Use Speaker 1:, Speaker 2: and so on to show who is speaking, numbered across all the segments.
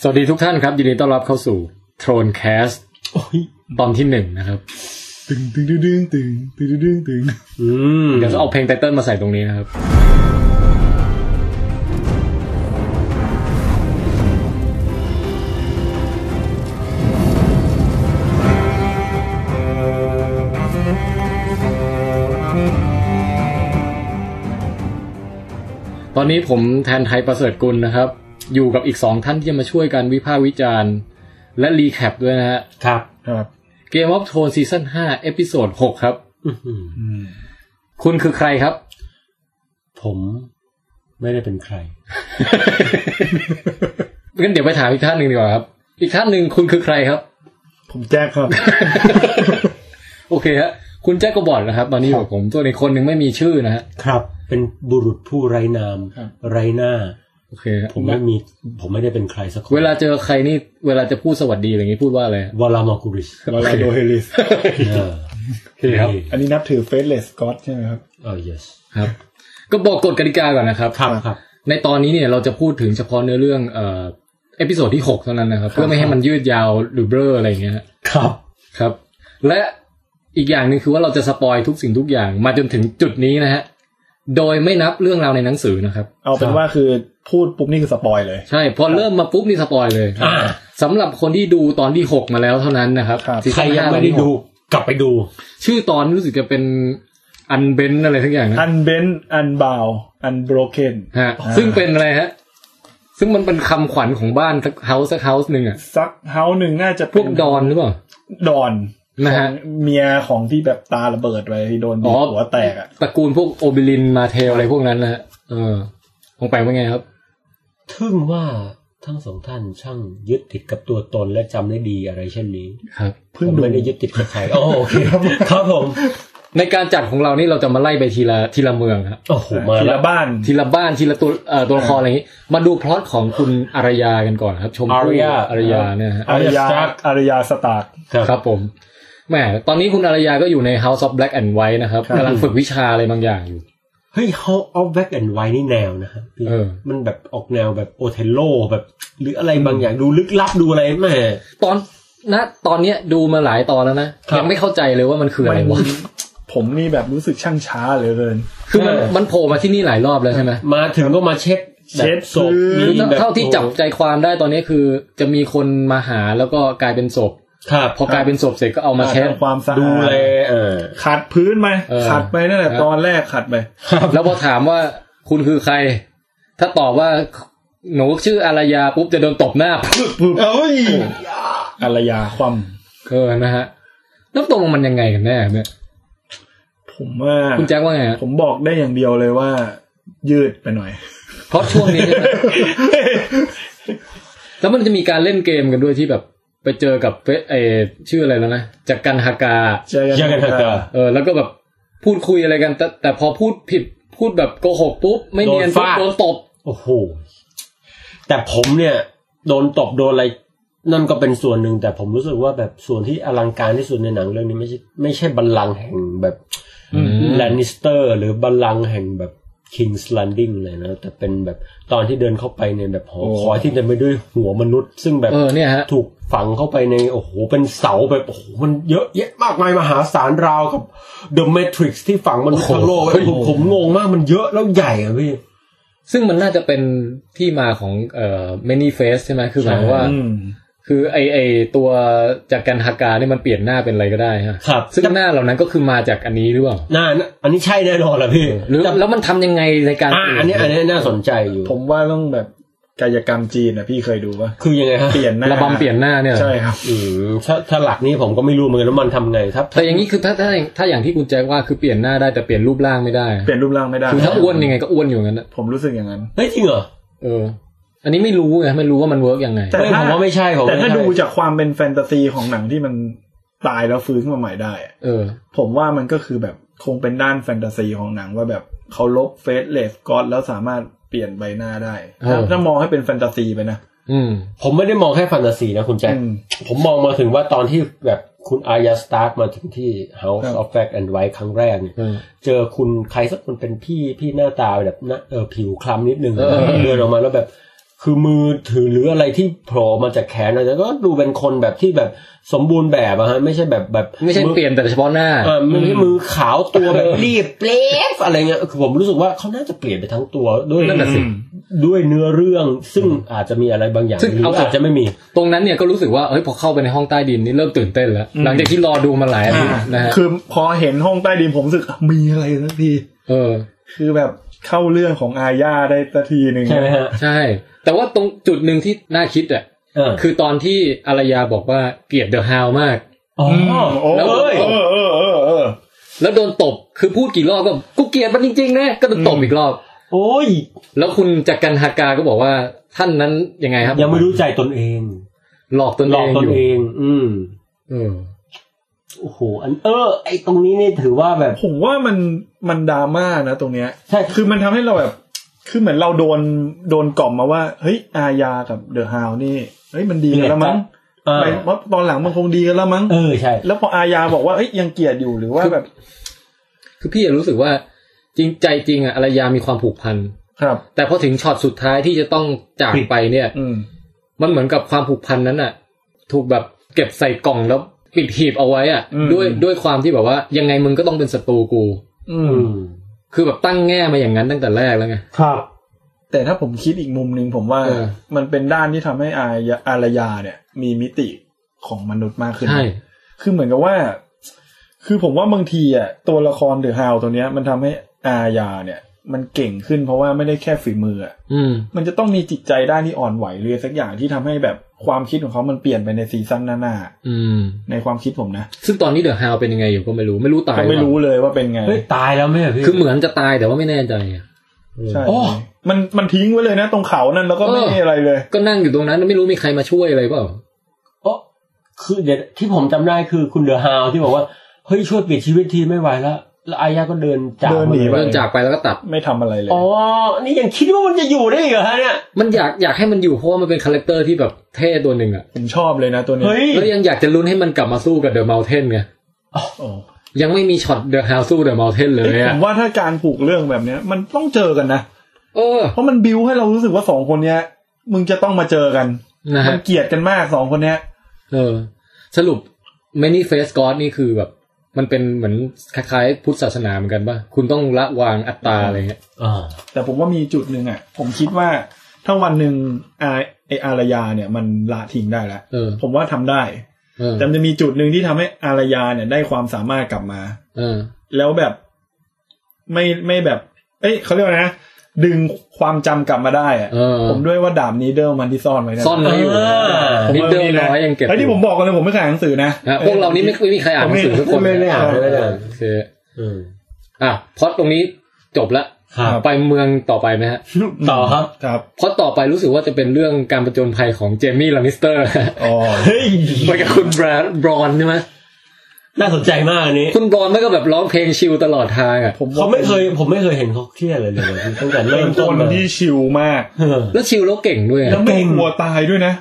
Speaker 1: สวัสดีทุกท่านครับ ยินดีต้อนรับเข้าสู่ Throne Cast
Speaker 2: โอ้ย
Speaker 1: ตอนที่หนึ่งนะครับ
Speaker 2: ตึงตึงตึงตึงตึงตึงตึงตึง
Speaker 1: อืมเดี๋ยวจะเอาเพลงไตเติ้ลมาใส่ตรงนี้นะครับ ตอนนี้ผมแทนไทยประเสริฐกุลนะครับ อยู่กับอีกสองท่านที่จะมาช่วยกันวิพากษ์วิจารณ์ และรีแคปด้วยนะฮะ
Speaker 2: ครับ ครับ
Speaker 1: Game of Thrones Season 5 Episode 6 ครับ
Speaker 2: อืม
Speaker 1: คุณคือใครครับ
Speaker 3: ผมไม่ได้เป็นใคร
Speaker 1: งั้นเดี๋ยวไปถามอีกท่านหนึ่งดีกว่าครับ อีกท่านหนึ่งคุณคือใครครับ
Speaker 2: ผมแจ้งครับ
Speaker 1: โอเคฮะ คุณแจ็คก็บอดนะครับตอนนี้อยู่กับผมตัวในคนหนึ่งไม่มีชื่อนะฮะ
Speaker 3: ครับ เป็นบุรุษผู้ไร้นาม
Speaker 2: ครับ
Speaker 3: ไร้หน้า
Speaker 1: โอเคฮะ
Speaker 3: ผมไม่มี ผมไม่ได้เป็นใครสักคน
Speaker 1: เวลาเจอใครนี่ เวลาจะพูดสวัสดีอะไรอย่างงี้พูดว่าอะไรฮะ
Speaker 3: วลามอกุริส
Speaker 2: ลาลาโดเฮลิส
Speaker 3: เออ
Speaker 1: โอเคครับ
Speaker 2: อันนี้นับถือเฟสเลสก็อตใช่ไหมครับ
Speaker 3: เออ yes
Speaker 1: ครับ ก็บอกกฎกติกาก่อนนะครับ
Speaker 3: ครับครับ
Speaker 1: ในตอนนี้เนี่ยเราจะพูดถึงเฉพาะเนื้อเรื่องเอ่อเอพิโซดที่หกเท่านั้นนะครับ เพื่อไม่ให้มันยืดยาวหรือเบ้ออะไรอย่างเงี้ยฮะ
Speaker 3: ครับ
Speaker 1: ครับ และอีกอย่างหนึ่งคือว่าเราจะสปอยทุกสิ่งทุกอย่างมาจนถึงจุดนี้นะฮะ โดยไม่นับเรื่องราวในหนังสือนะครับ
Speaker 2: เอาเป็นว่าคือพูดปุ๊บนี่คือสปอยเลย
Speaker 1: ใช่ พอเริ่มมาปุ๊บนี่สปอยเลย
Speaker 3: อ่า
Speaker 1: สำหรับคนที่ดูตอนที่หกมาแล้วเท่านั้นนะครับ
Speaker 2: ครับ
Speaker 1: ซี
Speaker 3: ใคร
Speaker 1: ซั่น
Speaker 3: ยัง
Speaker 1: ห้า
Speaker 3: ไม่
Speaker 1: ตอ
Speaker 3: ได้
Speaker 1: นที่ห
Speaker 3: ดู
Speaker 1: ก
Speaker 3: กลับไปดู
Speaker 1: ชื่อตอนรู้สึกจะเป็นอันเบนอะไรทั้งอย่างนะ
Speaker 2: อันเบนอันบาวอันบรกเกน
Speaker 1: ฮะซึ่งเป็นอะไรฮะ ซึ่งมันเป็นคำขวัญของบ้านสักเฮาส์สักเฮาส์หนึ่งอะ
Speaker 2: ซักเฮาหนึ่งน่าจะ
Speaker 1: พวกดอนหรือเปล่า
Speaker 2: ดอน
Speaker 1: นะฮะ
Speaker 2: ของเมียของที่แบบตาระเบิดไปโดน
Speaker 1: อ๋อ
Speaker 2: หัวแตกอ่ะ
Speaker 1: ตระกูลพวกโอบิลินมาเทลอะไรพวกนั้นนะฮะเออลงไปว่าไงครับ
Speaker 3: ทึ่งว่าทั้งสองท่านช่างยึดติดกับตัวตนและจำได้ดีอะไรเช่นนี้
Speaker 1: ครับ
Speaker 2: เพิ่ง
Speaker 3: ผม
Speaker 2: ดู
Speaker 3: ไม่ได้ยึดติดกับใครอ๋อโอเคครับครับผม
Speaker 1: ในการจัดของเรานี่เราจะมาไล่ไปทีละทีละเมืองครับ
Speaker 3: โอ้โห มา
Speaker 2: ที
Speaker 3: แล้ว
Speaker 2: ละบ้าน
Speaker 1: ทีละบ้านทีละตัวเอ่อตัวละครอะไรอย่างนี้ มาดูพล็อตของคุณอารยากันก่อนครับ ชมพู่
Speaker 3: Arya
Speaker 1: อารยาเนี่ยฮะ
Speaker 2: อารยา
Speaker 3: Stark
Speaker 2: อารยาสตาร์ก
Speaker 1: ครับ ผมแหมตอนนี้คุณอารยาก็อยู่ใน House of Black and White นะครับ
Speaker 2: ครับ
Speaker 1: กำลังฝึกวิชาอะไรบางอย่างอยู่
Speaker 3: เฮ้ย How of Black and White นี่แนวนะฮะพี่
Speaker 1: เออ
Speaker 3: มันแบบออกแนวแบบโอเทโลแบบ หรืออะไรบางอย่างดูลึกลับดูอะไรแม่
Speaker 1: ตอนนะตอนเนี้ยดูมาหลายตอนแล้วนะครับ ยังไม่เข้าใจเลยว่ามันคืออะไรวะ
Speaker 2: ผมนี่แบบรู้สึกช่างช้าเหลือเกิน
Speaker 1: คือมันมันโผล่มาที่นี่หลายรอบแล้วใช่ไหม
Speaker 3: มาถึงก็มาเช็ดแบบ
Speaker 2: เช็ด
Speaker 3: ศพ
Speaker 2: พื้น
Speaker 3: มีแบบ
Speaker 1: เท่าที่จับใจความได้ตอนนี้คือ จะมีคนมาหาแล้วก็กลายเป็นศพ
Speaker 3: ครับ
Speaker 1: พอกลายเป็นศพเสร็จก็เอามาเช็ด
Speaker 2: ทำความสะอาด
Speaker 3: ดูแลเออ
Speaker 2: ขัดพื้นไหม
Speaker 1: เออ
Speaker 2: ขัดไปนั่นแหละตอนแรกขัดไป
Speaker 1: แล้วพอถามว่าคุณคือใคร ถ้าตอบว่าหนูชื่ออารยาปุ๊บจะโดนตบหน้า
Speaker 3: เอ้ย
Speaker 2: อารยาความ
Speaker 1: เออนะฮะแล้วตกลงมันยังไงกันแน่เนี่ย
Speaker 2: ผมว่า
Speaker 1: คุณแจ็คว่าไงฮะ
Speaker 2: ผมบอกได้อย่างเดียวเลยว่า ยืดไปหน่ อย
Speaker 1: เพราะช่วงนี้ใช่ไหม แล้วมันจะมีการเล่นเกมกันด้วยที่แบบไปเจอกับเฟซเออชื่ออะไรแล้วนะจากกันฮากา
Speaker 2: เจอ
Speaker 3: ยังไง
Speaker 2: กันค
Speaker 3: เถ
Speaker 2: รับ
Speaker 3: อะ
Speaker 1: เออ แล้วก็แบบพูดคุยอะไรกัน แต่แต่พอพูดผิดพูดแบบโกหกปุ๊บไม่เนียนปุ๊บโดนตบ
Speaker 3: โอ้โห แต่ผมเนี่ย โดนตบโดนอะไร นั่นก็เป็นส่วนหนึ่ง แต่ผมรู้สึกว่าแบบส่วนที่อลังการที่สุดในหนังเรื่องนี้ไม่ใช่ไม่ใช่บัลลังก์แห่งแบบ
Speaker 1: อืม
Speaker 3: แลนนิสเตอร์หรือบัลลังก์แห่งแบบคิงส์แลนดิ้งเลยนะ แต่เป็นแบบตอนที่เดินเข้าไปในแบบหอคอยที่เต็มไปด้วยหัวมนุษย์ ซึ่งแบบ
Speaker 1: เออเนี่ยฮะ
Speaker 3: ถูกฝังเข้าไปในโอ้โหเป็นเสาแบบโอ้โหมันเยอะแยะมากมายมหาศาลราวกับ The Matrix ที่ฝังมัน
Speaker 1: โอ้โห
Speaker 3: ทั้งโลกไว้ผมผมงงมากมันเยอะแล้วใหญ่อะพี่
Speaker 1: ซึ่งมันน่าจะเป็นที่มาของเอ่อ many face ใช่ไหมคือหมายความว่า
Speaker 2: อืม
Speaker 1: คือไอไอตัวจากกันฮากาเนี่ยมันเปลี่ยนหน้าเป็นอะไรก็ได้ฮะ
Speaker 3: ครับ
Speaker 1: ซึ่งหน้าเหล่านั้นก็คือมาจากอันนี้หรือเปล่า
Speaker 3: น่าอันนี้ใช่แน่นอนแหละพี่
Speaker 1: หรือ
Speaker 3: แต่
Speaker 1: แล้วมันทำยังไงในการ
Speaker 3: อ่าอันนี้อันนี้น่าสนใจอยู่
Speaker 2: ผมว่าต้องแบบกายกรรมจีนนะพี่เคยดูปะ
Speaker 3: คือยังไงฮะ
Speaker 2: เปลี่ยนหน้า
Speaker 1: ระบำเปลี่ยนหน้าเนี่ยเหรอ
Speaker 2: ใช่ครับ
Speaker 3: อืมถ้าถ้าหลักนี้ผมก็ไม่รู้เหมือนกันว่ามันทำไงครับ
Speaker 1: แต่อย่างนี้คือถ้าถ้าถ้าอย่างที่คุณแจ็คว่าคือเปลี่ยนหน้าได้แต่เปลี่ยนรูปร่างไม่ได้
Speaker 2: เปลี่ยนรูปร่างไม่ได้
Speaker 1: คือถ้าอ้วนยังไงก็อ้วนอยู่งั้นน่ะ
Speaker 2: ผมรู้สึกอย่างนั้น
Speaker 3: เฮ้ยจริงเหรอ
Speaker 1: เออ อันนี้ไม่รู้ไงไม่รู้ว่ามันเวิร์กยังไง
Speaker 2: แต่
Speaker 3: เฮ้ย
Speaker 2: ถ้า
Speaker 3: ผมว่าไม่ใช่ผม
Speaker 2: แต่ถ้า
Speaker 3: ไม่ใช่
Speaker 2: ดูจากความเป็นแฟนตาซีของหนังที่มันตายแล้วฟื้นขึ้นมาใหม่ได้อะ
Speaker 1: เออ
Speaker 2: ผมว่ามันก็คือแบบคงเป็นด้านแฟนตาซีของหนังว่าแบบเขาลบเฟสเลสก็อตแล้วสามารถเปลี่ยนใบหน้าได้
Speaker 1: เออ
Speaker 2: ถ้ามองให้เป็นแฟนตาซีไปนะ
Speaker 1: อืม
Speaker 3: ผมไม่ได้มองแค่แฟนตาซีนะคุณแจ็ค
Speaker 2: อืม
Speaker 3: ผมมองมาถึงว่าตอนที่แบบคุณอารยาสตาร์มาถึงที่ House
Speaker 2: ครับ
Speaker 3: of Black and White ครั้งแรกเนี่ย
Speaker 1: เออ
Speaker 3: เจอคุณใครสักคนเป็นพี่พี่หน้าตาแบบหน้าเออผิวคล้ำนิดนึง
Speaker 1: เออ
Speaker 3: เดินออกมาแล้วแบบ คือมือถือหรืออะไรที่โผล่มาจากแขนอะไรก็ดูเป็นคนแบบที่แบบสมบูรณ์แบบอะฮะไม่ใช่แบบแบบ
Speaker 1: ไม่ใช่
Speaker 3: อ
Speaker 1: เปลี่ยนแต่เฉพาะหน้า
Speaker 3: เออมือ
Speaker 2: อืม
Speaker 3: มือขาวตัวแบบรีบเปลฟอะไรเงี้ยคือผมรู้สึกว่าเขาน่าจะเปลี่ยนไปทั้งตัวด้วย
Speaker 1: นั่นน่ะสิ
Speaker 3: ด้วยเนื้อเรื่องซึ่งอาจจะมีอะไรบางอย่าง
Speaker 1: ซึ่ง
Speaker 3: หรื
Speaker 1: เอา
Speaker 3: ออาจจะไม่มี
Speaker 1: ตรงนั้นเนี่ยก็รู้สึกว่าเฮ้ยพอเข้าไปในห้องใต้ดินนี่เริ่มตื่นเต้นแล้ว หลังจากที่รอดูมาหลายอาทิตย์นะฮะ
Speaker 2: คือพอเห็นห้องใต้ดินผมรู้สึกมีอะไรสักที
Speaker 1: เออ
Speaker 2: คือแบบเข้าเรื่องของอาญาได้สักทีหนึ่ง
Speaker 3: ใช่ไหมฮะ
Speaker 1: ใช่ แต่ว่าตรงจุดหนึ่งที่น่าคิดอ่ะ
Speaker 3: เออ
Speaker 1: คือตอนที่อารยาบอกว่าเกลียดเดอะฮาวมาก
Speaker 3: อ๋อ
Speaker 2: อืมโอ้
Speaker 1: แล้ว
Speaker 2: เอ้ยเออเออเออเออ
Speaker 1: แล้วโดนตบคือพูดกี่รอบก็กูเกลียดมันจริงๆนะก็โดนตบ
Speaker 2: อืม
Speaker 1: อีกรอบ
Speaker 3: โอ้ย
Speaker 1: แล้วคุณจักรันฮากาก็บอกว่าท่านนั้นยังไงครับ
Speaker 3: ยังไม่รู้ใจตนเอง
Speaker 1: หลอกตน
Speaker 3: หล
Speaker 1: เอ
Speaker 3: อก
Speaker 1: ง
Speaker 3: ต
Speaker 1: อน ยู่
Speaker 3: เอง อืม
Speaker 1: เออ
Speaker 3: โอ้โหอันเออ ไอตรงนี้นี่ถือว่าแบบ
Speaker 2: ผมว่ามันมันดราม่านะตรงเนี้ย
Speaker 3: ใช่
Speaker 2: คือมันทำให้เราแบบ คือเหมือนเราโดนโดนกล่อมมาว่า เฮ้ยอาญากับเดอะฮาวนี่ เฮ้ยมันดีกันแล้วมั้ง
Speaker 3: เออ
Speaker 2: ไปว่าตอนหลังมันคงดีกันแล้วมั้ง
Speaker 3: เออใช่
Speaker 2: แล้วพออาญาบอกว่าเอ้ยยังเกลียดอยู่หรือว่า
Speaker 1: คือ
Speaker 2: แบบ
Speaker 1: คือพี่รู้สึกว่าจริงใจจริงอ่ะอารยามีความผูกพัน
Speaker 2: ครับ
Speaker 1: แต่พอถึงช็อตสุดท้ายที่จะต้องจากไปเนี่ย
Speaker 2: อืม
Speaker 1: มันเหมือนกับความผูกพันนั้นอ่ะ ถูกแบบเก็บใส่กล่องแล้วปิดหีบเอาไว้อ่ะ
Speaker 2: อืม
Speaker 1: ด้วยด้วยความที่แบบว่า ยังไงมึงก็ต้องเป็นศัตรูกู
Speaker 2: อื
Speaker 3: อื
Speaker 2: ม
Speaker 3: ม
Speaker 1: คือแบบตั้งแง่มาอย่างนั้นตั้งแต่แรกแล้วไง
Speaker 3: ครับ
Speaker 2: แต่ถ้าผมคิดอีกมุมหนึ่งผมว่า
Speaker 1: เออ
Speaker 2: มันเป็นด้านที่ทำให้อายาอารยาเนี่ย มีมิติของมนุษย์มากขึ้น
Speaker 1: ใช่
Speaker 2: คือเหมือนกับว่า คือผมว่าบางทีอ่ะตัวละครเดอะฮาวตัวเนี้ย มันทำให้อายาเนี่ย มันเก่งขึ้นเพราะว่าไม่ได้แค่ฝีมืออะ
Speaker 1: อืม
Speaker 2: มันจะต้องมีจิตใจด้านที่อ่อนไหวเรือสักอย่างที่ทำให้แบบความคิดของเขามันเปลี่ยนไปในซีซั่นหน้า
Speaker 1: อืม
Speaker 2: ๆในความคิดผมนะ
Speaker 1: ซึ่งตอนนี้เดอะฮาวเป็นยังไงอยู่ก็ไม่รู้ไม่รู้ตาย
Speaker 2: ก็ไม่รู้เลยว่าเป็นไง
Speaker 3: เฮ้ยตายแล้วไหมอะพี่
Speaker 1: คือเหมือนจะตายแต่ว่าไม่แน่ใจอะ
Speaker 2: ใช่
Speaker 3: โอ้
Speaker 2: มันมันทิ้งไว้เลยนะ ตรงเขานั่นแล้วก็ไม่มีอะไรเลย
Speaker 1: ก็นั่งอยู่ตรงนั้นไม่รู้มีใครมาช่วยอะไรเปล่า
Speaker 3: โอ้คือเดี๋ยวที่ผมจำได้คือคุณเดอะฮาวที่บอกว่าเฮ้ยช่วยเปลี่ยนชีวิตทีไม่ไหวแล้วแล้วอายาก็เดินจาก
Speaker 2: เดินหนีไป
Speaker 3: มาเลย
Speaker 1: เริ่มจากไปแล้วก็ตัด
Speaker 2: ไม่ทำอะไรเลย
Speaker 3: อ๋อ นี่ยังคิดว่ามันจะอยู่ได้อีกเหรอฮะเนี่ย
Speaker 1: มันอยากอยากให้มันอยู่เพราะว่ามันเป็นคาแรคเตอร์ที่แบบเท่ตัวหนึ่งอะ
Speaker 2: ผมชอบเลยนะตัวเนี้ย
Speaker 3: เฮ้ย
Speaker 1: แล้วยังอยากจะลุ้นให้มันกลับมาสู้กับเดอะมัลเทนไง
Speaker 2: โอ้
Speaker 1: ยังไม่มีช็อตเดอะฮาวสู้เดอะมัลเทนเลย
Speaker 2: เอ้ยผ
Speaker 1: อะ
Speaker 2: มว่าถ้าการผูกเรื่องแบบเนี้ย มันต้องเจอกันนะ
Speaker 1: เออ
Speaker 2: เพราะมันบิวให้เรารู้สึกว่าสองคนเนี้ย มึงจะต้องมาเจอกัน
Speaker 1: นะ
Speaker 2: มั
Speaker 1: ฮะ
Speaker 2: นเกลียดกันมากสองคนเนี้ย
Speaker 1: เออ สรุป many face god นี่คือแบบ มันเป็นเหมือนคล้ายๆพุทธศาสนาเหมือนกันป่ะคุณต้องละวางอัตตาอะไรเงี้ย
Speaker 3: อ่า
Speaker 2: แต่ผมว่ามีจุดหนึ่งอ่ะ ผมคิดว่าถ้าวันหนึ่งอาไออารยาเนี่ย มันละทิ้งได้แล้ว
Speaker 1: เออ
Speaker 2: ผมว่าทำได้
Speaker 1: เออ
Speaker 2: แต่มันจะมีจุดหนึ่งที่ทำให้อารยาเนี่ยได้ความสามารถกลับมา
Speaker 1: เออ
Speaker 2: แล้วแบบไม่ไม่แบบ เอ้ยเขาเรียกว่านะ ดึงความจำกลับมาได้อะ
Speaker 1: เออ
Speaker 2: ผมด้วยว่าดาบนีเดิลมันที่ซ่อนไว้นะ
Speaker 1: ซ่อนไว้อยู่นะ
Speaker 2: ผม
Speaker 1: นิด
Speaker 2: ว่า
Speaker 1: เดิม
Speaker 2: มีนะ
Speaker 1: น้อยยังเก็บ
Speaker 2: ไอ้ยที่ผมบอกกันเลยผมไม่ขายหนังสือนะ
Speaker 1: นะพวกเรานี่ไม่ไม่มีใครอ่านหนังสือทุกคน
Speaker 2: ไม่ไม่
Speaker 3: ไม่อ่านไม่อ่าน
Speaker 1: โอเค
Speaker 3: อืม
Speaker 1: อ่ะพล็อดตรงนี้จบละ
Speaker 3: ครับ
Speaker 1: ไปเมืองต่อไปไหมฮะ
Speaker 3: ต่อครับ
Speaker 2: ครับ
Speaker 1: เพราะต่อไปรู้สึกว่าจะเป็นเรื่องการประจนภัยของเจมี่ลานิสเตอร์
Speaker 2: อ๋อ
Speaker 3: เฮ้ย
Speaker 1: ไปกับคุณแบรดบรอนใช่ไหม
Speaker 3: น่าสนใจมากอันนี้
Speaker 1: คุณบรอนมันก็แบบร้องเพลงชิลตลอดทางอ่ะ
Speaker 2: ผมว่
Speaker 3: เขาไม่เคย ผมไม่เคยเห็นเขาเครียดเลยเลยตั้งแต่
Speaker 2: เป็
Speaker 3: เริ่ม
Speaker 2: น
Speaker 3: ต้
Speaker 2: คน น
Speaker 3: มา
Speaker 2: ที่ชิลมาก
Speaker 3: เออ
Speaker 1: แล้วชิลแล้วเก่งด้วยอะ
Speaker 2: แล้วไม่
Speaker 3: เก่ง
Speaker 2: กลัวตายด้วยนะ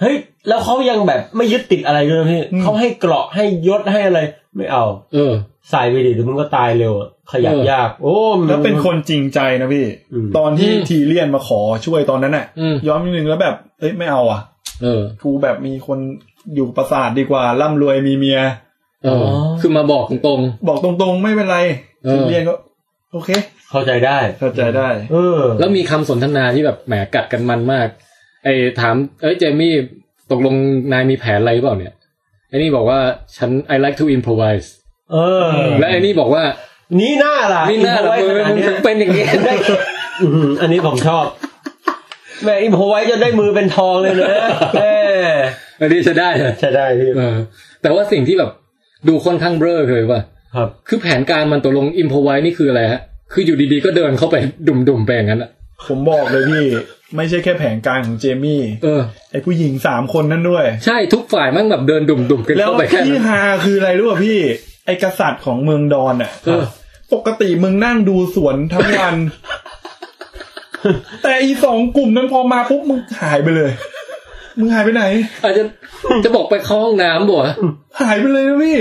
Speaker 3: เฮ้ย แล้วเขายังแบบไม่ยึดติดอะไรด้วยนะพี่
Speaker 2: อืม
Speaker 3: เขาให้เกราะให้ยศให้อะไร ไม่เอา
Speaker 1: เออ
Speaker 3: ใส่ไปดิเดี๋ยวมึงก็ตายเร็วอะขยับ
Speaker 1: เออ
Speaker 3: ยาก โอ้มั
Speaker 2: แล้วเป็นคนจริงใจนะพี่
Speaker 3: อืม
Speaker 2: ตอนที่
Speaker 1: อืม
Speaker 2: ทีเลียนมาขอช่วยตอนนั้นน่ะ
Speaker 1: อืม
Speaker 2: ย้อนนิดนึงแล้วแบบเอ้ยไม่เอาอ่ะ
Speaker 1: เออ
Speaker 2: กูแบบมีคนอยู่ปราสาทดีกว่าร่ำรวยมีเมีย
Speaker 1: เออ
Speaker 3: อ๋อ
Speaker 1: คือมาบอกตรง
Speaker 2: บอกตรงๆ ไม่เป็นไร
Speaker 1: เออ
Speaker 2: ทีเลียนก็ โอเค
Speaker 3: เข้าใจได้
Speaker 2: เข้าใจได้
Speaker 3: เออ
Speaker 1: ๆ แล้วมีคำสนทนาที่แบบแหมกัดกันมันมาก ไอ้ถาม เอ้ยเจมี่ตกลงนายมีแผนอะไรหรือเปล่าเนี่ย ไอ้นี่บอกว่าฉัน I like to improvise
Speaker 3: เออ
Speaker 1: และไอ้นี่บอกว่า
Speaker 3: นี่หน้าล่ะ
Speaker 1: นี่น่าละ
Speaker 3: อิ
Speaker 1: มึง
Speaker 3: โฟไว้ขนาดนี้ย
Speaker 1: มึงเป็นอย่างนี้
Speaker 3: ได้อื้อหืออันนี้ผมชอบ แม่อิมโพไว้จนได้มือเป็นทองเลยนะแม่
Speaker 1: อันนี้จะได้เหรอ
Speaker 3: ใช่ได้พี่
Speaker 1: เออ แต่ว่าสิ่งที่แบบดูค่อนข้างเบ้อเลยว่า
Speaker 3: ครับ
Speaker 1: คือแผนการมันตกลงอิมพอไว้นี่คืออะไรฮะ คืออยู่ดีๆก็เดินเข้าไปดุ่มๆไปอย่างนั้นอะ
Speaker 2: ผมบอกเลยพี่ ไม่ใช่แค่แผนการของเจมี่
Speaker 1: เออ
Speaker 2: ไอผู้หญิงสามคนนั่นด้วย
Speaker 1: ใช่ทุกฝ่ายมั่งแบบเดินดุ่มๆกัน
Speaker 2: แล้ว
Speaker 1: เข้าไปแค่
Speaker 2: ที่
Speaker 1: นั้น
Speaker 2: ฮาคืออะไรรู้ป่ะพี่ ไอกษัตริย์ของเมืองดอนอ่ะ
Speaker 1: เออ
Speaker 2: ปกติมึงนั่งดูสวน ทั้งวัน แต่อีสองกลุ่มนั้นพอมาปุ๊บมึงหายไปเลย มึงหายไปไหน
Speaker 1: อาจจะจะบอกไปเข้าห้องน้ำบ่วะ
Speaker 2: หายไปเลยนะพี่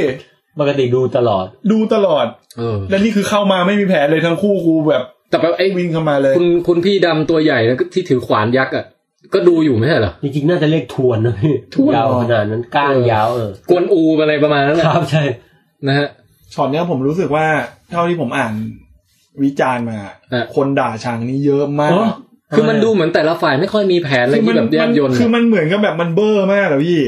Speaker 3: ปกติดูตลอด
Speaker 2: ดูตลอด
Speaker 1: เออ
Speaker 2: และนี่คือเข้ามาไม่มีแผนเลยทั้งคู่กูแบบ
Speaker 1: แต่แบบไอ้
Speaker 2: วิ่งเข้ามาเลย
Speaker 1: คุณคุณพี่ดำตัวใหญ่นะที่ถือขวานยักษ์อะ ก็ดูอยู่ไม่ใช่เหรอ
Speaker 3: จริงๆน่าจะเรียกทวนนะพี่
Speaker 1: ทวนเหรอ
Speaker 3: ยาวขนาดนั้นก้านยาวเออก
Speaker 1: วนอูอะไรประมาณนั้นแห
Speaker 3: ค
Speaker 1: ละ
Speaker 3: รับใช่
Speaker 1: นะฮะ
Speaker 2: ช็อตเนี้ยผมรู้สึกว่าเท่าที่ผมอ่านวิจารณ์มา
Speaker 1: อ่ะ
Speaker 2: คนด่าฉากนี้เยอะมา
Speaker 3: อ๋
Speaker 2: ก
Speaker 3: อ
Speaker 1: คือมันดูเหมือนแต่ละฝ่ายไม่ค่อยมีแผนอะไรที่แบบแยบยนต์
Speaker 2: คือมันเหมือนกับแบบมันเบอร์มากอะพี่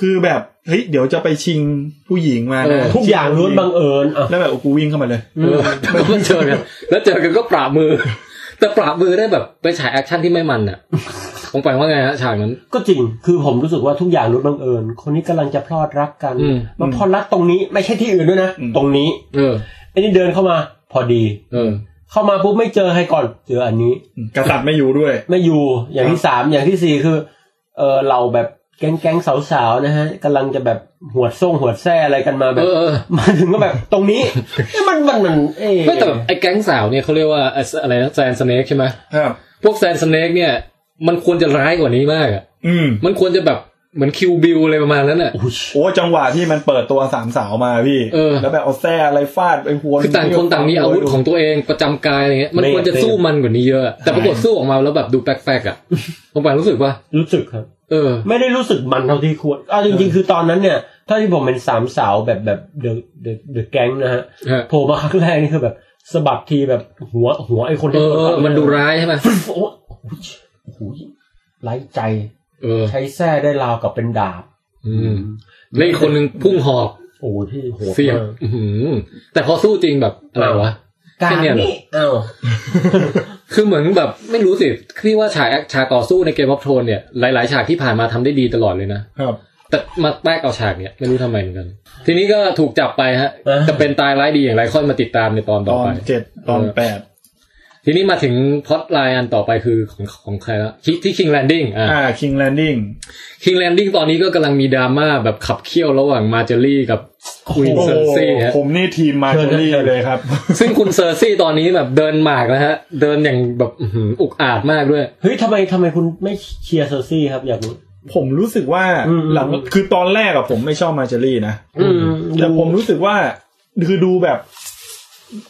Speaker 2: คือแบบเฮ้ยเดี๋ยวจะไปชิงผู้หญิงมานะ
Speaker 3: ทุกอย่างล้วนบังเอิญอ่ะ
Speaker 2: แล้วแบบโอ้กูวิ่งเข้ามาเลย
Speaker 1: เออแล้วก็เจอกันแล้วเจอกันก็ปราบมือ แต่ปราบมือได้แบบไปฉายแอคชั่นที่ไม่มันอ่ะผมไปว่าไงฮะฉากนั้น
Speaker 3: ก็จริงคือผมรู้สึกว่าทุกอย่างล้วนบังเอิญ คนนี้กำลังจะพลอดรักกัน
Speaker 1: อืม
Speaker 3: มาพลอดรักตรงนี้ไม่ใช่ที่อื่นด้วยนะ
Speaker 2: อืม
Speaker 3: ตรงนี้
Speaker 1: เออ
Speaker 3: ไอ้นี่เดินเข้ามาพอดี
Speaker 1: เออ
Speaker 3: เข้ามาปุ๊บไม่เจอใครก่อนเจออันนี้
Speaker 2: กษัตริย์ไม่อยู่ด้วย
Speaker 3: ไม่อยู่อย่างที่สามอย่างที่สี่คือเออเราแบบแก๊งแก๊งสาวๆนะฮะกำลังจะแบบหัวดส่งหัวดแซ่อะไรกันมาแบ
Speaker 1: เอบ อเออ
Speaker 3: มาถึงก็แบบตรง นี้ เอ๊ะมันมันมันเอ๊ะ
Speaker 1: ไม่แต่แบบไอ้แก๊งสาวเนี่ยเขาเรียกว่าอะไรนะแซนสเนกใช่ไหม
Speaker 2: ครับ
Speaker 1: พวกแซนสเนกเนี่ย มันควรจะร้ายกว่านี้มากอ่ะ
Speaker 2: อืม
Speaker 1: มันควรจะแบบเหมือนคิวบิลอะไรประมาณนั้นอ่ะ
Speaker 3: โอ้ย
Speaker 2: โอ้จังหวะที่มันเปิดตัวสามสาวมาพี่
Speaker 1: เออ
Speaker 2: แล้วแบบเอาแส้อะไรฟาดไปหัว
Speaker 1: คือต่างคนต่างมีอาวุธของตัวเองประจำกายอะไรเงี้ยมันควรจะสู้มันกว่านี้เยอะ แต่ปรากฏสู้ออกมาแล้วแบบดูแปลกๆอ่ะผมไปรู้สึกว่า
Speaker 3: รู้สึกครับ
Speaker 1: เออ
Speaker 3: ไม่ได้รู้สึกมันเท่าที่ควรเอาจริงๆ คือตอนนั้นเนี่ยเท่าที่ผมเป็นสามสาวแบบแบบเดอะเดอะเดอะแก๊งนะฮะ
Speaker 1: ฮะ
Speaker 3: โผล่มาครั้งแรกนี่คือแบบสะบัดทีแบบหัวหัวไอ้คน
Speaker 1: เอ
Speaker 3: ที่
Speaker 1: อเออ
Speaker 3: โด
Speaker 1: มันดูร้ายใช่ไหม
Speaker 3: ฟึ๊บโอ้ยโอ้ยโอ้โหไร้ใจ
Speaker 1: เออ
Speaker 3: ใช้แส้ได้ราวกับเป็นดาบ
Speaker 1: อืมเล่นคนหนึ่งพุ่งหอก
Speaker 3: โอ้ที่โหด
Speaker 1: เสียบ
Speaker 3: มาก
Speaker 1: อื้อหือแต่พอสู้จริงแบบอะไรวะ
Speaker 3: กา
Speaker 1: แค่
Speaker 3: ร
Speaker 1: เนี่ยเหรอ
Speaker 3: นี่อ้าว
Speaker 1: คือเหมือนแบบไม่รู้สิพี่ว่าฉากแอคฉากต่อสู้ในเกมวอฟโทนเนี่ยหลาย ๆ ฉากที่ผ่านมาทำได้ดีตลอดเลยนะ
Speaker 2: ครับ
Speaker 1: แต่มาแตกเอาฉากเนี่ยไม่รู้ทำไมเหมือนกัน ทีนี้ก็ถูกจับไปฮะจะเป็นตายร้ายดีอย่างไรค่อยมาติดตามในตอน
Speaker 2: ต
Speaker 1: ต่อ
Speaker 2: อน
Speaker 1: ไป
Speaker 2: เจ็ดตอนแปด
Speaker 1: ทีนี้มาถึงพล็อตไลน์อันต่อไปคือของของใครละที่ที่คิงแลนดิ้งอ่า
Speaker 2: อ่าคิงแลนดิ้ง
Speaker 1: คิงแลนดิ้งตอนนี้ก็กำลังมีดราม่าแบบขับเคี่ยวระหว่างมาเจอรี่กับคุ
Speaker 2: โอ้
Speaker 1: ณ
Speaker 2: โห
Speaker 1: เซอร์ซี่ฮะ
Speaker 2: ผมนี่ทีมมาเชอรี่เลยครับ
Speaker 1: ซึ่งคุณเซอร์ซี่ตอนนี้แบบเดินหมากนะฮะ เดินอย่างแบบอื้อหืออุกอาจมากด้วย
Speaker 3: เฮ้ยทำไมทำไมคุณไม่เชียร์เซอร์ซี่ครับอยากรู้
Speaker 2: ผมรู้สึกว่า
Speaker 3: อืม
Speaker 2: หลังคือตอนแรกอะผมไม่ชอบมาเชอรี่นะ
Speaker 3: อืม
Speaker 2: แต่ผมรู้สึกว่าคือดูแบบ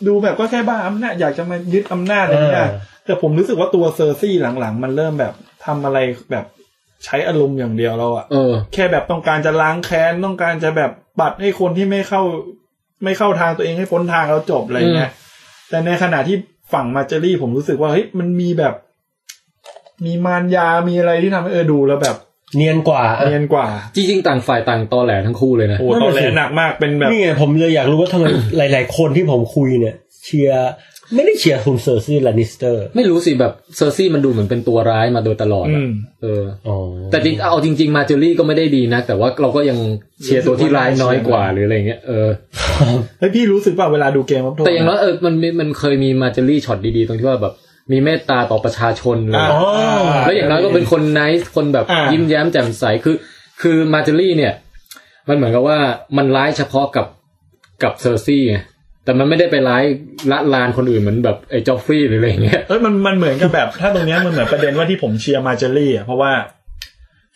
Speaker 2: ดูแบบก็แค่บ้าอำนาจอยากจะมายึดอำนาจอะไรเนี่ยแต่ผมรู้สึกว่าตัวเซอร์ซี่หลังๆ มันเริ่มแบบทำอะไรแบบใช้อารมณ์อย่างเดียวแล้วอะ
Speaker 1: เออ
Speaker 2: แค่แบบต้องการจะล้างแค้นต้องการจะแบบปัดให้คนที่ไม่เข้า ไม่เข้าทางตัวเองให้พ้นทางเราจบอะไรเงี้ยแต่ในขณะที่ฝั่งมาเจอรี่ ผมรู้สึกว่าเฮ้ยมันมีแบบ มีมารยามีอะไรที่ทำให้เออดูแล้วแบบ
Speaker 3: เนียนกว่าอ่ะ
Speaker 2: เนียนกว่า
Speaker 1: จริงๆต่างฝ่ายต่างตอแหลทั้งคู่เลยนะ
Speaker 2: โอ้ตอนแรกหนักมากเป็นแบบ
Speaker 3: นี่ไงผมเลยอยากรู้ว่าทำไม หลาย ๆ คนที่ผมคุยเนี่ย เชียร์ไม่ได้เชียร์คุณเซอร์ซี่แลานิสเตอร์
Speaker 1: ไม่รู้สิแบบเซอร์ซี่มันดูเหมือนเป็นตัวร้ายมาโดยตลอดอะ
Speaker 2: อืม
Speaker 1: เออ
Speaker 3: อ๋อ
Speaker 1: แต่จริงเอาจริง ๆ มาเจอรี่ก็ไม่ได้ดีนะ แต่ว่าเราก็ยังเชียร์ตัวที่ร้ายน้อยกว่าหรืออะไรเงี้ยเออ
Speaker 2: เฮ้ยพี่รู้สึกป่ะเวลาดูเกมครับโทษ
Speaker 1: แต่อย่างน้อยเออมันมีมันเคยมีมาเจอรี่ช็อตดีๆ ตรงที่ว่าแบบมีเมตตาต่อประชาชนเลย
Speaker 2: อ่าา
Speaker 1: แล้วอย่างน้อยก็เป็นคน nice คนแบบ
Speaker 2: อ่ายิ้
Speaker 1: ยิ้มแย้มแจ่มใสคือ คือมาเจอรี่เนี่ย มันเหมือนกับว่ามันร้ายเฉพาะกับกับเซอร์ซี่ไงแต่มันไม่ได้ไปร้ายละลานคนอื่นเหมือนแบบไอ้จอฟฟรีย์หรืออะไรอย่างเงี้ย
Speaker 2: เอ้ยมันมันเหมือนกับแบบ ถ้าตรงเนี้ยมันเหมือนประเด็นว่าที่ผมเชียร์มาเจอรี่อ่ะเพราะว่า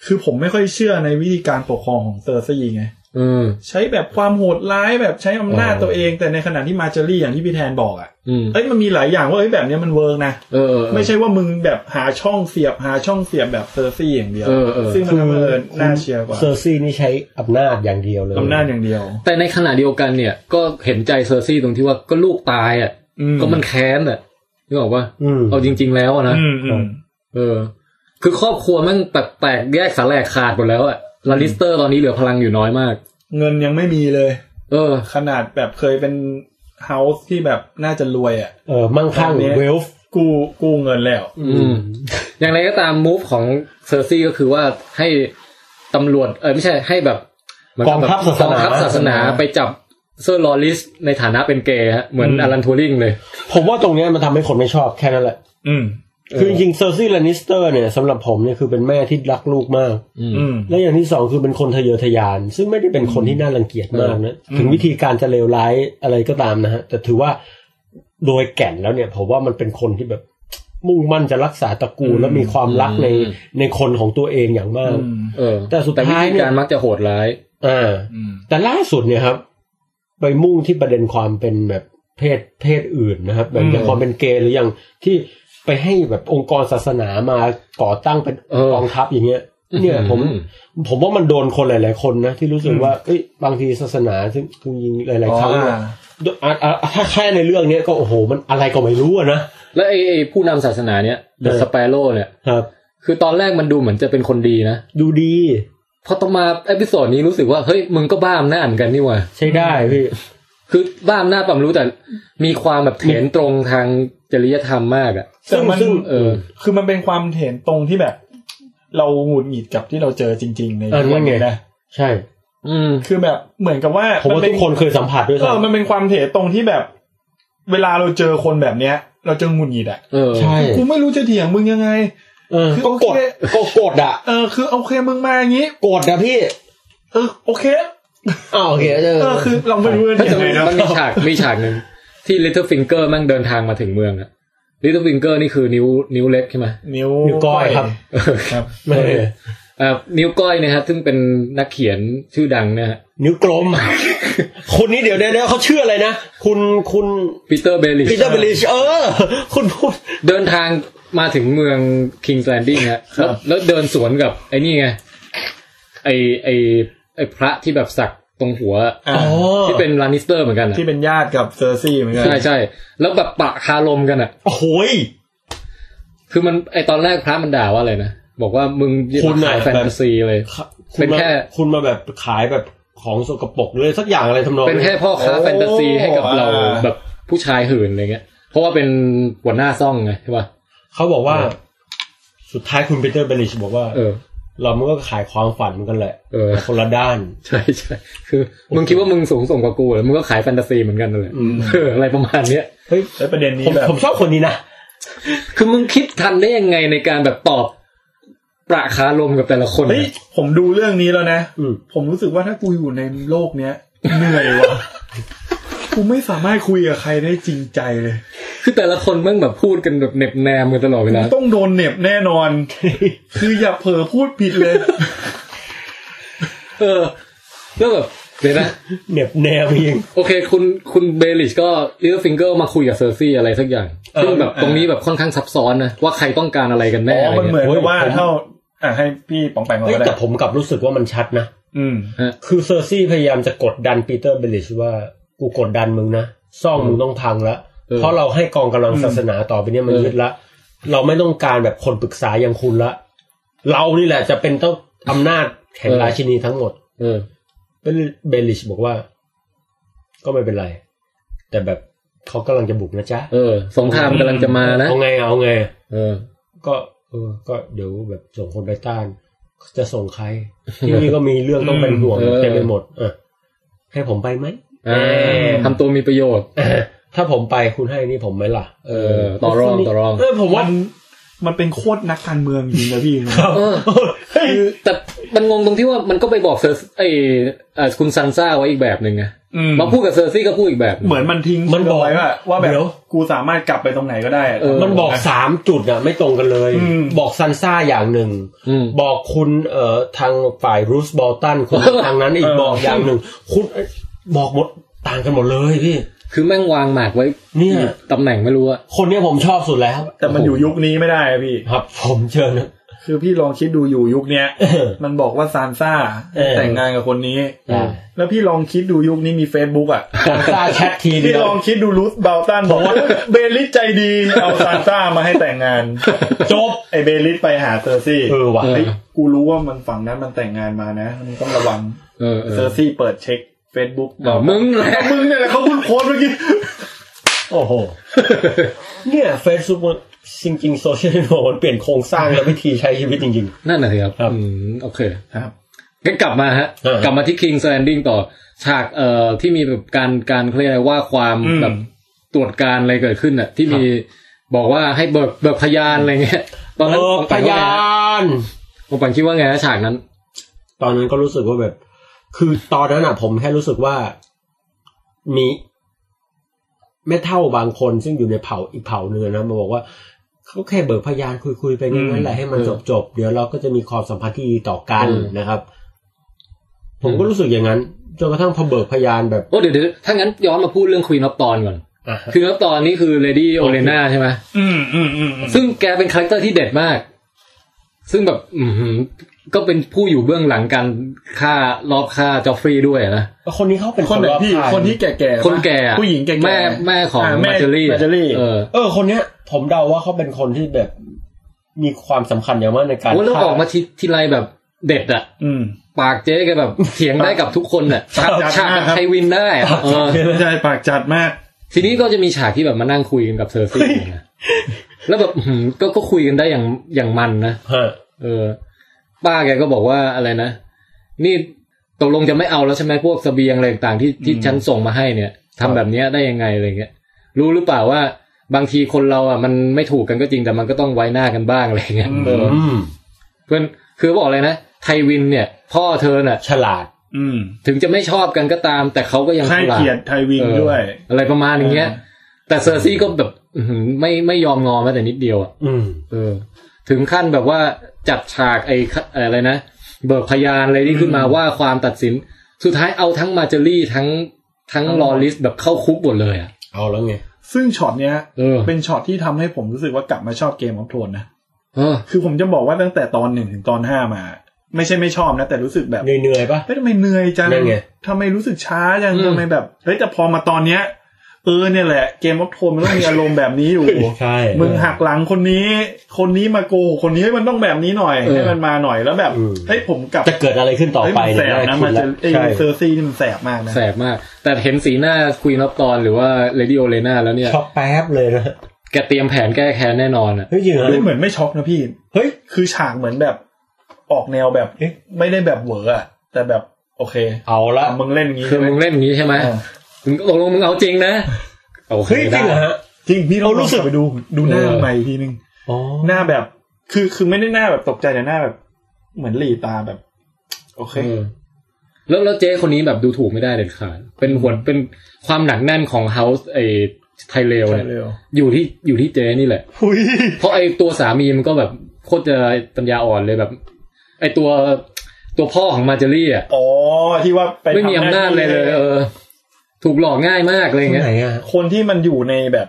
Speaker 2: คือผมไม่ค่อยเชื่อในวิธีการปกครองของเซอร์ซีไง
Speaker 1: อืม
Speaker 2: ใช้แบบความโหดร้ายแบบใช้อำนาจ
Speaker 1: อ๋อ
Speaker 2: ตัวเอง แต่ในขณะที่มาเจอรี่อย่างที่พี่แทนบอกอ่ะ
Speaker 1: อืม
Speaker 2: เอ้ยมันมีหลายอย่างว่าเอ้ยแบบเนี้ยมันเวิร์กนะ
Speaker 1: เออเออ
Speaker 2: ไม่ใช่ว่ามึงแบบหาช่องเสียบหาช่องเสียบแบบเซอร์ซีอย่างเดียว
Speaker 1: เออเออ
Speaker 2: ซึ่งมันทำให้เออน่าเชียร์กว่า
Speaker 3: เซอร์ซี่นี่ใช้อำนาจอย่างเดียวเลย
Speaker 2: อำนาจอย่างเดียว
Speaker 1: แต่ในขณะเดียวกันเนี่ย ก็เห็นใจเซอร์ซี่ตรงที่ว่าก็ลูกตายอ่ะ
Speaker 2: อืม
Speaker 1: ก็มันแค้นอ่ะนึกออกว่า
Speaker 3: อืม
Speaker 1: เอาจริง ๆ แล้วอะนะ
Speaker 2: อืมอืม
Speaker 1: เออ คือครอบครัวแมันแตกๆแยกสาแหลกขาดหมดแล้วอะลาลิสเตอร์ตอนนี้เหลือพลังอยู่น้อยมาก
Speaker 2: เงินยังไม่มีเลย
Speaker 1: เออ
Speaker 2: ขนาดแบบเคยเป็นเฮาส์ที่แบบน่าจะรวยอ่ะ
Speaker 3: เออมั่งคั่ง
Speaker 2: แบบนี้
Speaker 3: เวลฟ์
Speaker 2: กู้กู้เงินแล้ว
Speaker 1: อืม อย่างไรก็ตามมูฟของเซอร์ซี่ก็คือว่าให้ตำรวจ เออไม่ใช่ให้แบบเหมืน
Speaker 3: กองทัพศา
Speaker 1: ก
Speaker 3: ส
Speaker 1: อง
Speaker 3: นา
Speaker 1: ทัพศาสนาไปจับเซอร์ลอริสในฐานะเป็นเกย์ฮะ เหมือน
Speaker 2: อืม
Speaker 1: อลันทัวริงเลย
Speaker 3: ผมว่าตรงเนี้ยมันทำให้คนไม่ชอบแค่นั้นแหละ
Speaker 2: อืม
Speaker 3: คือจริงๆเซอร์ซี่แลานิสเตอร์เนี่ยสำหรับผมเนี่ยคือเป็นแม่ที่รักลูกมาก
Speaker 1: อืม
Speaker 2: อืม
Speaker 3: และอย่างที่สองคือเป็นคนทะเยอทะยาน ซึ่งไม่ได้เป็นคนที่น่ารังเกียจมากนะถึงวิธีการจะเลวร้ายอะไรก็ตามนะฮะแต่ถือว่าโดยแก่นแล้วเนี่ยผมว่ามันเป็นคนที่แบบมุ่งมั่นจะรักษาตระกูล
Speaker 2: อืม
Speaker 3: และมีความรักใน
Speaker 1: อืม
Speaker 3: ในคนของตัวเองอย่างมา
Speaker 2: อื
Speaker 3: ก
Speaker 2: ม
Speaker 1: เออ
Speaker 3: แต่สุด
Speaker 1: แต่วิ
Speaker 3: ท้าย
Speaker 1: ธี
Speaker 3: เนี่ย
Speaker 1: การมักจะโหดร้าย
Speaker 3: อ่า
Speaker 2: อืม
Speaker 3: แต่ล่าสุดเนี่ยครับ ไปมุ่งที่ประเด็นความเป็นแบบเพศเพศอื่นนะครับแบบอย่าง
Speaker 2: อืม
Speaker 3: ความเป็นเกย์หรืออย่างที่ไป ไปให้แบบองค์กรศาสนามาก่อตั้งเป็น
Speaker 1: เออ
Speaker 3: กองทัพอย่างเงี้ย เนี่ยผม ผมว่ามันโดนคนหลาย ๆ คนนะ ที่รู้สึกว่าเอ้ยบางทีศาสนาซึ่งคือยิงหลาย ๆ ครั้งอะอ่ะอ่ะถ้าแค่ในเรื่องเนี้ยก็โอ้โหมันอะไรก็ไม่รู้อะนะ
Speaker 1: แล้วไอ้ไอ้ผู้นำศาสนาเนี่ยเดอะ
Speaker 3: เออ
Speaker 1: สเปโร่เนี่ย
Speaker 3: ครับ
Speaker 1: คือตอนแรกมันดูเหมือนจะเป็นคนดีนะ
Speaker 3: ดูดี
Speaker 1: พอต่อมาเอพิโซดนี้รู้สึกว่าเฮ้ยมึงก็บ้าอำนาจเหมือนกันนี่หว่า
Speaker 3: ใช้ได้พี่
Speaker 1: คือบ้าอำนาจปั๊มรู้แต่มีความแบบเถนตรงทางจริยธรรมมากอะ
Speaker 2: แต่มัน
Speaker 3: ซึ่ง
Speaker 1: เออ
Speaker 2: คือมันเป็นความเห็นตรงที่แบบ เราหงุดหงิดกับที่เราเจอจริง ๆ ใน
Speaker 3: เออนั่นไง
Speaker 2: นะ
Speaker 3: ใช่
Speaker 1: อืม
Speaker 2: คือแบบเหมือนกับว่า
Speaker 3: ผมว่า
Speaker 2: เป็
Speaker 3: ทุกคนเคยสัมผัสด้วย
Speaker 2: เออมัน
Speaker 3: ซ้ำ
Speaker 2: เป็นความเห็นตรงที่แบบ เวลาเราเจอคนแบบเนี้ย เราจะหงุดหงิดอ่ะ
Speaker 1: เออ
Speaker 3: ใช่
Speaker 2: กูไม่รู้จะเถียงมึงยังไง
Speaker 3: เออ
Speaker 2: คือ
Speaker 3: ก็ก
Speaker 2: โอ
Speaker 3: ด
Speaker 2: เค
Speaker 3: ก็กดอ่ะ
Speaker 2: เออคือโอเคมึงมาอย่างนี้
Speaker 3: กดนะพี่
Speaker 2: เออโอเค
Speaker 3: อ้าวโอเคเอ
Speaker 2: เออ
Speaker 3: อ
Speaker 2: คือเราไม่รู้จะ
Speaker 1: มัน
Speaker 2: เถียง
Speaker 1: จะมี
Speaker 2: ไงนะ
Speaker 1: มันมีฉากมีฉากหนึ่งที่ Little Finger แมั่งเดินทางมาถึงเมืองอะ Little Finger นี่คือนิ้วนิ้วเล็กใช่ไหม
Speaker 2: นิ้ว
Speaker 3: นิ้วก้อยครับ
Speaker 1: เออ
Speaker 2: ครับ
Speaker 3: ไม่
Speaker 1: เอ่อนิ้วก้อยนะฮะซึ่งเป็นนักเขียนชื่อดังเนะฮะ
Speaker 3: นิ้วกลมคนนี้เดี๋ยวเดี๋ยวเดี๋ยวเขาชื่ออะไรนะคุณคุณ
Speaker 1: ปีเตอร์เบลิช
Speaker 3: ปีเตอร์เบลิชเออ คุณพูด
Speaker 1: เดินทางมาถึงเมือง King's Landing ฮะ
Speaker 2: ครับ
Speaker 1: แล้วแล้วเดินสวนกับไอ้นี่ไงไอไอไอพระที่แบบสักตรงหัว
Speaker 2: อ่า
Speaker 3: อ๋อ
Speaker 1: ที่เป็นลานิสเตอร์เหมือนกันอะ
Speaker 2: ที่เป็นญาติกับเซอร์ซี่เหมือนกัน
Speaker 1: ใช่ใช่แล้วแบบปะคารมกันอะ
Speaker 3: โอ้โหย
Speaker 1: คือมันไอตอนแรกพระมันด่าว่าอะไรนะ บอกว่ามึง
Speaker 3: คุณน่ะ
Speaker 1: ขายแฟนตาซีเลย
Speaker 3: ณมา
Speaker 1: เป็นแค่
Speaker 3: คุณมาแบบขายแบบของสกปรกหรืออะไรสักอย่างอะไรทำนอง
Speaker 1: เป็นแค่พ่อค้าแฟนตาซีให้กับเรา
Speaker 2: โอ้อ่
Speaker 1: แบบผู้ชายหื่นอะไรเงี้ย เพราะว่าเป็นหัวหน้าซ่องไงใช่ป่ะ
Speaker 3: เขาบอกว่า สุดท้ายคุณปีเตอร์เบลิชบอกว่า
Speaker 1: เออ
Speaker 3: เรามันก็ขายความฝันเหมือนกันแหละ
Speaker 1: เออ
Speaker 3: แต่คนละด้าน
Speaker 1: ใช่ใช่คือมึงคิดว่ามึงสูงส่งกว่ากูเหรอมึงก็ขายแฟนตาซีเหมือนกันนั่นแหละ
Speaker 3: อืม
Speaker 1: เอออะไรประมาณเนี้ย
Speaker 3: เฮ้ย
Speaker 2: แล้วประเด็นนี้
Speaker 3: ผม
Speaker 2: แบบ
Speaker 3: ผมชอบคนนี้นะ
Speaker 1: คือมึงคิดทันได้ยังไงในการแบบตอบประคารมกับแต่ละคน
Speaker 2: เฮ้ยผมดูเรื่องนี้แล้วนะ
Speaker 3: อืม
Speaker 2: ผมรู้สึกว่าถ้ากูอยู่ในโลกเนี้ยเหนื่อยว่ะกูไม่สามารถคุยกับใครได้จริงใจเลย
Speaker 1: คือแต่ละคนมึงแบบพูดกันแบบเหน็บแนมกันตลอดเวลา
Speaker 2: กูต้องโดนเหน็บแน่นอน คืออย่าเผลอพูดผิดเลย
Speaker 1: เออแล้วแบบเดี๋ยวนะ
Speaker 3: เหน็บแนวยิง
Speaker 1: โอเค คุณคุณเบลิชก็เลือกฟิงเกอร์มาคุยกับเซอร์ซี่อะไรสักอย่าง
Speaker 3: เออ
Speaker 1: ซึ่งแบบตรงนี้แบบค่อนข้างซับซ้อนนะ ว่าใครต้องการอะไรกัน
Speaker 2: อ๋
Speaker 1: แน่
Speaker 2: อ
Speaker 1: อะไร
Speaker 2: มันเหมื
Speaker 1: เงี้ย
Speaker 2: อนกับว่าเท่า อ่ะให้พี่ปองแปงก่อน
Speaker 3: เฮ้ย
Speaker 2: ก็ได้
Speaker 3: แต่ผมกลับรู้สึกว่ามันชัดนะ
Speaker 2: อืม
Speaker 3: คือเซอร์ซี่พยายามจะกดดันปีเตอร์เบลิชว่ากูกดดันมึงนะซ่องมึงต้องพังละเพราะเราให้กองกำลังศาสนาต่อไปเนี่ยมันยึดละ เราไม่ต้องการแบบคนปรึกษาอย่างคุณละ เรานี่แหละจะเป็นต้องอำนาจแห่งราชินีทั้งหมด
Speaker 1: เออ
Speaker 3: เป็นเบลิชบอกว่า ก็ไม่เป็นไร แต่แบบเขากำลังจะบุกนะจ๊ะ
Speaker 1: เออ สงครามกำลังจะมานะ
Speaker 3: เอาไงเอาไง
Speaker 1: เออ
Speaker 3: ก็เออก็เดี๋ยวแบบส่งคนไปต้าน จะส่ง ใคร ที่นี่ก็มีเรื่องต้องเป็นห่วง
Speaker 1: เออ
Speaker 3: เต็มไปหมดอ่ะให้ผมไปไหม
Speaker 1: อ่าทำตัวมีประโยชน์
Speaker 3: เออถ้าผมไปคุณให้นี่ผมไหมล่ะ
Speaker 1: เออต่อรองต่อรอง
Speaker 3: เออผมว่า
Speaker 2: มันมันเป็นโคตรนักการเมืองจริง นะพี่
Speaker 1: เออ
Speaker 3: เฮ้ย
Speaker 1: คือแต่มันงงตรงที่ว่ามันก็ไปบอกเซอร์ไอเอ่อคุณซันซ่าไว้อีกแบบหนึ่งไง
Speaker 2: อืม
Speaker 1: มาพูดกับเซอร์ซี่ก็พูดอีกแบบหนึ่ง
Speaker 2: เหมือนมันทิ้ง
Speaker 3: มันบอก
Speaker 2: ไว้ว่าว่าแบบ
Speaker 3: เดี๋ยว
Speaker 2: กูสามารถกลับไปตรงไหนก็ได้ะ
Speaker 1: เออ
Speaker 3: มันบอกสามจุดอะไม่ตรงกันเลย
Speaker 2: อืม
Speaker 3: บอกซันซ่าอย่างหนึ่ง
Speaker 1: อืม
Speaker 3: บอกคุณเอ่อทางฝ่ายรูสบอลตัน คุณ ทางนั้นอีกบอกอย่างหนึ่ง คุณเอ้ยบอกหมดต่างกันหมดเลยพี่
Speaker 1: คือแม่งวางหมากไว้
Speaker 3: เนี่ย
Speaker 1: ตำแหน่งไม่รู้อะ
Speaker 3: คนเนี้ยผมชอบสุดแล้ว
Speaker 2: แต่มันอยู่ยุคนี้ไม่ได้อะพี่
Speaker 3: ครับ ผมเชิญนะ
Speaker 2: คือพี่ลองคิดดูอยู่ยุคเนี้ย
Speaker 3: เออ
Speaker 2: มันบอกว่าซานซ่า
Speaker 3: เออ
Speaker 2: แต่งงานกับคนนี้
Speaker 3: อ่า
Speaker 2: แล้วพี่ลองคิดดูยุคนี้มี Facebook อ่ะ
Speaker 3: ซันซ่าแชททีเดี
Speaker 2: พี่
Speaker 3: ยว
Speaker 2: ลองคิดดูรูธเบลตันบอกว่า เบลลิสใจดีเอาซานซ่ามาให้แต่งงาน
Speaker 3: จบ
Speaker 2: ไอเบลลิสไปหาเซอร์ซี่
Speaker 3: เออว่ะ
Speaker 1: เออ
Speaker 2: เฮ้ยกูรู้ว่ามันฝั่งนั้นมันแต่งงานมานะมึงต้องระวัง
Speaker 1: เออเอ
Speaker 2: เซอ
Speaker 1: อ
Speaker 2: ร์ซี่เปิดเช็ค Facebook
Speaker 1: เออมึงแหละ
Speaker 2: มึงเนี่ยแหละเขาเพิ่งโพสต์เมื่อกี้
Speaker 3: โอ้โห เนี่ยเฟซบุ๊กจริงๆโซเชียลเน็ตเวิร์กมันเปลี่ยนโครงสร้างและวิธีใช้ชีวิตจริง
Speaker 1: นั่นแหละสิครับ
Speaker 3: ครับ
Speaker 1: อืมโอเค
Speaker 2: ครับ
Speaker 1: ก็กลับมาฮะ
Speaker 3: เออ
Speaker 1: กลับมาที่ King's Landing ต่อ ฉากเอ่อที่มีแบบการการเขาเรียกอะไรว่าความ
Speaker 2: อืม
Speaker 1: แบบตรวจการอะไรเกิดขึ้นอ่ะ ที่มีบอกว่าให้เบิกเบิกพยานอะไรเงี้ย ต
Speaker 3: ๆ
Speaker 1: อน
Speaker 3: เอ
Speaker 1: นั้น
Speaker 3: อ
Speaker 1: ผม
Speaker 3: พ
Speaker 1: ปั่นว่ไง
Speaker 3: ยา
Speaker 1: ฮะ
Speaker 3: น
Speaker 1: ผมปันคิดว่าไงนะฉากนั้น
Speaker 3: ตอนนั้นก็รู้สึกว่าแบบ คือตอนนั้นอ่ะ ผมแค่รู้สึกว่ามีแม่เท่าบางคนซึ่งอยู่ในเผ่าอีกเผ่าหนึ่งอะนะมาบอกว่าเขาแค่เบิกพยานคุยๆไปงั้น
Speaker 2: อืม
Speaker 3: นั่นแหละให้มัน
Speaker 1: เออ
Speaker 3: จบๆเดี๋ยวเราก็จะมีความสัมพันธ์ที่ดีต่อกัน
Speaker 1: อืม
Speaker 3: นะครับ ผมก็รู้สึกอย่างนั้นจนกระทั่งพอเบิกพยานแบบ
Speaker 1: โอ้เดี๋ยวเดี๋ยวถ้างั้นย้อนมาพูดเรื่องควีนออฟตอนก่อน
Speaker 3: อ่ะฮะ
Speaker 1: คือแล้วตอนนี้คือเลดี้โอเลนาใช่ไหม
Speaker 2: อืมอืมอืมอืม
Speaker 1: ซึ่งแกเป็นคาแรคเตอร์ที่เด็ดมาก ซึ่งแบบ อือหือ ก็เป็นผู้อยู่เบื้องหลังการฆ่ารอบฆ่าจอฟฟรีย์ด้วยนะ
Speaker 3: คนนี้เขาเป็น
Speaker 2: คนไหน
Speaker 3: รอบ
Speaker 2: พี่
Speaker 3: ข้าง
Speaker 2: คนที่แก่ๆ
Speaker 1: คนแก่
Speaker 2: ปะ
Speaker 1: อะ
Speaker 2: ผู้หญิงแก่ๆ
Speaker 1: แม่แม่ของ
Speaker 2: ะแ
Speaker 1: มาเจอรี่
Speaker 2: มาเจอรี่
Speaker 1: เออ
Speaker 3: เออ คนเนี้ย ผมเดาว่าเขาเป็นคนที่แบบมีความสำคัญอย่างมากในการ
Speaker 1: โอ้แล้ว
Speaker 3: ฆ่า
Speaker 1: ออกมาทีทีไรแบบเด็ดอะ
Speaker 2: อืม
Speaker 1: ปากเจ๊แกแบบเถียงได้กับทุกคนอะฉาก
Speaker 2: จัด
Speaker 1: ฉาก
Speaker 2: มาก
Speaker 1: กับ
Speaker 2: ครับ
Speaker 1: ไทวินได้อะเออ
Speaker 2: ใช่ปากจัดมาก
Speaker 1: ทีนี้ก็จะมีฉากที่แบบมานั่งคุยกันกับเซอร์ซี่นะ แล้วแบบอื้อหือก็ก็คุยกันได้อย่างอย่างมันนะ
Speaker 3: ฮะ
Speaker 1: เออ ป้าแกก็บอกว่าอะไรนะ นี่ตกลงจะไม่เอาแล้วใช่ไหมพวกเสบียงอะไรต่างๆที่ที่
Speaker 2: อืม
Speaker 1: ฉันส่งมาให้เนี่ยทำแบบเนี้ยได้ยังไงอะไรเงี้ย รู้หรือเปล่าว่าบางทีคนเราอ่ะมันไม่ถูกกันก็จริงแต่มันก็ต้องไว้หน้ากันบ้างอะไรเงี้ยเออ
Speaker 3: อืม
Speaker 1: เพื่อนคือบอกอะไรนะไทวินเนี่ย พ่อเธอน่ะ
Speaker 3: ฉลาด
Speaker 2: อืม
Speaker 1: ถึงจะไม่ชอบกันก็ตามแต่เขาก็ยัง
Speaker 2: ให้
Speaker 1: ฉลาด
Speaker 2: เกียรติไทยวิงด้วย
Speaker 1: เอออะไรประมาณอย่างเงี้ย
Speaker 2: เออ
Speaker 1: แต่เซอร์ซี่ก็แบบอื้อหือไม่ไม่ยอมงอแม้แต่นิดเดียวอ่ะ
Speaker 3: อืม
Speaker 1: เออ ถึงขั้นแบบว่าจัดฉากไอ้ขเอ่ออะไรนะ เบิกพยานอะไรที่ขึ้นมาว่าความตัดสิน สุดท้ายเอาทั้งมาเจอรี่ทั้งทั้งลอริสแบบเข้าคุกหมดเลยอ่ะ
Speaker 3: เอาแล้วไง
Speaker 2: ซึ่งช็อตเนี้ย
Speaker 1: เออ
Speaker 2: เป็นช็อตที่ทำให้ผมรู้สึกว่ากลับมาชอบเกมของโทนนะ
Speaker 1: เออ
Speaker 2: คือผมจะบอกว่าตั้งแต่ตอนหนึ่งถึงตอนห้ามา ไม่ใช่ไม่ชอบนะ แต่รู้สึกแบบ
Speaker 3: เหนื่อยๆปะ
Speaker 2: เฮ้ยทำไมเหนื่อยจัง
Speaker 3: นั่นไง
Speaker 2: ทำไมรู้สึกช้าจัง
Speaker 1: อืม
Speaker 2: ทำไมแบบเฮ้ยแต่พอมาตอนเนี้ย เออเนี่ยแหละเกมออฟโทนมันต้องมีอารมณ์แบบนี้อยู่
Speaker 3: ใช่
Speaker 2: มึงหักหลังคนนี้ คนนี้มาโกหกคนนี้ให้ยมันต้องแบบนี้หน่อย
Speaker 1: เออ
Speaker 2: ให้มันมาหน่อยแล้วแบบ
Speaker 3: อืม
Speaker 2: เฮ้ยผมกลับ
Speaker 3: จะเกิดอะไรขึ้นต่อ
Speaker 2: เฮ้ย
Speaker 3: ไป
Speaker 2: มันแสบนะมันจะไอ้
Speaker 3: ใช่
Speaker 2: เซอร์ซี่นี่มันแสบมากนะ
Speaker 1: แสบมาก แต่เห็นสีหน้าควีนออฟตอนหรือว่าเลดี้โอเลนาแล้วเนี่ย
Speaker 3: ช็อกแป๊บเลยนะ
Speaker 1: แกเตรียมแผนแก้แค้นแน่นอนอ่ะ
Speaker 3: เฮ้ยจริงเหรอ
Speaker 2: เฮ้ยเหมือนไม่ช็อกนะพี่
Speaker 3: เฮ้ย
Speaker 2: คือฉากเหมือนแบบออกแนวแบบ
Speaker 3: เอ๊ะ
Speaker 2: ไม่ได้แบบเหวออะแต่แบบโอเค
Speaker 3: เอาละ
Speaker 2: อ่ะมึงเล่นอย่างงี้
Speaker 1: คือ
Speaker 2: ใช่ไหม
Speaker 1: มึงเล่นอย่างนี้ใช่ไหม
Speaker 2: อ่ะ
Speaker 1: มึงตกลงมึงเอาจริงนะโอค
Speaker 3: เฮ้ยจริงเหรอ
Speaker 1: ได้
Speaker 3: ฮะ
Speaker 2: จริงพี่เรา
Speaker 3: เอารู้
Speaker 2: รู้สึ
Speaker 3: สึก
Speaker 2: กไปดูดูหน้า
Speaker 1: เออ
Speaker 2: ใหม่อีกทีนึง
Speaker 3: อ๋อ
Speaker 2: หน้าแบบ คือคือไม่ได้หน้าแบบตกใจแต่หน้าแบบ เหมือนหลีตาแบบ โอเค
Speaker 1: เออแล้วแล้วเจ๊คนนี้แบบดูถูกไม่ได้เด็ดขาด เป็นหัวเป็นความหนักแน่นของเฮาส์ไอ้ไทเลวเนี่ย
Speaker 2: Tyrell
Speaker 1: อยู่ที่อยู่ที่เจ๊นี่แหละ
Speaker 3: หุย
Speaker 1: เพราะไอ้ตัวสามีมันก็แบบโคตรจะปัญญาอ่อนเลยแบบ ไอ้ตัวตัวพ่อของมาเจอรี่อ่ะ
Speaker 2: อ๋อที่ว่าไป
Speaker 1: ไม่มี
Speaker 2: ทำ
Speaker 1: อำ
Speaker 2: ห
Speaker 1: นาจเลย
Speaker 2: ที่
Speaker 1: เลย เออ ถูกหลอกง่ายมากเลย
Speaker 3: ที่
Speaker 1: เงี้ย
Speaker 3: ไหนอ่ะ
Speaker 2: คนที่มันอยู่ในแบบ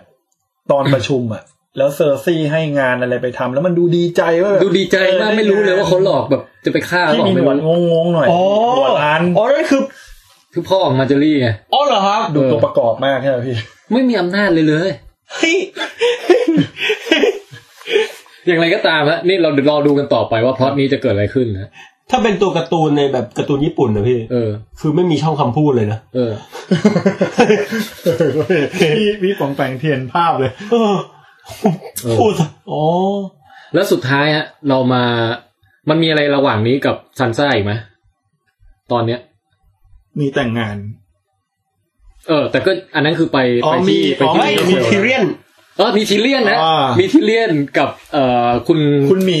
Speaker 2: ตอนประชุมอะแล้วเซอร์ซี่ให้งานอะไรไปทำแล้วมันดูดีใจว่าแบบ
Speaker 1: ดูดีใจมาก
Speaker 2: ออ
Speaker 1: ไม่รู้เลยว่าเขาหลอกแบบจะไปฆ่าห
Speaker 2: ที่
Speaker 1: รอก
Speaker 2: มีหน
Speaker 1: ไม่
Speaker 2: วด
Speaker 1: รู้
Speaker 2: งงๆหน่อย
Speaker 3: อ๋อ
Speaker 2: หัวล้าน
Speaker 3: อ๋อนั่นคือ
Speaker 1: คือพ่อของมาเจอรี่ไง
Speaker 3: อ๋อเหรอครับ
Speaker 2: ดู
Speaker 1: เออ
Speaker 2: ตัวประกอบมากใช่ไหมพี่
Speaker 1: ไม่มีอำนาจเลยเลย
Speaker 3: เฮ้ย
Speaker 1: อย่างไรก็ตามฮะนี่เรารอดูกันต่อไปว่าพล็อตนี้จะเกิดอะไรขึ้นนะ
Speaker 3: ถ้าเป็นตัวการ์ตูนในแบบการ์ตูนญี่ปุ่นนะพี่
Speaker 1: เออ
Speaker 3: คือไม่มีช่องคำพูดเลยนะ
Speaker 1: เออ
Speaker 2: พี่พี่ปองแปงเทียนภาพเลย
Speaker 3: เออพูดอ๋อ
Speaker 1: แล้วสุดท้ายฮะเรามา มันมีอะไรระหว่างนี้กับซันซ่าอีกไหมตอนเนี้ย
Speaker 2: มีแต่งงาน
Speaker 1: เออ แต่ก็อันนั้นคือไป
Speaker 2: อ๋อ
Speaker 1: ไปที่
Speaker 2: มี
Speaker 1: ไป
Speaker 2: อ๋อ
Speaker 1: ที่
Speaker 3: ไม่มีทีเรียน
Speaker 1: เออมีทีเลียนนะ
Speaker 2: อ่ามี
Speaker 1: มีทีเลียนกับ เอ่อคุณ
Speaker 2: คุณหมี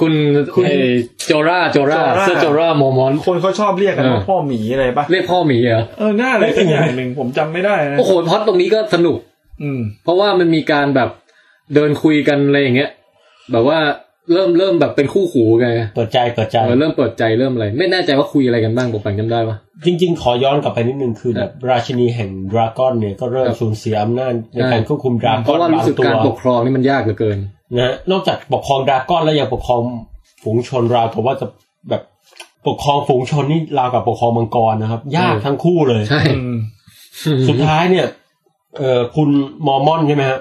Speaker 1: คุณ
Speaker 2: คุณ
Speaker 1: เอ่อโจราโจราเซ
Speaker 2: โจรา
Speaker 1: อร์โจราโมมอน
Speaker 2: คนเขาชอบเรียกกันว่า
Speaker 1: เออ
Speaker 2: พ่อหมีอะไรปะ
Speaker 1: เรียกพ่อหมีเหรอ
Speaker 2: เออหน้าอะไรสักอย่างหนึ่งผมจำไม่ได้นะ
Speaker 1: โอ้โหพล็อดตรงนี้ก็สนุก
Speaker 2: อืม
Speaker 1: เพราะว่ามันมีการแบบเดินคุยกันอะไรอย่างเงี้ยแบบว่าเริ่มเริ่มแบบเป็นคู่หูกันไง
Speaker 3: เปิดใจเปิดใจ
Speaker 1: เออเริ่มเปิดใจเริ่มอะไร ไม่แน่ใจว่าคุยอะไรกันบ้างผมแปงจำได้ปะ
Speaker 3: จริงๆ ขอย้อนกลับไปนิดนึงคือแบบราชินีแห่งดราก้อนเนี่ยก็เริ่ม
Speaker 1: ครับ
Speaker 3: สูญเสียอำนาจใน
Speaker 1: ใช่
Speaker 3: การควบคุมดรา
Speaker 1: เพ
Speaker 3: ก้อ
Speaker 1: ราะ
Speaker 3: น
Speaker 1: ว่า
Speaker 3: บา
Speaker 1: รู้
Speaker 3: ง
Speaker 1: สึก
Speaker 3: ตัว
Speaker 1: การปกครองนี่มันยากเหลือเกิน
Speaker 3: นะฮะนอกจากปกครองดราก้อนแล้วยังปกครองฝูงชนราวกับว่าจะแบบปกครองฝูงชนนี่ราวกับปกครองมังกรนะครับ ยาก
Speaker 1: อืม
Speaker 3: ทั้งคู่เลย
Speaker 1: ใช่
Speaker 2: อืม
Speaker 3: สุดท้ายเนี่ยเอ่อคุณมอร์มอนใช่ไหมฮะ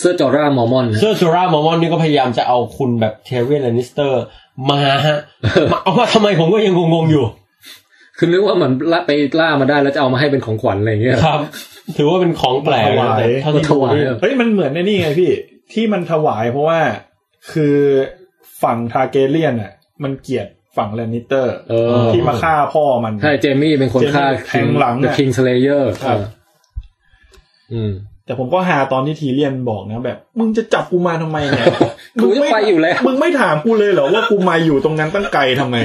Speaker 1: เสื้อจอร่ามอร์มอนนะ
Speaker 3: เซอร์จูรามอร์มอนนี่ก็พยายามจะเอาคุณแบบเทเรียนแลนิสเตอร์ มาฮะมาเอามาทำไมผมก็ยังงงๆอยู่
Speaker 1: คือนึกว่าเหมือนล่าไปล่ามาได้แล้วจะเอามาให้เป็นของขวัญอะไรอย่างเงี้ย
Speaker 3: ครับ ถือว่าเป็นของแปลกนะแต่เท่าที่ดูนี่
Speaker 1: ถวาย
Speaker 2: เฮ้ยมันเหมือนในนี่ไงพี่ ที่มันถวายเพราะว่าคือฝั่งทาร์เกเลียนอ่ะ มันเกลียดฝั่งแลนนิเตอร์
Speaker 1: เออ
Speaker 2: ที่มาฆ่าพ่อมัน
Speaker 1: ใช่เจมี่เป็นคนฆ่า
Speaker 2: เจมี่แทงหลังเนี่ย
Speaker 1: The King Slayer
Speaker 2: ครับ
Speaker 1: เอออืม
Speaker 2: แต่ผมก็หาตอนที่ทีเลียนบอกนะแบบ มึงจะจับกูมาทำไมเนี่ย
Speaker 1: กูจะไปอยู่แล้ว
Speaker 2: มึงไม่ถามกูเลยเหรอว่ากูมาอยู่ตรงนั้นตั้งไกลทำ ไม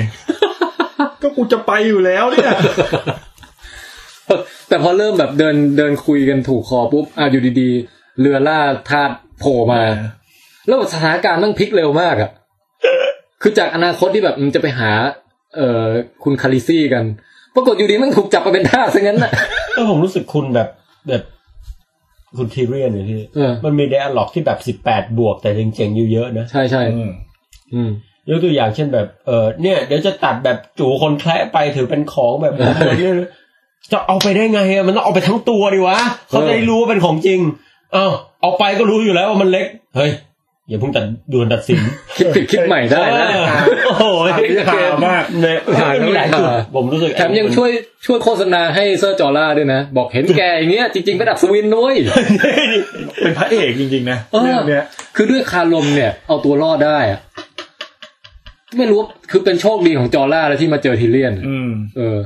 Speaker 2: ก็กูจะไปอยู่แล้วเนี่ย
Speaker 1: แต่พอเริ่มแบบเดินเดินคุยกันถูกคอปุ๊บอ่ะอยู่ดีๆ เรือล่าธาตุโผล่มา แล้วสถานการณ์ต้องพลิกเร็วมาก อะคือจากอนาคตที่แบบมันจะไปหา เอ่อคุณคาริซี่กัน ปรากฏอยู่ดีมันถูกจับไปเป็นทาสซะงั้นน่ะ
Speaker 3: เออผมรู้สึกคุณแบบแบบ คุณทีเรียนเนี่ยพี่
Speaker 1: เออ
Speaker 3: มันมีไดอะล็อกที่แบบสิบแปดบวกแต่ยังเจ๋งอยู่เยอะนะ
Speaker 1: ใช่ใช่
Speaker 2: อืม
Speaker 1: อืม
Speaker 3: ยกตัวอย่างเช่นแบบ เออเนี่ย เดี๋ยวจะตัดแบบจู่คนแคละไปถือเป็นของแบบ
Speaker 1: เออ
Speaker 3: เนี่ยจะเอาไปได้ไงอะมันต้องเอาไปทั้งตัวดิวะเขาจะได้รู้ว่าเป็นของจริงอ้าวเอาไปก็รู้อยู่แล้วว่ามันเล็ก เฮ้ย อย่าเพิ่งตัดด่วนตัดสิน
Speaker 1: คิดผิดคิดใหม่ได้นะ
Speaker 3: เออโอ้โห
Speaker 2: ขามาก
Speaker 3: เนี่ยมันมีหลายจุด
Speaker 1: ขา
Speaker 3: ผมรู้สึก
Speaker 1: แถมยังช่วยช่วยโฆษณาให้เซอร์จอร่าด้วยนะ บอกเห็นแกอย่างเงี้ยจริงๆเป็นอัศวินนุ้ย
Speaker 2: เป็นพระเอกจริงๆนะ
Speaker 1: เออ
Speaker 2: เรื่องเนี้ย
Speaker 1: คือด้วยคารมเนี่ย เอาตัวรอดได้อะไม่รู้ว่าคือเป็นโชคดีของจอร่าแล้วที่มาเจอทีเลียน
Speaker 2: อืม
Speaker 1: เออ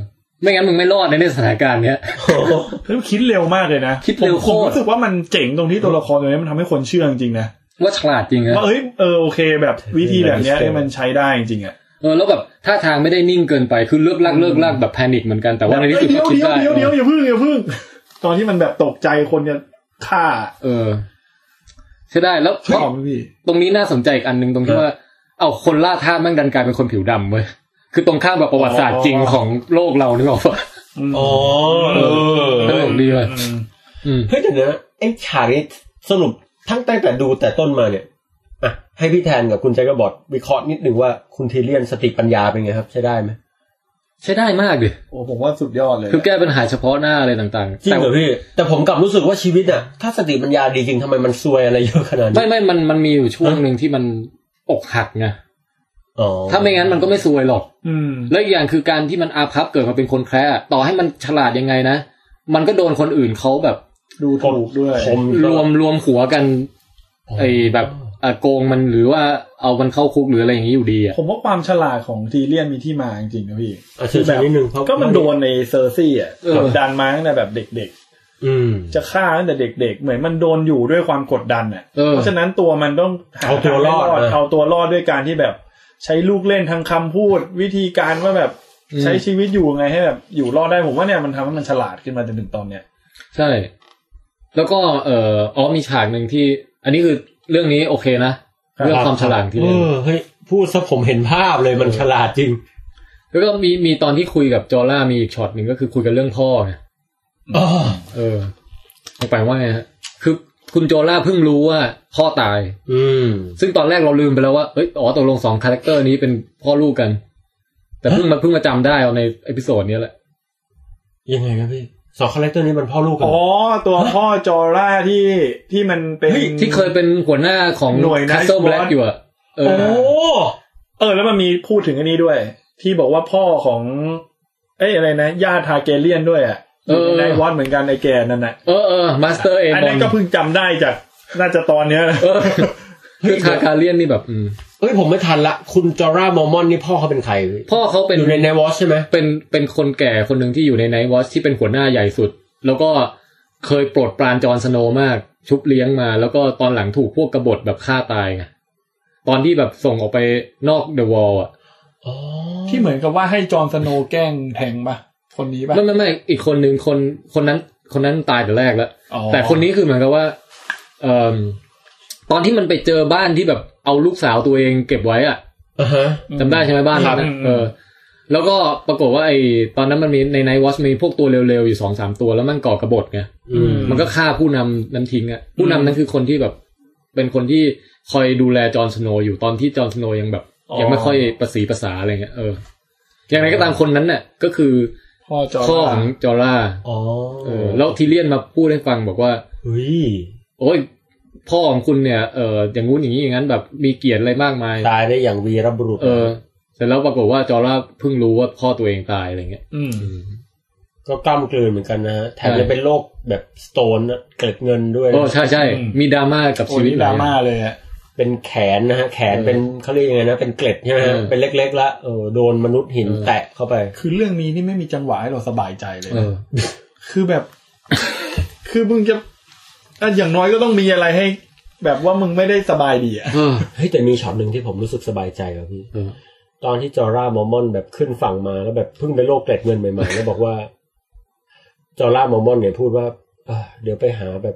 Speaker 1: ไม่งั้นมึงไม่รอดในในสถานการณ์เนี้ย
Speaker 3: โอ้โห
Speaker 2: เฮ้ยคิดเร็วมากเลยนะ
Speaker 1: คิดเร็ว
Speaker 2: ผม
Speaker 1: โค
Speaker 2: ผม
Speaker 1: ตร
Speaker 2: รู้สึกว่ามันเจ๋งตรงที่ตัวละครตัวนี้มันทำให้คนเชื่อจริงๆนะ
Speaker 1: ว่าฉลาดจริงนะ
Speaker 2: ว่าเอ้ยเออโอเคแบบวิธีแบบเนี้ยเอ้ยมันใช้ได้จริงๆอ่ะ
Speaker 1: เออแล้วแบบท่าทางไม่ได้นิ่งเกินไปคือเลือกลากเลือกลากแบบแพนิคเหมือนกันแต่ว่าในที่สุด
Speaker 2: เดี๋ย
Speaker 1: ก็
Speaker 2: ว
Speaker 1: คิด
Speaker 2: เดี๋ยว
Speaker 1: ได้
Speaker 2: เดี๋ยวเดี๋ยวอย่าพึ่งอย่าพึ่ง ตอนที่มันแบบตกใจคนจะฆ่า
Speaker 1: เออ ใช่ได้แล้ว
Speaker 2: ชอบไหมพี่
Speaker 1: ตรงนี้น่าสนใจอีกอันหนึ่งตรงที่ว่า เอาคนล่าท่าสแม่งดันกลายเป็นคนผิวดำเว้ยคือตรงข้ามแบบประวัติศาสตร์จริงของโลกเรานึกออกปะ
Speaker 3: อ๋อเออ
Speaker 1: ตลกดีว่ะ อืม
Speaker 3: เฮ้ยเดี๋ยวนะไอ้ฉากนี้สรุปทั้งตั้งแต่ดูแต่ต้นมาเนี่ยอ่ะให้พี่แทนกับคุณแจ็คเกอร์บอดวิเคราะห์นิดหนึ่งว่าคุณทีเรียนสติปัญญาเป็นไงครับ ใช้ได้ไหม
Speaker 1: ใช้ได้มากดิ
Speaker 2: โอ้ผมว่าสุดยอดเลย
Speaker 1: คือแก้ปัญหาเฉพาะหน้าอะไรต่างๆ
Speaker 3: จริง
Speaker 1: แต่
Speaker 3: เหรอพี่ แต่ผมกลับรู้สึกว่าชีวิตอ่ะ ถ้าสติปัญญาดีจริงทำไมมันซวยอะไรเยอะขนาด
Speaker 1: ไม่
Speaker 3: นี้
Speaker 1: ไม่มันมันมีอยู่ช่วงหนึ่งที่มันอกหักไง
Speaker 3: อ๋อ
Speaker 1: ถ้าไม่งั้นมันก็ไม่ซวยหรอก
Speaker 2: อืม
Speaker 1: และอีกอย่างคือการที่มันอาพับเกิดมาเป็นคนแคร์ต่อให้มันฉลาดยังไงนะ มันก็โดนคนอื่นเขาแบบ
Speaker 2: ดูถูกด้วย
Speaker 3: ผม
Speaker 1: รวมรวมหัวกัน ไอ้แบบอ่ะโกงมันหรือว่าเอามันเข้าคุกหรืออะไรอย่างนี้อยู่ดีอ่ะ
Speaker 2: ผมว่าความฉลาดของทีเลียนมีที่มาจริงๆนะพี่
Speaker 3: อ่ะเชิญชมนิดนึงเพราะ
Speaker 2: ก็มันโดนในเซอร์ซี่อ่ะกดดันมาตั้งแต่แบบเด็ก
Speaker 3: อืม
Speaker 2: ๆ จะฆ่าตั้งแต่เด็ก ๆ เหมือนมันโดนอยู่ด้วยความกดดันอ่ะ
Speaker 1: เออ
Speaker 2: เพราะฉะนั้นตัวมันต้องหา
Speaker 3: เอาตัวรอด
Speaker 2: ทางให้
Speaker 3: นะ
Speaker 2: เอาตัวรอดด้วยการที่แบบใช้ลูกเล่นทางคำพูด วิธีการว่าแบบใช้ชีวิตอยู่ไงให้แบบอยู่รอดได้ผมว่าเนี่ยมันทำให้มันฉลาดขึ้นมาจนถึงตอนเนี้ย
Speaker 1: ใช่ แล้วก็เอ่ออ๋อมีฉากหนึ่งที่ อันนี้คือเรื่องนี้โอเคนะเรื่องความฉลาดที่
Speaker 3: เอ
Speaker 1: เล่น
Speaker 3: อเฮ้ยพูดซะผมเห็นภาพเลยมันฉลาดจริง
Speaker 1: แล้วก็มีมีตอนที่คุยกับจอร่ามีอีกช็อตหนึ่งก็คือคุยกันเรื่องพ่อไง
Speaker 3: อ๋อ
Speaker 1: เออลงไปว่าไงฮะคือคุณโจล่าเพิ่งรู้ว่าพ่อตาย
Speaker 3: อืม
Speaker 1: ซึ่งตอนแรกเราลืมไปแล้วว่าเอ้ยอ๋อตกลงสองคาแรคเตอร์นี้เป็นพ่อลูกกัน แต่เพิ่งมาเพิ่งมาจำได้เอาในเอพิโซดนี้แหละ
Speaker 3: ยังไงครับพี่สองคาแรคเตอร์นี้มันพ่อลูกกัน
Speaker 2: อ๋อตัวพ่อจอร่าที่ที่มันเป็น
Speaker 1: ที่เคยเป็นหัวหน้าของ
Speaker 2: หน่วย
Speaker 1: คัส
Speaker 2: Night
Speaker 1: เซิลแบล็ก
Speaker 2: Watch
Speaker 1: อยู่อะเอ
Speaker 3: โอ้
Speaker 1: อ
Speaker 2: เออแล้วมันมีพูดถึงอันนี้ด้วย ที่บอกว่าพ่อของ เอ้ยอะไรนะญาติทาเกเลียนด้วยอ่ะ
Speaker 1: เออ
Speaker 2: ยู่ในวอดเหมือนกันไอแกนั่นน่ะ
Speaker 1: เออเออมาสเตอร์เอ
Speaker 2: อัน
Speaker 1: มอ
Speaker 2: นั้น นก็เพิ่งจำได้จากน่าจะตอนเนี้ย
Speaker 1: เออคือทาการเลียนนี่แบบอืม
Speaker 3: เฮ้ยผมไม่ทันละคุณจอร่ามอร์มอนนี่พ่อเขาเป็นใครพี่
Speaker 1: พ่อเขาเป็น
Speaker 3: อยู่ในแนวอชใช่ไหม
Speaker 1: เป็นเป็นคนแก่คนหนึ่งที่อยู่ในไนท์วอชที่เป็นหัวหน้าใหญ่สุด แล้วก็เคยโปรดปรานจอร์นสโนว์มาก ชุบเลี้ยงมา แล้วก็ตอนหลังถูกพวกกบฏแบบฆ่าตายไงตอนที่แบบส่งออกไปนอกเดอะวอลอ่ะ
Speaker 3: อ๋อ
Speaker 2: ที่เหมือนกับว่าให้จอร์นสโนว์แกล้งแทงปะคนนี้ปะ
Speaker 1: ไม่ไม่ไม่อีกคนหนึ่งคนคนนั้นคนนั้นตายแต่แรกแล้ว
Speaker 2: อ๋อ
Speaker 1: แต่คนนี้คือเหมือนกับว่าเอ่อตอนที่มันไปเจอบ้านที่แบบเอาลูกสาวตัวเองเก็บไว้อ่ะ
Speaker 3: อ่าฮะ
Speaker 1: จำได้ใช่ไหมบ้านนั้น
Speaker 2: ค
Speaker 1: น่ะ
Speaker 2: รับ
Speaker 1: เออ แล้วก็ปรากฏว่าไอ้ตอนนั้นมันมีในไนวอชมีพวกตัวเร็วๆ อยู่สองสามตัวแล้วมันก่อกระบฏไง
Speaker 3: อืม
Speaker 1: มันก็ฆ่าผู้นำนั้นทิ้งอะผู้นำนั้นคือคนที่แบบ เป็นคนที่คอยดูแลจอร์นสโนว์อยู่ตอนที่จอร์นสโนว์ยังแบบ
Speaker 2: อ๋อ
Speaker 1: ยังไม่ค่อยประสีภาษาอะไรเงี้ยเอออย่างไรก็ตามคนนั้นเนี่ยก็คือ
Speaker 2: พ่อจอร์
Speaker 1: พ่อข
Speaker 2: น
Speaker 1: องจอร่า
Speaker 3: อ๋อ
Speaker 1: เออแล้วทีเลียนมาพูดให้ฟังบอกว่า
Speaker 3: เฮ้ย
Speaker 1: โอ้ยพ่อของคุณเนี่ยเอออย่างงู้นอย่างนี้อย่างนั้นแบบมีเกียรติอะไรมากมาย
Speaker 3: ตายได้อย่างวีรบุรุษ
Speaker 1: เออเสร็จแล้วปรากฏว่าจอร่าเพิ่งรู้ว่าพ่อตัวเองตายอะไรเงี้ย
Speaker 2: อืม
Speaker 3: ก็กล้ามกลืนเหมือนกันนะฮะแถม
Speaker 1: ใช่
Speaker 3: ยังเป็นโรคแบบสโตนนะเกิดเงินด้วยนะ
Speaker 1: โอ้ใช่ใช่มีดราม่ากับ
Speaker 2: โอ้
Speaker 1: ชีวิต
Speaker 2: นี่
Speaker 1: ห
Speaker 2: ด
Speaker 1: ล
Speaker 2: รา
Speaker 1: อย่ง
Speaker 2: ม่าเลยอะ
Speaker 3: เป็นแขนนะฮะแขน
Speaker 1: เออ
Speaker 3: เป็นเขาเรียกยังไงนะ เป็นเกล็ดใช่ไหมฮะ
Speaker 1: เออ
Speaker 3: เป็นเล็กๆละเออโดนมนุษย์หิน
Speaker 1: เออ
Speaker 3: แตะเข้าไป
Speaker 2: คือเรื่องนี้นี่ไม่มีจังหวะให้เราสบายใจเลย
Speaker 1: เอ
Speaker 2: นะ
Speaker 1: อ
Speaker 2: คือแบบ คือมึงจะอ่ะอย่างน้อยก็ต้องมีอะไรให้ แบบว่ามึงไม่ได้สบายดีอะ
Speaker 1: เออ
Speaker 3: เฮ้ยแต่มีช็อตหนึ่งที่ผมรู้สึกสบายใจครับพี่
Speaker 1: เออ
Speaker 3: ตอนที่จอร่ามอร์มอนแบบขึ้นฝั่งมาแล้วแบบเพิ่งเป็นโรคเกล็ดเงินใหม่ๆ แล้วบอกว่า จอร่ามอร์มอนเนี่ยพูดว่าเอ้อเดี๋ยวไปหาแบบ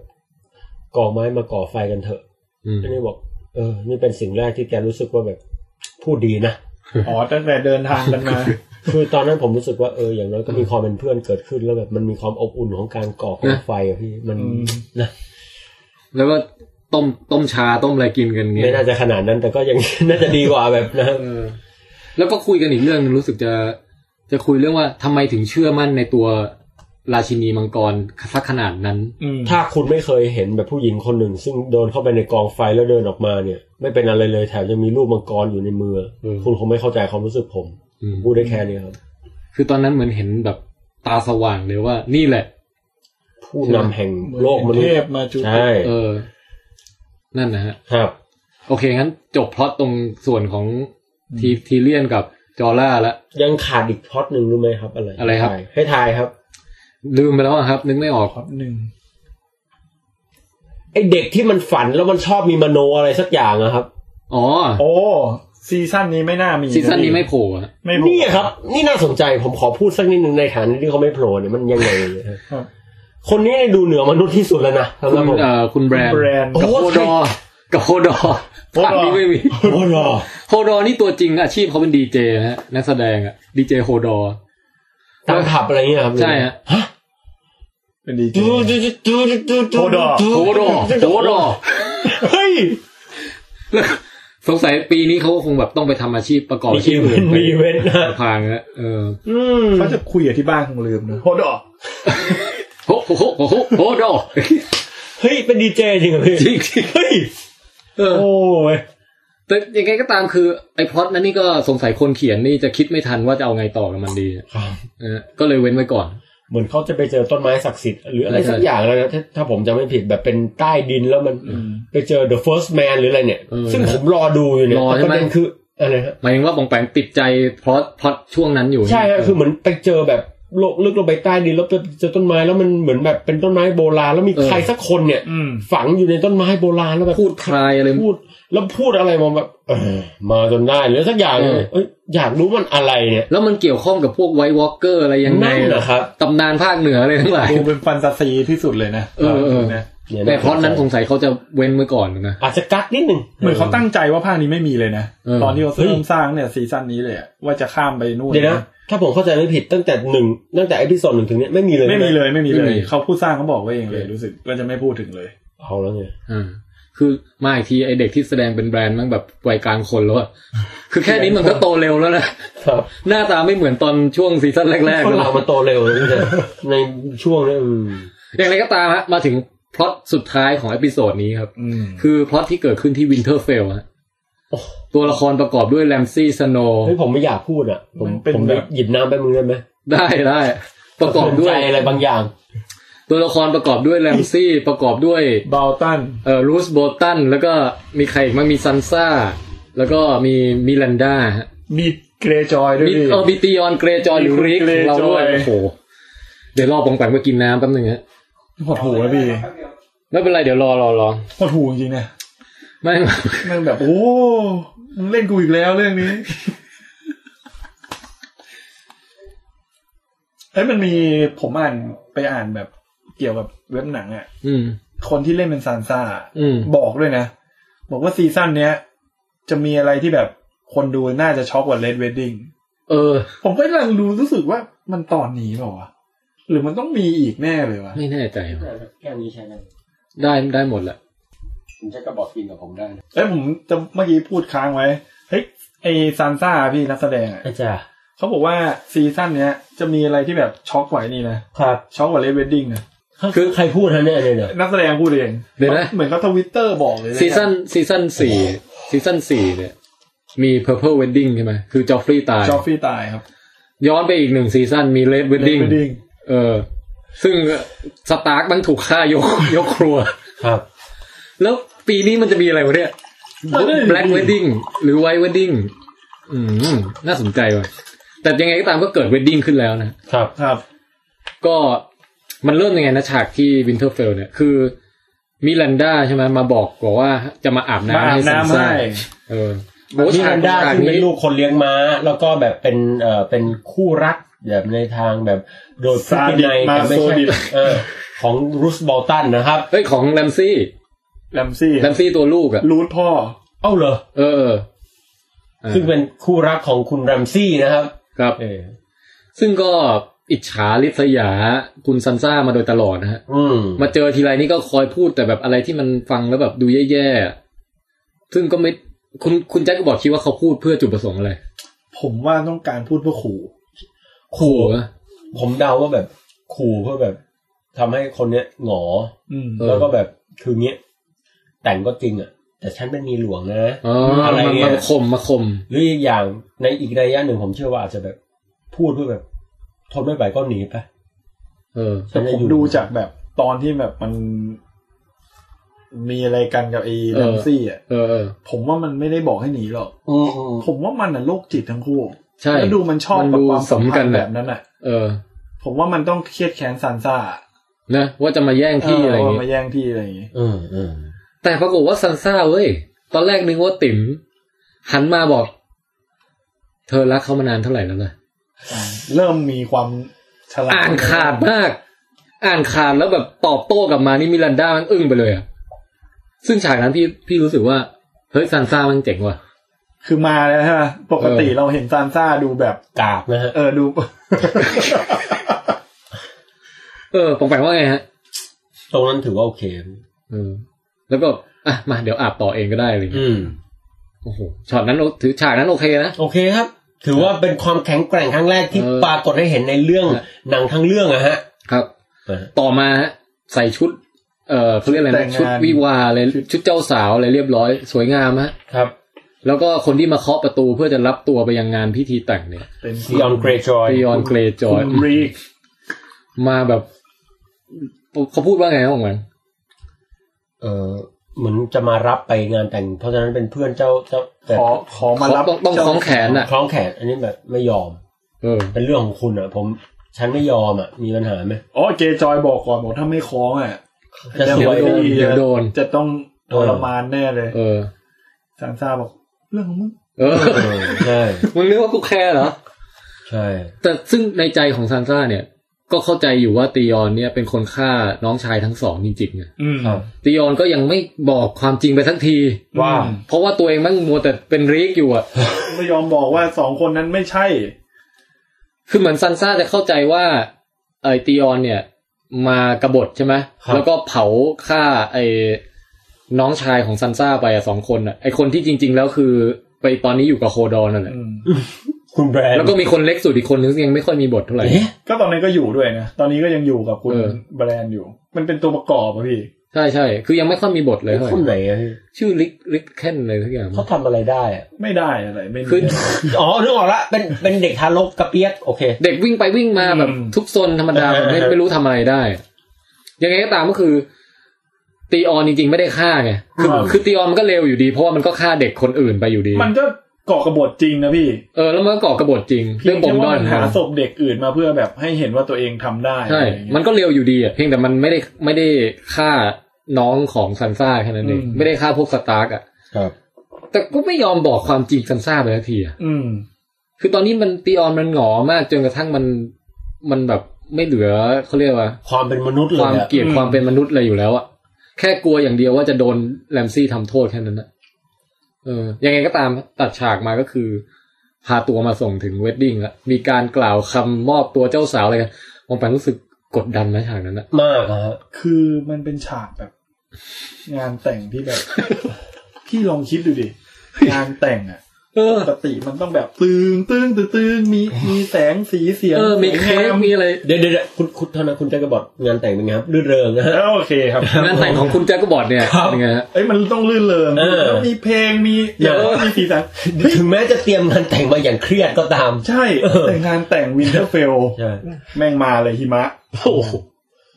Speaker 3: กองไม้มาก่อไฟกันเถอะ
Speaker 1: อืม
Speaker 3: อันนี้บอกเออ นี่เป็นสิ่งแรกที่แกรู้สึกว่าแบบพูดดีนะ
Speaker 2: อ๋อตั้งแต่เดินทางกันมา
Speaker 3: คือตอนนั้นผมรู้สึกว่าเอออย่างน้อยก็มีความเป็นเพื่อนเกิดขึ้นแล้วแบบมันมีความอบอุ่นของการก่อของไฟอะพี่มัน
Speaker 2: อืม
Speaker 3: นะ
Speaker 1: แล้วก็ต้มต้มชาต้มอะไรกินกันเงี้
Speaker 3: ไม่
Speaker 1: ย
Speaker 3: น่าจะขนาดนั้น แต่ก็ยัง น่าจะดีกว่าแบบนะ
Speaker 1: เออ แล้วก็คุยกันอีกเรื่องหนึงรู้สึกจะจะคุยเรื่องว่าทำไมถึงเชื่อมั่นในตัวราชินีมังกรสักขนาดนั้น
Speaker 2: อืม
Speaker 3: ถ้าคุณไม่เคยเห็นแบบผู้หญิงคนหนึ่ง ซึ่งโดนเข้าไปในกองไฟแล้วเดินออกมาเนี่ย ไม่เป็นอะไรเลยแถมยังมีรูปมังกรอยู่ในมืออ
Speaker 1: ม
Speaker 3: คุณคงไม่เข้าใจความรู้สึกผม
Speaker 1: อืม
Speaker 3: พูดได้แค่นี้ครับ
Speaker 1: คือตอนนั้นเหมือนเห็นแบบตาสว่างเลยว่า นี่แหละ
Speaker 3: ผู้นำแห่งโลกมนุษ
Speaker 2: เท
Speaker 3: ย์
Speaker 2: พมาจุติ
Speaker 3: ใช่
Speaker 1: เออ นั่นนะฮะ
Speaker 3: ครับ
Speaker 1: โอเค งั้นจบพล็อตตรงส่วนของทีทีเลียนกับจอร่าละ
Speaker 3: ยังขาดอีกพล็อตหนึ่งรู้ไหมครับ อะไร
Speaker 1: อะไรครับ
Speaker 3: ให้ทายครับ
Speaker 1: ลืมไปแล้วอะครับ นึกไม่ออก
Speaker 2: ครับหนึ่ง
Speaker 3: ไอเด็กที่มันฝันแล้วมันชอบมีมโนอะไรสักอย่างอะครับ
Speaker 1: อ๋อ
Speaker 2: โอ้ซีซั่นนี้ไม่น่ามี
Speaker 1: ซีซั่นนี้ไม่โผล่อะ
Speaker 2: ไม่พอ
Speaker 3: เนี่ยครับ นี่น่าสนใจผมขอพูดสักนิดหนึ่งในฐานะที่เขาไม่โผล่เนี่ยมันยังไงเนี่ยครับ
Speaker 2: ครับ
Speaker 3: คนนี้เนี่ยดูเหนือมนุษย์ที่สุดแล้วนะ
Speaker 1: คุ
Speaker 3: สำหรั
Speaker 1: ณ
Speaker 3: บผม
Speaker 1: เอ่อคุณแบรนด์
Speaker 2: แบรนด์
Speaker 3: โอ้
Speaker 1: กับโฮดอร์ กับโฮ ดอร์
Speaker 2: โฮ
Speaker 1: ภา
Speaker 2: ดอร์
Speaker 1: คนี้ไม่มี
Speaker 3: โอ้โห
Speaker 1: โฮดอร์นี่ตัวจริงอาชีพเขาเป็นดีเจฮะนักแสดงอะดีเจโฮดอร์
Speaker 3: ตามผับอะไรเงี้ยครับ
Speaker 1: ใช่ฮะ
Speaker 2: เป็นดีเจ
Speaker 3: ดูดูดูดูดูดู
Speaker 2: โฮดอร์
Speaker 1: โฮด อร์โฮดอร์
Speaker 3: เฮ้ย
Speaker 1: แล้ว สงสัยปีนี้เขาก็คงแบบต้องไปทำอาชีพประกอบ
Speaker 3: มี
Speaker 1: อาชี
Speaker 3: อี
Speaker 1: พ
Speaker 3: เว
Speaker 1: อื่
Speaker 3: น
Speaker 1: น
Speaker 3: ต์
Speaker 1: ไป
Speaker 3: มีอีเวนต์นะ
Speaker 1: พลางฮะเออ
Speaker 3: อืม
Speaker 2: เขาจะคุยกับที่บ้านคงลืมนะโคดอ
Speaker 1: โฮโฮโฮโฮโฮดอร์
Speaker 3: เฮ้ยเป็นดีเจจริงเหรอพี่
Speaker 1: จริงจริง
Speaker 3: เฮ้ย
Speaker 1: ๆเออ
Speaker 3: โอ้ย
Speaker 1: แต่ยังไงก็ตามคือไอ้พล็อตนั้นนี่ก็สงสัยคนเขียนนี่จะคิดไม่ทันว่าจะเอาไงต่อกับมันดี
Speaker 3: ครับ
Speaker 1: เออก็เลยเว้นไว้ก่อน
Speaker 3: เหมือนเขาจะไปเจอต้นไม้ศักดิ์สิทธิ์หรืออะไร
Speaker 1: ใช่
Speaker 3: สักอย่างแล้วนะถ้าถ้าผมจำไม่ผิดแบบเป็นใต้ดินแล้วมัน ไปเจอ The First Man หรืออะไรเนี่ย
Speaker 1: เออ
Speaker 3: ซึ่งผมรอดูอยู่เนี่ย
Speaker 1: รอใช่
Speaker 3: แต่
Speaker 1: ไหม
Speaker 3: ประเด็นคืออะไรฮะ
Speaker 1: หมายถึงว่าปองแปงติดใจพล็อตพล็อตช่วงนั้นอยู่
Speaker 3: ใช่ฮะ
Speaker 1: เ
Speaker 3: คือเหมือนไปเจอแบบโลกลึกลงไปใต้ดินแล้วไปเจอต้นไม้แล้วมันเหมือนแบบเป็นต้นไม้โบราณแล้วมี
Speaker 1: เออ
Speaker 3: ใครสักคนเนี่ย
Speaker 2: อืม
Speaker 3: ฝังอยู่ในต้นไม้โบราณแล้วแบบ
Speaker 1: พูดคลายอะไร
Speaker 3: พูด แล้วพูดอะไรมาแบบเออมาจนได้หรือสักอย่าง
Speaker 1: เออ
Speaker 3: เอ้ยอยากรู้มันอะไรเนี่ย
Speaker 1: แล้วมันเกี่ยวข้องกับพวกไวท์วอลเกอร์อะไรยังไง
Speaker 3: นั่นเหรอครับ
Speaker 1: ตำนานภาคเหนืออะไรทั้งหลาย
Speaker 2: ดูเป็นฟันตาซีที่สุดเลยนะ
Speaker 1: เออเออ
Speaker 2: นะ
Speaker 3: เนี่ย
Speaker 1: แต่พล็อตนั้นสงสัยเขาจะเว้นไว้ก่อนนะ
Speaker 3: อาจจะกักนิดนึง
Speaker 2: เหมือนเขาตั้งใจว่าภาคนี้ไม่มีเลยนะ
Speaker 1: เออ
Speaker 2: ตอนที่เขา
Speaker 3: เฮ้ย
Speaker 2: เริ่มสร้างเนี่ยซีซั่นนี้เลยอะว่าจะข้ามไปนู่น
Speaker 3: เดี๋ยวนะถ้าผมเข้าใจไม่ผิดตั้งแต่หนึ่งตั้งแต่เอพิโซดหนึ่งถึงเนี้ยไม่มีเลย
Speaker 2: ไม่มีเลยไม่มีเล
Speaker 1: ไม่
Speaker 2: ย
Speaker 1: มี
Speaker 2: เขาผู้สร้างเขาบอกไว้เองเลยรู้สึกว่าจะไม่พูดถึงเลย
Speaker 3: เอาแล้วไง
Speaker 1: อ่าคือมาอีกทีไอเด็กที่แสดงเป็นแบรนด์มันแบบวัยกลางคนแล้วอะคือแค่นี้มันก็โตเร็วแล้วนะครับ หน้าตาไม่เหมือนตอนช่วงซีซั่นแรกๆ
Speaker 3: ค
Speaker 1: แล้
Speaker 3: น
Speaker 1: ว
Speaker 3: เรามันโตเร็วนะพี่แต่ในช่วงเนี้ยอืม
Speaker 1: อย่างไรก็ตามฮะมาถึงพล็อตสุดท้ายของเอพิโซดนี้ครับ
Speaker 2: อืม
Speaker 1: คือพล็อตที่เกิดขึ้นที่วินเทอร์เฟลฮะ
Speaker 3: โอ้โห
Speaker 1: ตัวละครประกอบด้วยแ a มซี่สโน
Speaker 3: เฮ้ยผมไม่อยากพูดอ่ะ ผมผมหยิบน้ำไปมึงได้ไหม
Speaker 1: ได้ได้ประกอบด้ว
Speaker 3: สน
Speaker 1: ย
Speaker 3: ใจอะไรบางอย่าง
Speaker 1: ตัวละครประกอบด้วยแ a มซี่ประกอบด้วย
Speaker 2: บาลตัน
Speaker 1: เอ่อรูสโบตันแล้วก็มีใครอีกมั้งมีซันซ่า แล้วก็มีมิลันดาฮะ
Speaker 2: มีเกรจอยด้วย
Speaker 1: มี
Speaker 2: พี่
Speaker 1: เออมีตีออนเกรจอยหรือริก
Speaker 2: มีคุณ Greyjoy
Speaker 1: เราด้วยโอ้โหเดี๋ยวรอปองแปงมากินน้ำแป๊บนึงฮะ
Speaker 2: หดหูนะพี่
Speaker 1: ไม่เป็นไรเดี๋ยวรอรอรอ
Speaker 2: หดหูจริงๆนะ
Speaker 1: ไม่ง
Speaker 2: แมันแบบโอ้มึงเล่นกูอีกแล้วเรื่องนี้เอ้ยมันมีผมอ่านไปอ่านแบบเกี่ยวกับเว็บหนังอ่ะ
Speaker 1: อืม
Speaker 2: คนที่เล่นเป็นซานซ่า
Speaker 1: อืม
Speaker 2: บอกด้วยนะ บอกว่าซีซั่นเนี้ย จะมีอะไรที่แบบคนดูน่าจะช็อกกว่าเลดเวดดิ้ง
Speaker 1: เออ
Speaker 2: ผมก็กำลังรู้รู้สึกว่ามันตอนนี้เปล่าวะหรือมันต้องมีอีกแน่เลยวะ
Speaker 1: ไม่แน่ใจว่ะ
Speaker 3: แค่นี้ใช่ไหม
Speaker 1: ได้ได้หมดแหละ
Speaker 3: ผมใช้กระบอกกินกับผมได้นะ
Speaker 2: เอ้ยผมจะเมื่อกี้พูดค้างไว้เฮ้ยไอซานซ่าพี่นักแสดงอะ
Speaker 3: อาจารย์
Speaker 2: เขาบอกว่าซีซั่นเนี้ย จะมีอะไรที่แบบช็อกกว่านี่นะครับ ช็อกกว่าเลดเวดดิ้งนะ
Speaker 3: คือใครพูดฮะเนี่ยเนี่ยเนี่ย
Speaker 2: นักแสดงพูดเอง
Speaker 1: เดี๋ยวนะ
Speaker 2: เหมือนเขาทวิตเตอร์บอกเลยะ
Speaker 1: ซีซั่นซีซั่นสี่ซีซั่นสี่เนี่ย มี Purple Wedding ใช่ไหมคือจอฟฟรีตาย
Speaker 2: จอฟฟี่ตายครับ
Speaker 1: ย้อนไปอีกหนึ่งซีซั่นมี Red
Speaker 2: เลด
Speaker 1: Wedding
Speaker 2: เวดดิ้ง
Speaker 1: เออ ซึ่งสตาร์กมันถูกฆ่ายก ยกครัว
Speaker 3: ครับ
Speaker 1: แล้วปีนี้มันจะมีอะไรวะเนี่ย Black Wedding หรือ White Wedding อืม น่าสนใจว่ะ แต่ยังไงก็ตามก็เกิด Wedding ขึ้นแล้วนะ
Speaker 3: ครับ
Speaker 2: ครับ
Speaker 1: ก็มันเริ่มยังไงนะฉากที่วินเทอร์เฟลเนี่ย คือมิลันดาใช่ไหมมาบอกบอกว่าจะมาอาบ
Speaker 2: มา
Speaker 1: น้ำ
Speaker 2: อาบ
Speaker 1: ให้ซัน
Speaker 2: น้ำ
Speaker 1: ซ่า
Speaker 2: ให้
Speaker 1: เออโอ้
Speaker 3: มิ
Speaker 1: ฉา
Speaker 3: รั
Speaker 1: ก
Speaker 3: นดา
Speaker 1: ฉาก
Speaker 3: ซึ่ง
Speaker 1: นี้
Speaker 3: เป็นลูกคนเลี้ยงม้า แล้วก็แบบเป็นเอ่อเป็นคู่รักแบบในทางแบบโดยพฤตินัย
Speaker 2: ซาดิสมา
Speaker 3: แต่ไม่
Speaker 2: โซ
Speaker 3: ใช่
Speaker 2: ดิส
Speaker 3: เออของรูสบอลตันนะครับ
Speaker 1: เอ้ยของแรมซี่
Speaker 2: แรมซี่
Speaker 1: แรมซี่ตัวลูกอะ
Speaker 2: รูทพ่อ
Speaker 3: เอ้าเหรอ
Speaker 1: เออเอออ่า
Speaker 3: ซึ่งเป็นคู่รักของคุณแรมซี่นะครับ
Speaker 1: ครับ
Speaker 3: เออ
Speaker 1: ซึ่งก็ อิจฉาริษยาคุณซันซ่ามาโดยตลอดนะฮะ
Speaker 3: อืม
Speaker 1: มาเจอทีไรนี่ก็คอยพูดแต่แบบอะไรที่มันฟังแล้วแบบดูแย่ๆ ซึ่งก็ไม่คุณคุณแจ็คก็บอกคิดว่าเขาพูดเพื่อจุดประสงค์อะไร
Speaker 2: ผมว่าต้องการพูดเพื่อขู่
Speaker 3: ขู่
Speaker 1: เหรอ
Speaker 3: ผมเดาว่าแบบขู่เพื่อแบบทำให้คนเนี้ยหงอ
Speaker 2: อืม
Speaker 1: เออ
Speaker 3: แล้วก็แบบคือเงี้ยแต่งก็จริงอ่ะ แต่ฉันเป็นมีหลวงนะ
Speaker 1: อ๋อ
Speaker 3: อะ
Speaker 1: อะไร ไร
Speaker 3: เนี่
Speaker 1: มาย คมมาคม
Speaker 3: หรืออีกอย่างในอีกระยะหนึ่งผมเชื่อว่าอาจจะแบบพูดเพื่อแบบ ทนไม่ไหวก็หนีไป
Speaker 1: เออ
Speaker 2: แต่ผมดูจากแบบตอนที่แบบมัน มีอะไรกันกับไอ้
Speaker 1: เอ
Speaker 2: แร
Speaker 1: อ
Speaker 2: มซี่อ่ะ
Speaker 1: เออเออ
Speaker 2: ผมว่ามันไม่ได้บอกให้หนีหรอก
Speaker 3: อืม
Speaker 2: ผมว่ามันอ่ะโรคจิตทั้งคู่
Speaker 1: ใช่
Speaker 2: แล้วดูมันชอบ
Speaker 1: มัน
Speaker 2: กับ
Speaker 1: ดู
Speaker 2: ความสัม
Speaker 1: สม
Speaker 2: พั
Speaker 1: กัน น
Speaker 2: ธ์
Speaker 1: น่ะ
Speaker 2: แบบนั้นอ่ะ
Speaker 1: เออ
Speaker 2: ผมว่ามันต้องเครียดแค้นซันซ่า
Speaker 1: นะว่าจะมาแย่งที่อะไรอย่าง
Speaker 2: ว่า
Speaker 1: งี้
Speaker 2: มาแย่งที่อะไรอย่างงี้
Speaker 3: อืมอืม
Speaker 1: แต่ปรากฏว่าซันซ่าเว้ย ตอนแรกนึกว่าติ๋มหันมาบอก เธอรักเขามานานเท่าไหร่แล้วล่ะ
Speaker 2: อ่าเริ่มมีความฉลาด
Speaker 1: อ่านขาดมาก อ่านขาดแล้วแบบตอบโต้กลับมานี่มิลันดามันอึ้งไปเลยอะซึ่งฉากนั้นพี่พี่รู้สึกว่า เฮ้ยซันซ่ามันเจ๋งว่ะ
Speaker 2: คือมาแล้วใช่ไหมปกติเราเห็นซานซ่าดูแบบ
Speaker 3: กราบนะฮะ
Speaker 2: เออดู
Speaker 1: เออผมแปลว่าไงฮะ
Speaker 3: ตรงนั้นถือว่าโอเค
Speaker 1: เออแล้วก็อ่ะมาเดี๋ยวอาบต่อเองก็ได้อะไรเลย
Speaker 3: อืม
Speaker 1: โอ้โหช็อตนั้นโอถือฉากนั้นโอเคนะ
Speaker 3: โอเคครับ ถือว่าเป็นความแข็งแกร่งครั้งแรกที่
Speaker 1: เออ
Speaker 3: ปรากฏให้เห็นในเรื่อง
Speaker 1: เออ
Speaker 3: หนังทั้งเรื่องอะฮะ
Speaker 1: ครับ ต่อมาฮะใส่ชุด เอ่อเขาเรียกอะไร
Speaker 2: แต่
Speaker 1: นะ
Speaker 2: งงาน
Speaker 1: ชุดวิวาห์อะไรชุดเจ้าสาวอะไรเรียบร้อย สวยงามฮะ
Speaker 3: ครับ
Speaker 1: แล้วก็คนที่มาเคาะประตูเพื่อจะรับตัวไปยังงานพิธีแต่งเนี่ย
Speaker 2: เป็น
Speaker 3: ซีออนเกรจอย
Speaker 1: ดิออนเกรจอย
Speaker 2: คุณรีก
Speaker 1: มาแบบ เขาพูดว่าไงของมัน
Speaker 3: เออเหมือนจะมารับไปงานแต่ง เพราะฉะนั้นเป็นเพื่อนเจ้าเจ้าแต่
Speaker 2: ขอขอมารับ
Speaker 1: ต้องต้องคล้องแขนน่ะ
Speaker 3: คล้องแขน อันนี้แบบไม่ยอม
Speaker 1: เออ
Speaker 3: เป็นเรื่องของคุณอ่ะ ผม ฉันไม่ยอมอ่ะ มีปัญหาไหม
Speaker 2: อ๋อเกย์จอยบอกก่อนบอกถ้าไม่คล้องอ่ะ
Speaker 3: จะส
Speaker 1: เดี๋ยว
Speaker 3: วย
Speaker 1: โดนเดี๋ยวโดน
Speaker 2: จะต้องทรมานแน่เลย
Speaker 1: เออ
Speaker 2: ซานซ่าบอก เรื่องของมึง
Speaker 1: เออ
Speaker 3: เออใช่
Speaker 1: มึงนึกว่ากูแคร์เหรอ
Speaker 3: ใช่
Speaker 1: แต่ซึ่งในใจของซานซ่าเนี่ย ก็เข้าใจอยู่ว่าตียอนเนี่ยเป็นคนฆ่าน้องชายทั้งสองจริงๆไง
Speaker 2: อืม
Speaker 3: ครับ
Speaker 1: ตียอนก็ยังไม่บอกความจริงไปสักที
Speaker 3: ว่า
Speaker 2: อืม
Speaker 1: เพราะว่าตัวเองมันมัวแต่เป็นรีกอยู่อะ
Speaker 2: ไม่ยอมบอกว่าสองคนนั้นไม่ใช่
Speaker 1: คือเหมือนซันซ่าจะเข้าใจว่าไอตีออนเนี่ย มากบฏใช่ไหม
Speaker 3: ครับ
Speaker 1: แล้วก็เผาฆ่าไอน้องชายของซันซ่าไปอะสองคนอะไอคนที่จริง ๆ แล้วคือไปตอนนี้อยู่กับโคดอนนั่นแหละ
Speaker 2: อืม
Speaker 3: คุณแบรนด์
Speaker 1: แล้วก็มีคนเล็กสุดอีกคนนึงซึ่งยังไม่ค่อยมีบทเท่าไหร่
Speaker 3: เอ๊ะ
Speaker 2: ก็ตอนนี้นก็อยู่ด้วยนะ ตอนนี้ก็ยังอยู่กับคุณ
Speaker 1: เออ
Speaker 2: แบรนด์อยู่ มันเป็นตัวประกอบอะพี่
Speaker 1: ใช่ใช่คือยังไม่ค่อยมีบทเลยเท่าไห
Speaker 3: คนไหน
Speaker 1: ร่
Speaker 3: อะพี่
Speaker 1: ชื่อลิกลิกเคนเลยทุกอย่าง
Speaker 3: เขาทำอะไรได้อ่ะ
Speaker 2: ไม่ได้อะไรไม่มี
Speaker 1: คือ
Speaker 3: อ๋อนึกออกละเป็นเป็นเด็กทารกกระเปียกโอเค
Speaker 1: เด็กวิ่งไปวิ่งมา
Speaker 2: อืม
Speaker 1: แบบทุกซนธรรมดาแบบไม่
Speaker 3: เออ
Speaker 1: ไม่รู้ทำอะไรได้ ยังไงก็ตามก็คือ ตีออนจริงๆ ไม่ได้ฆ่าไงคือ
Speaker 2: ครับ
Speaker 1: คือตีออนมันก็เลวอยู่ดี เพราะว่ามันก็ฆ่าเด็กคนอื่นไปอยู่ดี
Speaker 2: มันก็ก่อกระบฏจริงนะพี่
Speaker 1: เออแล้วมันก็ก่อกระบฏจริง
Speaker 2: เพี
Speaker 1: เรื่
Speaker 2: ย
Speaker 1: อง งป
Speaker 2: แค่
Speaker 1: มด้
Speaker 2: ว่า
Speaker 1: อย
Speaker 2: มัน
Speaker 1: ของ
Speaker 2: หา
Speaker 1: มัน
Speaker 2: ศพเด็กอื่นมาเพื่อแบบให้เห็นว่าตัวเองทำได้
Speaker 1: ใช่
Speaker 2: อะไรอย่างเงี้ย
Speaker 1: มันก็เร็วอยู่ดีอ่ะเพียงแต่มันไม่ได้ไม่ได้ฆ่าน้องของซันซ่าแค่นั้นเอง
Speaker 2: อืม
Speaker 1: ไม่ได้ฆ่าพวกสตาร์กอ่ะ
Speaker 3: ครับ
Speaker 1: แต่ก็ไม่ยอมบอกความจริงซันซ่าไปสักทีอ่ะ
Speaker 2: อืม
Speaker 1: คือตอนนี้มันตีออนมันหงอมากจนกระทั่งมันมันแบบไม่เหลือเขาเรียกว่า
Speaker 3: ความเป็นมนุษย์เลยว
Speaker 1: คาม
Speaker 3: อะ
Speaker 1: เกลียด
Speaker 2: อืม
Speaker 1: ความเป็นมนุษย์อะไรอยู่แล้วอ่ะแค่กลัวอย่างเดียวว่าจะโดนแรมซี่ทำโทษแค่นั้นนะเออ ยังไงก็ตามตัดฉากมาก็คือ พาตัวมาส่งถึงเวดดิ้งละมีการกล่าวคำมอบตัวเจ้าสาวอะไรกันมองไปรู้สึกกดดันไหมฉากนั้นนะ
Speaker 3: มากนะฮะ
Speaker 2: คือมันเป็นฉากแบบ งานแต่งที่แบบ พี่ลองคิดดูดิ งานแต่งอะ
Speaker 1: เออ
Speaker 2: ปกติมันต้องแบบตึงตึงตึงตึงมีมีแสงสีเสียง
Speaker 1: เออ มีเค้กมีอะไร
Speaker 3: เดี๋ยวเดี๋ยวเดี๋ยวคุณคุณเท่านะคุณแจ็คกระบอกงานแต่งเป็นไงครับรื่นเริงนะ
Speaker 2: เอ
Speaker 3: ฮะ
Speaker 2: อโอเคครับ
Speaker 1: งานแต่งของคุณแจ็คก็บอดเนี่ย
Speaker 3: ครับ
Speaker 1: เป็นไงฮะ
Speaker 2: เอ้ยมันต้องลื่นเริง
Speaker 3: เออ
Speaker 2: มีเพลงมี
Speaker 3: เออ
Speaker 2: มีสีสัน
Speaker 3: ถึงแม้จะเตรียมงานแต่งมาอย่างเครียดก็ตาม
Speaker 2: ใช่
Speaker 3: เออ
Speaker 2: แต่งานแต่งวินเทอร์เฟล
Speaker 3: ใช่
Speaker 2: แม่งมาเลยหิมะ
Speaker 3: โอ้โห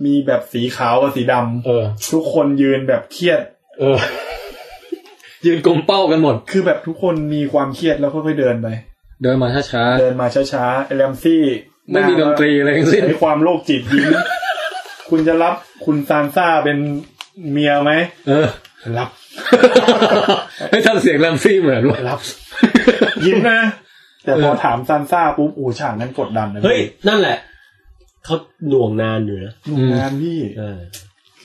Speaker 2: มีแบบสีขาวกับสีดำ
Speaker 1: เออ
Speaker 2: ทุกคนยืนแบบเครียด
Speaker 1: เออ ยืนกลมเป้ากันหมด
Speaker 2: คือแบบทุกคนมีความเครียดแล้วค่อยๆเดินไป
Speaker 1: เดินมาช้า
Speaker 2: เดินมาช้าๆไอ้แรมซี่
Speaker 1: ๆไม่มีดนตรีอะไรทั้งสิ้น
Speaker 2: ใช้ความโรคจิตยิ้ม คุณจะรับคุณซานซ่าเป็นเมียไหม
Speaker 1: เอ อ
Speaker 2: รับ
Speaker 1: ให้ทำเสียงแรมซี่เหมือนว่า
Speaker 2: รับ ยิ้มนะ แต่พอถามซานซ่าปุ๊บโอ้ฉากนั้นกดดันนะ
Speaker 3: เฮ้ยนั่นแหละเขาหน่วงนานอยู่นะ
Speaker 2: หนุ่มงานพี่
Speaker 3: เออ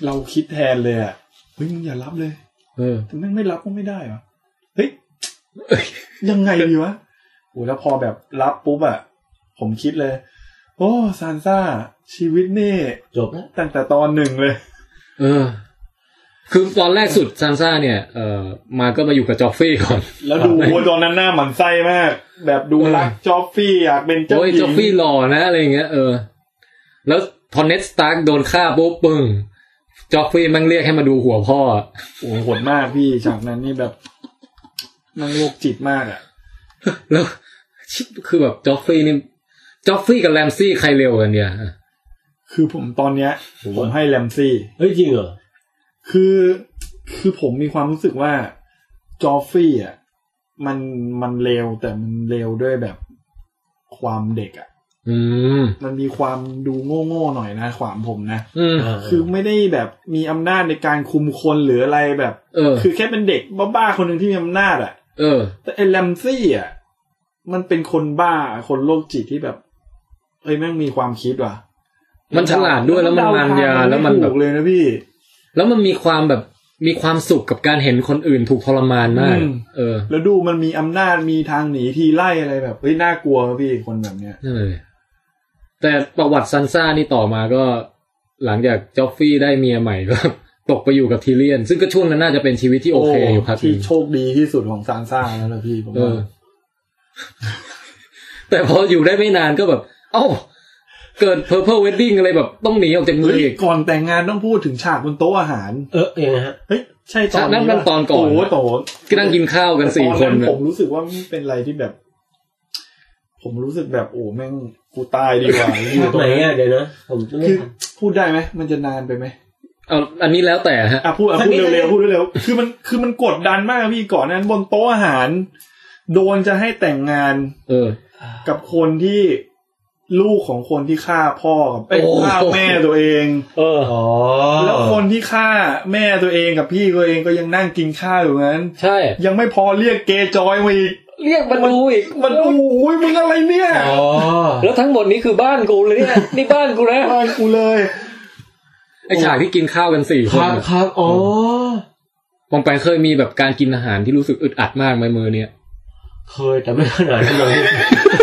Speaker 2: เราคิดแทนเลยอ่ะ เฮ้ยมึงอย่ารับเลย
Speaker 1: เออ
Speaker 2: ถึงแม่งไม่รับก็ไม่ได้หรอเฮ้ย ยังไงดีวะโอ้แล้วพอแบบรับปุ๊บอ่ะ ผมคิดเลย โอ้ซานซ่าชีวิตนี่
Speaker 3: จบแล้ว
Speaker 2: ตั้งแต่ตอนหนึ่งเลย
Speaker 1: เออ คือตอนแรกสุดซานซ่าเนี่ยเออมาก็มาอยู่กับจอฟฟี่ก่อน
Speaker 2: แล้วดูโอ้ยตอนนั้นหน้าหมันไส้มาก แบบดู
Speaker 1: เออ
Speaker 2: รักจอฟฟี่อยากเป็นเจ้า
Speaker 1: โอ้ย
Speaker 2: ห ญิ
Speaker 1: จอฟ
Speaker 2: ง
Speaker 1: ฟี่หล่อนะอะไรอย่างเงี้ยเออ แล้วพอเน็ตสตาร์กโดนฆ่าปุ๊บปึ้งจอฟฟี่แมันเรียกให้มาดูหัวพ่อ
Speaker 2: โอ้โหโหดมากพี่ฉากนั้นนี่แบบมันโรคจิตมากอ่ะ
Speaker 1: แล้วชิบคือแบบจอฟฟี่นี่จอฟฟี่กับแรมซี่ใครเร็วกันเนี่ย
Speaker 2: คือผมตอนเนี้ย ผมให้แรมซี่
Speaker 3: เฮ้ยจริงเหรอ
Speaker 2: คือคือผมมีความรู้สึกว่าจอฟฟี่อ่ะมันมันเร็วแต่มันเร็วด้วยแบบความเด็กอ่ะ
Speaker 1: อืม
Speaker 2: มันมีความดูโง่ๆหน่อยนะความผมนะ
Speaker 1: อืม
Speaker 3: า
Speaker 2: คือไม่ได้แบบมีอำนาจในการคุมคนหรืออะไรแบบ
Speaker 1: เออ
Speaker 2: คือแค่เป็นเด็กบ้าๆคนหนึ่งที่มีอำนาจอ่ะ
Speaker 1: เออ
Speaker 2: แต่ไอ้แลมซี่อ่ะมันเป็นคนบ้าคนโรคจิตที่แบบเอ้ยแม่งมีความคิดว่ะ
Speaker 1: มันฉลาดด้วยแล้วมันมันยาแล้วมันแบบ
Speaker 2: ไถูกเลยนะพี่
Speaker 1: แล้วมันมีความแบบมีความสุขกับการเห็นคนอื่นถูกทรมานมาก
Speaker 2: อืม
Speaker 1: เออ
Speaker 2: แล้วดูมันมีอำนาจมีทางหนีทีไล่อะไรแบบเฮ้ยน่ากลัวพี่คนแบบเนี้ย
Speaker 1: นั่นเลยแต่ประวัติซันซ่านี่ต่อมาก็ หลังจากจอฟฟี่ได้เมียใหม่ก็ ตกไปอยู่กับทีเลียน ซึ่งก็ช่วงนั้นน่าจะเป็นชีวิตที่โอเคอยู่พักห
Speaker 2: ที่
Speaker 1: นึ่ง
Speaker 2: โชคดีที่สุดของซานซ่าแล้วนะพี่ผม
Speaker 1: เอ
Speaker 2: ว่า
Speaker 1: อ แต่พออยู่ได้ไม่นานก็แบบ เอ้า เกิด Purple Wedding อะไรแบบ ต้องหนีออกจากเมือ
Speaker 2: เฮ้
Speaker 1: ง
Speaker 2: ย
Speaker 1: อีก
Speaker 2: ก่อนแต่งงานต้องพูดถึงฉากบนโต๊ะอาหาร
Speaker 3: เออยังไงฮะ
Speaker 2: เฮ้ยใช่ตอ
Speaker 1: ฉาก
Speaker 2: น
Speaker 1: นั้นมัน
Speaker 2: ปะ
Speaker 1: ตอนก่อน
Speaker 2: โอ้โต
Speaker 1: ก็นั่งกินข้าวกันสี่
Speaker 2: ตอ
Speaker 1: คน
Speaker 2: ผมรู้สึกว่ามันเป็นอะไรที่แบบ ผมรู้สึกแบบโอ้แม่งกูตายดีกว่าอยู่ตรง
Speaker 3: ไหน
Speaker 2: นี้
Speaker 3: อ่ะเดี๋ยวนะ ผมจะไม่
Speaker 2: คือ
Speaker 3: ทำ
Speaker 2: พูดได้ไหมมันจะนานไปไหม
Speaker 1: เอาอันนี้แล้วแต่ฮะ
Speaker 2: อ่ะพูดอ่ะพูดเร็วๆพูดเร็วๆคือมันคือมันกดดันมากพี่ก่อนนั้นบนโต๊ะอาหาร โดนจะให้แต่งงาน
Speaker 1: เออ
Speaker 2: กับคนที่ลูกของคนที่ฆ่าพ่อกับเอ้ย
Speaker 1: โอ้
Speaker 2: ฆ่าแม่ตัวเอง
Speaker 3: เอออ๋อ
Speaker 2: แล้วคนที่ฆ่าแม่ตัวเองกับพี่ตัวเองก็ยังนั่งกินข้าวอยู่งั้น
Speaker 1: ใช่
Speaker 2: ยังไม่พอเรียกเกย์จอยมาอีก
Speaker 1: เรียกมันดูอีก
Speaker 2: มันโอ้ยมึงอะไรเนี่ย
Speaker 3: อ๋อ
Speaker 1: แล้วทั้งหมดนี้คือบ้านกูเลยเนี่ย นี่บ้านกูนะ
Speaker 2: บ้านกูเลย
Speaker 1: ไอฉากที่กินข้าวกันสี่ค
Speaker 3: คน รับ
Speaker 1: อะ
Speaker 3: ครับอ๋อ
Speaker 1: ปองแปงเคยมีแบบการกินอาหารที่รู้สึกอึดอัดมากไหมมือเนี่ย
Speaker 3: เคยแต่ไม่ขนาดนั้นเลย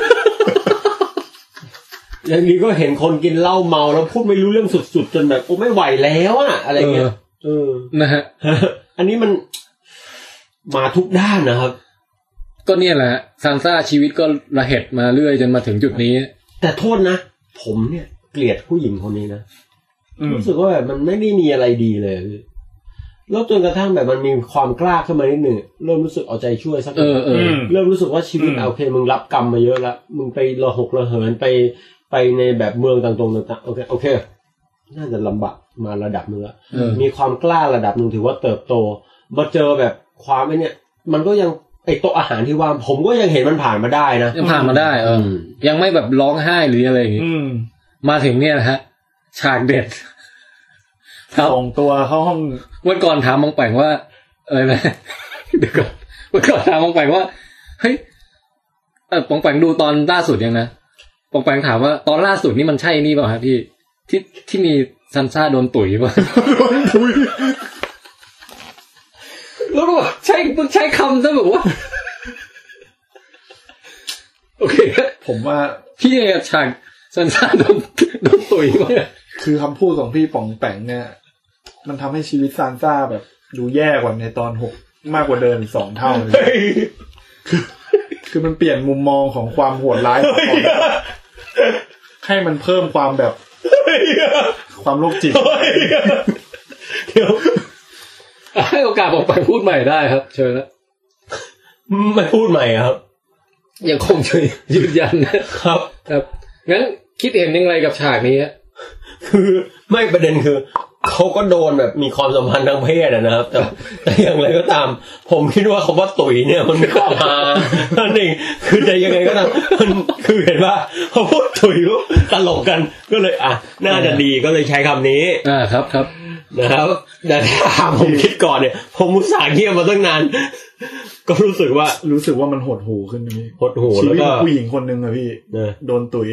Speaker 3: อย่างนี้ก็เห็นคนกินเหล้าเมาแล้วพูดไม่รู้เรื่องสุดๆ จนแบบโอ้ไม่ไหวแล้วอะอะไรเงี้ยเออ
Speaker 1: นะฮะ
Speaker 3: อัน นี้มันมาทุกด้านนะครับ
Speaker 1: ก็เนี่ยแหละซานซ่าชีวิตก็ระเหตุมาเรื่อยจนมาถึงจุดนี้
Speaker 3: แต่โทษนะ ผมเนี่ย เกลียดผู้หญิงคนนี้นะ
Speaker 2: อืม
Speaker 3: รู้สึกว่าแบบมันไม่ได้มีอะไรดีเลยพี่แล้วจนกระทั่งแบบมันมีความกล้าขึ้นมานิดหนึ่งเริ่มรู้สึกเอาใจช่วยสักห
Speaker 1: เอ
Speaker 3: น่
Speaker 1: อ
Speaker 3: อย
Speaker 1: เออ
Speaker 2: อืม
Speaker 3: เริ่มรู้สึกว่าชีวิต
Speaker 2: อืม
Speaker 3: อ่ะโอเคมึงรับกรรมมาเยอะละมึงไประหกระเหินไปไปในแบบเมืองต่างๆต่างๆโอเคโอเค น่าจะลำบากมาระดับหนึงละ
Speaker 1: เออ
Speaker 3: มีความกล้าระดับหนึ่งถือว่าเติบโตมาเจอแบบความไอ้เนี่ย มันก็ยังไอโต๊ะอาหารที่ว่างผมก็ยังเห็นมันผ่านมาได้นะ
Speaker 1: ยังผ่านมาได้เออ
Speaker 3: ม
Speaker 1: ยังไม่แบบร้องไห้หรืออะไรอย่างงี้
Speaker 2: อืม
Speaker 1: มาถึงเนี่ยนะฮะ ฉากเด็ด ครับ
Speaker 2: ส่งตัวเข้าห้อง
Speaker 1: วันก่อนถามมองแปงว่า เอะไรนะ เดี๋ยวก่อนวันก่อนถามมองแปงว่าเฮ้ยเออปองแปงดูตอนล่าสุดยังนะปองแปงถามว่าตอนล่าสุดนี่มันใช่นี่เปล่าฮะพี่ ที่ที่มีซันซ่าโดนตุ๋ยป่ะ แล้วก็แบบใช้มึงใช้คำซะแบบว่า โอเค
Speaker 2: ผมว่า
Speaker 1: พี่เนี่ยฉากซันซ่าโดนโดนตุ๋ยป่ะ
Speaker 2: คือคำพูดของพี่ป๋องแปงเนี่ย มันทำให้ชีวิตซานซ่าแบบ ดูแย่กว่าในตอนหกมากกว่าเดินสองเท่าเลย คือมันเปลี่ยนมุมมองของความโหดร้ายของเขาให้มันเพิ่มความแบบ ความโรคจิต
Speaker 3: เดี๋ยว
Speaker 1: ให้โอกาสผมไปพูดใหม่ได้ครับ เชิญนะ
Speaker 3: ไม่พูดใหม่อะครับ
Speaker 1: ยังคงเชยยืนยันนะครับ ครับงั้นคิดเห็นอยังไงกับฉากนี้ฮะ
Speaker 3: คือไม่ประเด็นคือเขาก็โดนแบบมีความสัมพันธ์ทางเพศอะนะครับ แต่แต่อย่างไรก็ตาม ผมคิดว่าคำว่าตุ๋ยเนี่ยมันมีความหา นั่นเองคือจะยังไงก็ตามมันคือเห็นว่าพอพูดตุ๋ยปุ๊บตลกกันก็เลยอ่ะน่าจะดีก็เลยใช้คำนี้
Speaker 1: อ่าครับครับ
Speaker 3: นะครับแต่ถ้าถามผมคิดก่อนเนี่ย ผมอุตส่าห์เงียบมาตั้งนาน ก็รู้สึกว่า
Speaker 2: รู้สึกว่ามันหดหูขึ้นนะพี่
Speaker 3: หดหู
Speaker 2: ชี
Speaker 3: แล้ว
Speaker 2: วิต
Speaker 3: ก็
Speaker 2: ของผู้หญิงคนหนึ่งอะพี่
Speaker 3: นะ
Speaker 2: โดนตุ๋ย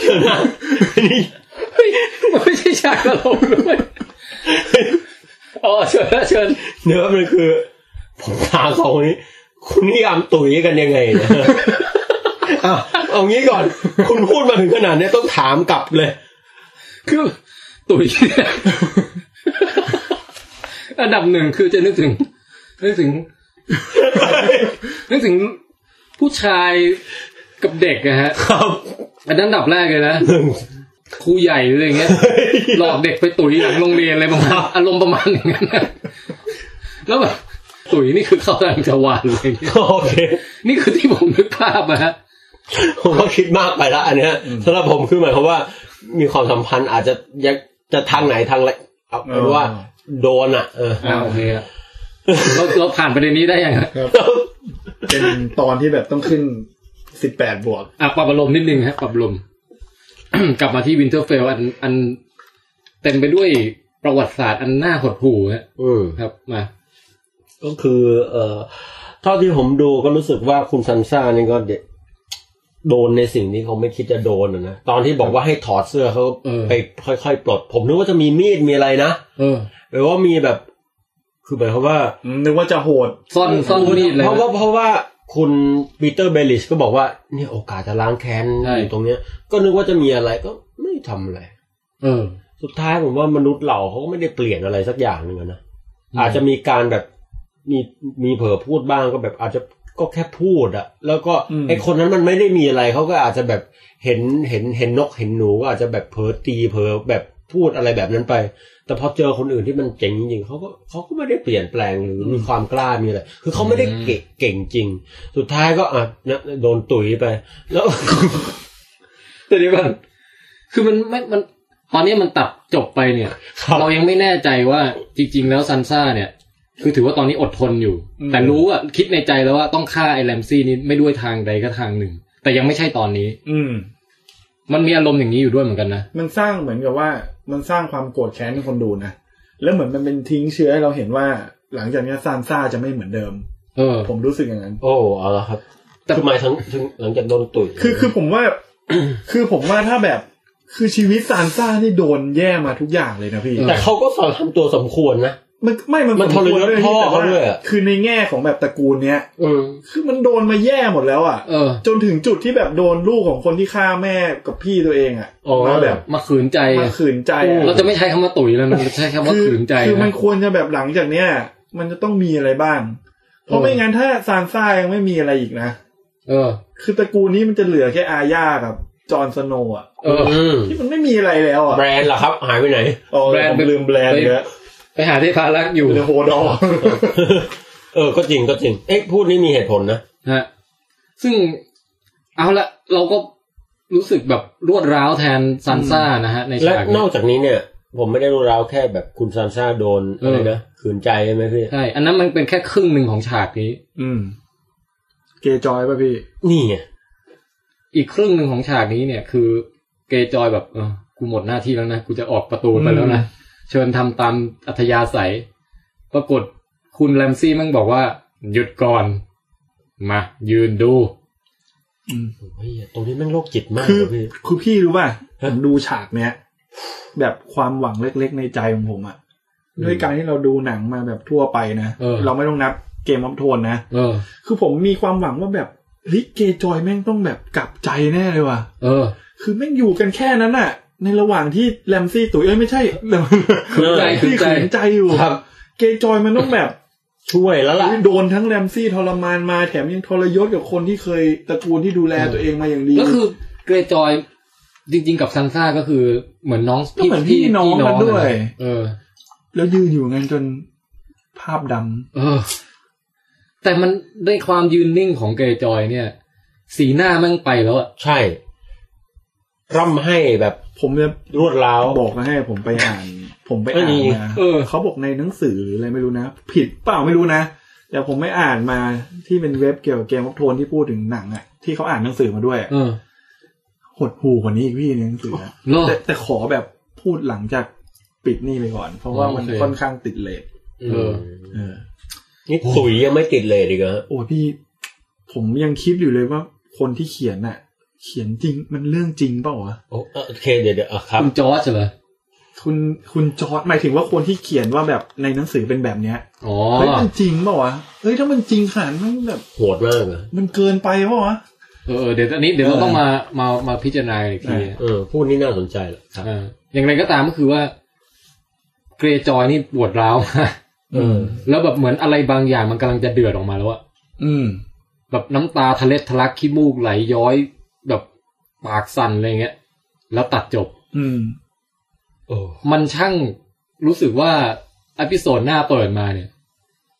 Speaker 3: เดี๋ยวนะนี่
Speaker 1: เฮ้ยมันไม่ใช่ฉากตลกด้วยอ๋อเชิญนะเชิญ
Speaker 3: เนื้อมันคือผมถามสองคนนี้ คุณนิยามตุ๋ยกันยังไงนะ อ่ะเอางี้ก่อน คุณพูดมาถึงขนาดเนี้ยต้องถามกลับเลย
Speaker 1: คือตุ๋ย อันดับหนึ่งคือจะนึกถึง นึกถึง นึกถึงผู้ชายกับเด็กนะฮะ
Speaker 3: ครับ
Speaker 1: อันนั้นอันดับแรกเลยนะ
Speaker 3: หนึ่ง
Speaker 1: ครูใหญ่หรืออะไรเงี้ย หลอกเด็กไปตุ๋ยหลังโรงเรียนอะไรประมาณอารมณ์ประมาณอย่างนั้นนะแล้วแบบตุ๋ยนี่คือเข้าทางจักรวาลอะไรเงี้ย
Speaker 3: โอเค
Speaker 1: นี่คือที่ผมนึกภาพนะฮะ
Speaker 3: ผมว่าคิดมากไปละอันเนี้ยสำหรับผมคือหมายความว่า มีความสัมพันธ์อาจจะยังจะทางไหนทางไรเอาเป็นว่า
Speaker 2: เออ
Speaker 3: โดนอ่ะเออ
Speaker 1: อ่าโอเคอะเราเราผ่านประเด็นนี้ได้ยังอะ
Speaker 2: เป็นตอนที่แบบต้องขึ้นสิบแปดบวก
Speaker 1: อ่ะปรับอารมณ์นิดนึงฮะปรับอารมณ์ กลับมาที่วินเทอร์เฟลอันอันเต็มไปด้วยประวัติศาสตร์อันน่าหดหู่ฮะ
Speaker 3: อืม
Speaker 1: ครับมา
Speaker 3: ก็คือ เอ่อเท่าที่ผมดูก็รู้สึกว่าคุณซันซ่านี่ก็เด็กโดนในสิ่งที่เขาไม่คิดจะโดนอะนะตอนที่บอกว่าให้ถอดเสื้อเขา
Speaker 1: เออ
Speaker 3: ไปค่อยๆปลด ผมนึกว่าจะมีมีดมีอะไรนะ
Speaker 1: เออ
Speaker 3: หรือว่ามีแบบ คือหมายความว่า
Speaker 2: นึกว่าจะโหด
Speaker 1: ซ่อนซ่อนมีดเลย
Speaker 3: เพราะว่า
Speaker 1: นะ
Speaker 3: เพราะว่าคุณปีเตอร์เบลลิชก็บอกว่าเนี่ยโอกาสจะล้างแค้น
Speaker 1: ใช่
Speaker 3: อยู่ตรงเนี้ย ก็นึกว่าจะมีอะไรก็ไม่ทำอะไร
Speaker 1: เออ
Speaker 3: สุดท้ายผมว่ามนุษย์เราเขาก็ไม่ได้เปลี่ยนอะไรสักอย่างหนึ่งอะนะ
Speaker 1: อืม
Speaker 3: อาจจะมีการแบบมีมีเผลอพูดบ้างก็แบบอาจจะก็แค่พูดอะแล้วก็
Speaker 2: อืม
Speaker 3: ไอคนนั้นมันไม่ได้มีอะไรเขาก็อาจจะแบบเห็นเห็นเห็นนกเห็นหนูก็อาจจะแบบเผลอตีเผลอแบบพูดอะไรแบบนั้นไป แต่พอเจอคนอื่นที่มันเจ๋งจริงๆเขาก็เขาก็ไม่ได้เปลี่ยนแปลงหรือมีความกล้ามีอะไร คือเขาไม่ได้เก่งเก่งจริง สุดท้ายก็อ่ะนะโดนตุ๋ยไป แล้ว
Speaker 1: แต่เดี๋ยวก่อนคือมันไม่มัน ตอนนี้มันตัดจบไปเนี่ย
Speaker 3: ครับ
Speaker 1: เรายังไม่แน่ใจว่าจริง ๆ แล้วซันซ่าเนี่ย คือถือว่าตอนนี้อดทนอยู่
Speaker 2: อืม
Speaker 1: แต่รู้ว่าคิดในใจแล้วว่าต้องฆ่าไอ้แรมซี่นี้ไม่ด้วยทางใดก็ทางหนึ่ง แต่ยังไม่ใช่ตอนนี้
Speaker 2: อืม
Speaker 1: มันมีอารมณ์อย่างนี้อยู่ด้วยเหมือนกันนะ
Speaker 2: มันสร้างเหมือนกับว่ามันสร้างความโกรธแค้นให้คนดูนะ แล้วเหมือนมันเป็นทิ้งเชื้อให้เราเห็นว่า หลังจากเนี้ยซานซ่าจะไม่เหมือนเดิม
Speaker 1: เออ
Speaker 2: ผมรู้สึกอย่างนั้น
Speaker 3: โอ้เอาละครับ แต่หมายถึงถึงหลังจากโดนตุ๋ย
Speaker 2: คือคือผมว่า คือผมว่าถ้าแบบคือชีวิตซานซ่านี่โดนแย่มาทุกอย่างเลยนะพี่
Speaker 1: เออ
Speaker 3: แต่เขาก็สอนทำตัวสมควรนะ
Speaker 2: มันไม่มัน
Speaker 3: มันทรยศ
Speaker 2: สมคว
Speaker 3: พ่อ
Speaker 2: ที่แต่
Speaker 3: เขาด้วยอะ
Speaker 2: คือในแง่ของแบบตระกูลเนี้ย
Speaker 3: อืม
Speaker 2: คือมันโดนมาแย่หมดแล้วอ่ะ
Speaker 1: เออ
Speaker 2: จนถึงจุดที่แบบโดนลูกของคนที่ฆ่าแม่กับพี่ตัวเองอ่ะ
Speaker 3: อ๋อ
Speaker 2: มาแบบ
Speaker 1: มาขืนใจ
Speaker 2: มา
Speaker 1: อะ
Speaker 2: ขืนใจอะ
Speaker 1: เราจะไม่ใช้คำว่าตุ๋ยแล้วมันใช้คำว่าขืนใจ
Speaker 2: คือมัน
Speaker 1: นะ
Speaker 2: ควรจะแบบหลังจากเนี้ยมันจะต้องมีอะไรบ้าง เพราะ
Speaker 1: เออ
Speaker 2: ไม่งั้นถ้าซานซ่ายังไม่มีอะไรอีกนะ
Speaker 1: เออ
Speaker 2: คือตระกูลนี้มันจะเหลือแค่อาญากับจอห์นสโนว์อ่ะ
Speaker 1: เออ
Speaker 3: อืม
Speaker 2: ที่มันไม่มีอะไรแล้วอ่ะ
Speaker 3: แบรนด์เหรอครับ หายไปไหน
Speaker 2: อ๋อ
Speaker 1: แบรนด์
Speaker 2: ผม
Speaker 1: ไป
Speaker 2: ลืมแบรนด์
Speaker 1: ไป
Speaker 2: เยอะ
Speaker 1: ไปหาเทพารักษ์อยู่
Speaker 2: เดอะโฮดอล
Speaker 3: เออก็จริงก็จริง เอ๊ะพูดนี่มีเหตุผลนะ
Speaker 1: ฮะซึ่งเอาละเราก็รู้สึกแบบรวดร้าวแทนซันซ่านะฮะ ใน
Speaker 3: และ
Speaker 1: ฉาก
Speaker 3: นอ
Speaker 1: นี้
Speaker 3: กจากนี้เนี่ย ผมไม่ได้รู้ราวแค่แบบคุณซานซ่าโดน
Speaker 1: เอออ
Speaker 3: อะไรนะขืนใจใช่ไหมพี่
Speaker 1: ใช่ อันนั้นมันเป็นแค่ครึ่งหนึ่งของฉากนี้
Speaker 2: อืม เกย์จอยป่ะพี่
Speaker 3: นี่ไง
Speaker 1: อีกครึ่งหนึ่งของฉากนี้เนี่ยคือเกย์จอยแบบเออกูหมดหน้าที่แล้วนะ กูจะออกประตูไปแล้วนะ เชิญทำตามอัธยาศัย ปรากฏคุณแรมซี่มั่งบอกว่า หยุดก่อน มา ยืนดู
Speaker 3: โอ้ยตรงนี้แม่งโรคจิตมาก
Speaker 2: คือ
Speaker 3: เลยพี่
Speaker 2: คือพี่รู้ป่ะผ
Speaker 3: ฮะ
Speaker 2: มดูฉากเนี้ยแบบความหวังเล็กๆในใจของผมอ่ะด้วยการที่เราดูหนังมาแบบทั่วไปนะ
Speaker 1: เออ
Speaker 2: เราไม่ต้องนับเกมออฟโทนนะ
Speaker 1: เออ
Speaker 2: คือผมมีความหวังว่าแบบเฮ้ยเกย์จอยแม่งต้องแบบกลับใจแน่เลยว่ะ
Speaker 1: เออ
Speaker 2: คือแม่งอยู่กันแค่นั้นอะในระหว่างที่แรมซี่ตุ๋ยเอ้ยไม่ใช่แรม
Speaker 1: ขืนใจขื
Speaker 2: ที่
Speaker 1: นใจ
Speaker 2: ขืนใจอยู่
Speaker 3: ครับ
Speaker 2: เกย์จอยมันต้องแบบ
Speaker 3: ช่วยแล้วล่ะ
Speaker 2: โดนทั้งแรมซี่ทรมานมาแถมยังทรยศกับคนที่เคยตระกูลที่ดูแลตัวเองมาอย่างดี
Speaker 1: ก็คือเกรย์จอยจริง ๆ กับซันซ่าก็คือเหมือนน้อง
Speaker 2: ก็เหมือนพี่น้องกันด้วย
Speaker 1: เออ
Speaker 2: แล้วยืนอยู่งั้นจนภาพดำ
Speaker 1: เออ แต่มันด้วยความยืนนิ่งของเกรย์จอยเนี่ย สีหน้าแมั่งไปแล้วอะ
Speaker 3: ใช่ ร่ำให้แบบ
Speaker 2: ผมจะ
Speaker 3: รวดร้าว
Speaker 2: บอกมาให้ผมไปอ่าน ผมไปอ่านมา
Speaker 1: เออ
Speaker 2: เขาบอกในหนังสือหรืออะไรไม่รู้นะ ผิดเปล่าไม่รู้นะแต่ผมไม่อ่านมาที่เป็นเว็บเกี่ยวกับเกมวัคโทนที่พูดถึงหนังอะที่เขาอ่านหนังสือมาด้วยอะ
Speaker 1: เออ
Speaker 2: หดหูกว่านี้อีกพี่ในหนังสือนะ
Speaker 1: เนอะ
Speaker 2: แต่แต่ขอแบบพูดหลังจากปิดนี่ไปก่อน เพราะว่ามัน
Speaker 1: โอเค
Speaker 2: ค่อนข้างติดเลท
Speaker 3: อื
Speaker 1: เออ
Speaker 3: ม
Speaker 2: เออ
Speaker 3: นี่ตุ๋ยยังไม่ติดเลยดีกว่า
Speaker 2: โอ้พี่ ผมยังคิดอยู่เลยว่าคนที่เขียนน่ะ เขียนจริงมันเรื่องจริงเปล่าวะ
Speaker 3: โอ้เออโอเคเดี๋ยวเดี๋ยวอ่ะครับ
Speaker 1: คุณจอร์จเหรอ
Speaker 2: คุณคุณจอร์ดหมายถึงว่าคนที่เขียนว่าแบบในหนังสือเป็นแบบเนี้ย
Speaker 1: อ๋อ
Speaker 2: เฮ้ยมันจริงเปล่าวะเฮ้ยถ้ามันจริงขนาดนั้นแบบ
Speaker 3: โหดมากเลย
Speaker 2: มันเกินไปเปล่าวะ
Speaker 1: เ อเออเดี๋ยวอันนี้เดี๋ยวเราต้องมามามาพิจารณาอีกที
Speaker 2: เออ
Speaker 3: เออพูดนี่น่าสนใจแหละครับ
Speaker 1: เอออย่างไรก็ตามก็คือว่า เกรย์จอยนี่ปวดร้าวมาก
Speaker 3: เออ
Speaker 1: แล้วแบบเหมือนอะไรบางอย่างมันกำลังจะเดือดออกมาแล้วอะ
Speaker 2: อืม
Speaker 1: แบบน้ำตาทะเลทะลักขี้มูกไหลย้อยแบบปากสั่นอะไรเงี้ย แล้วตัดจบ
Speaker 2: อืม
Speaker 3: โอ้
Speaker 1: มันช่างรู้สึกว่าอพิโซดหน้าเปิดมาเนี่ย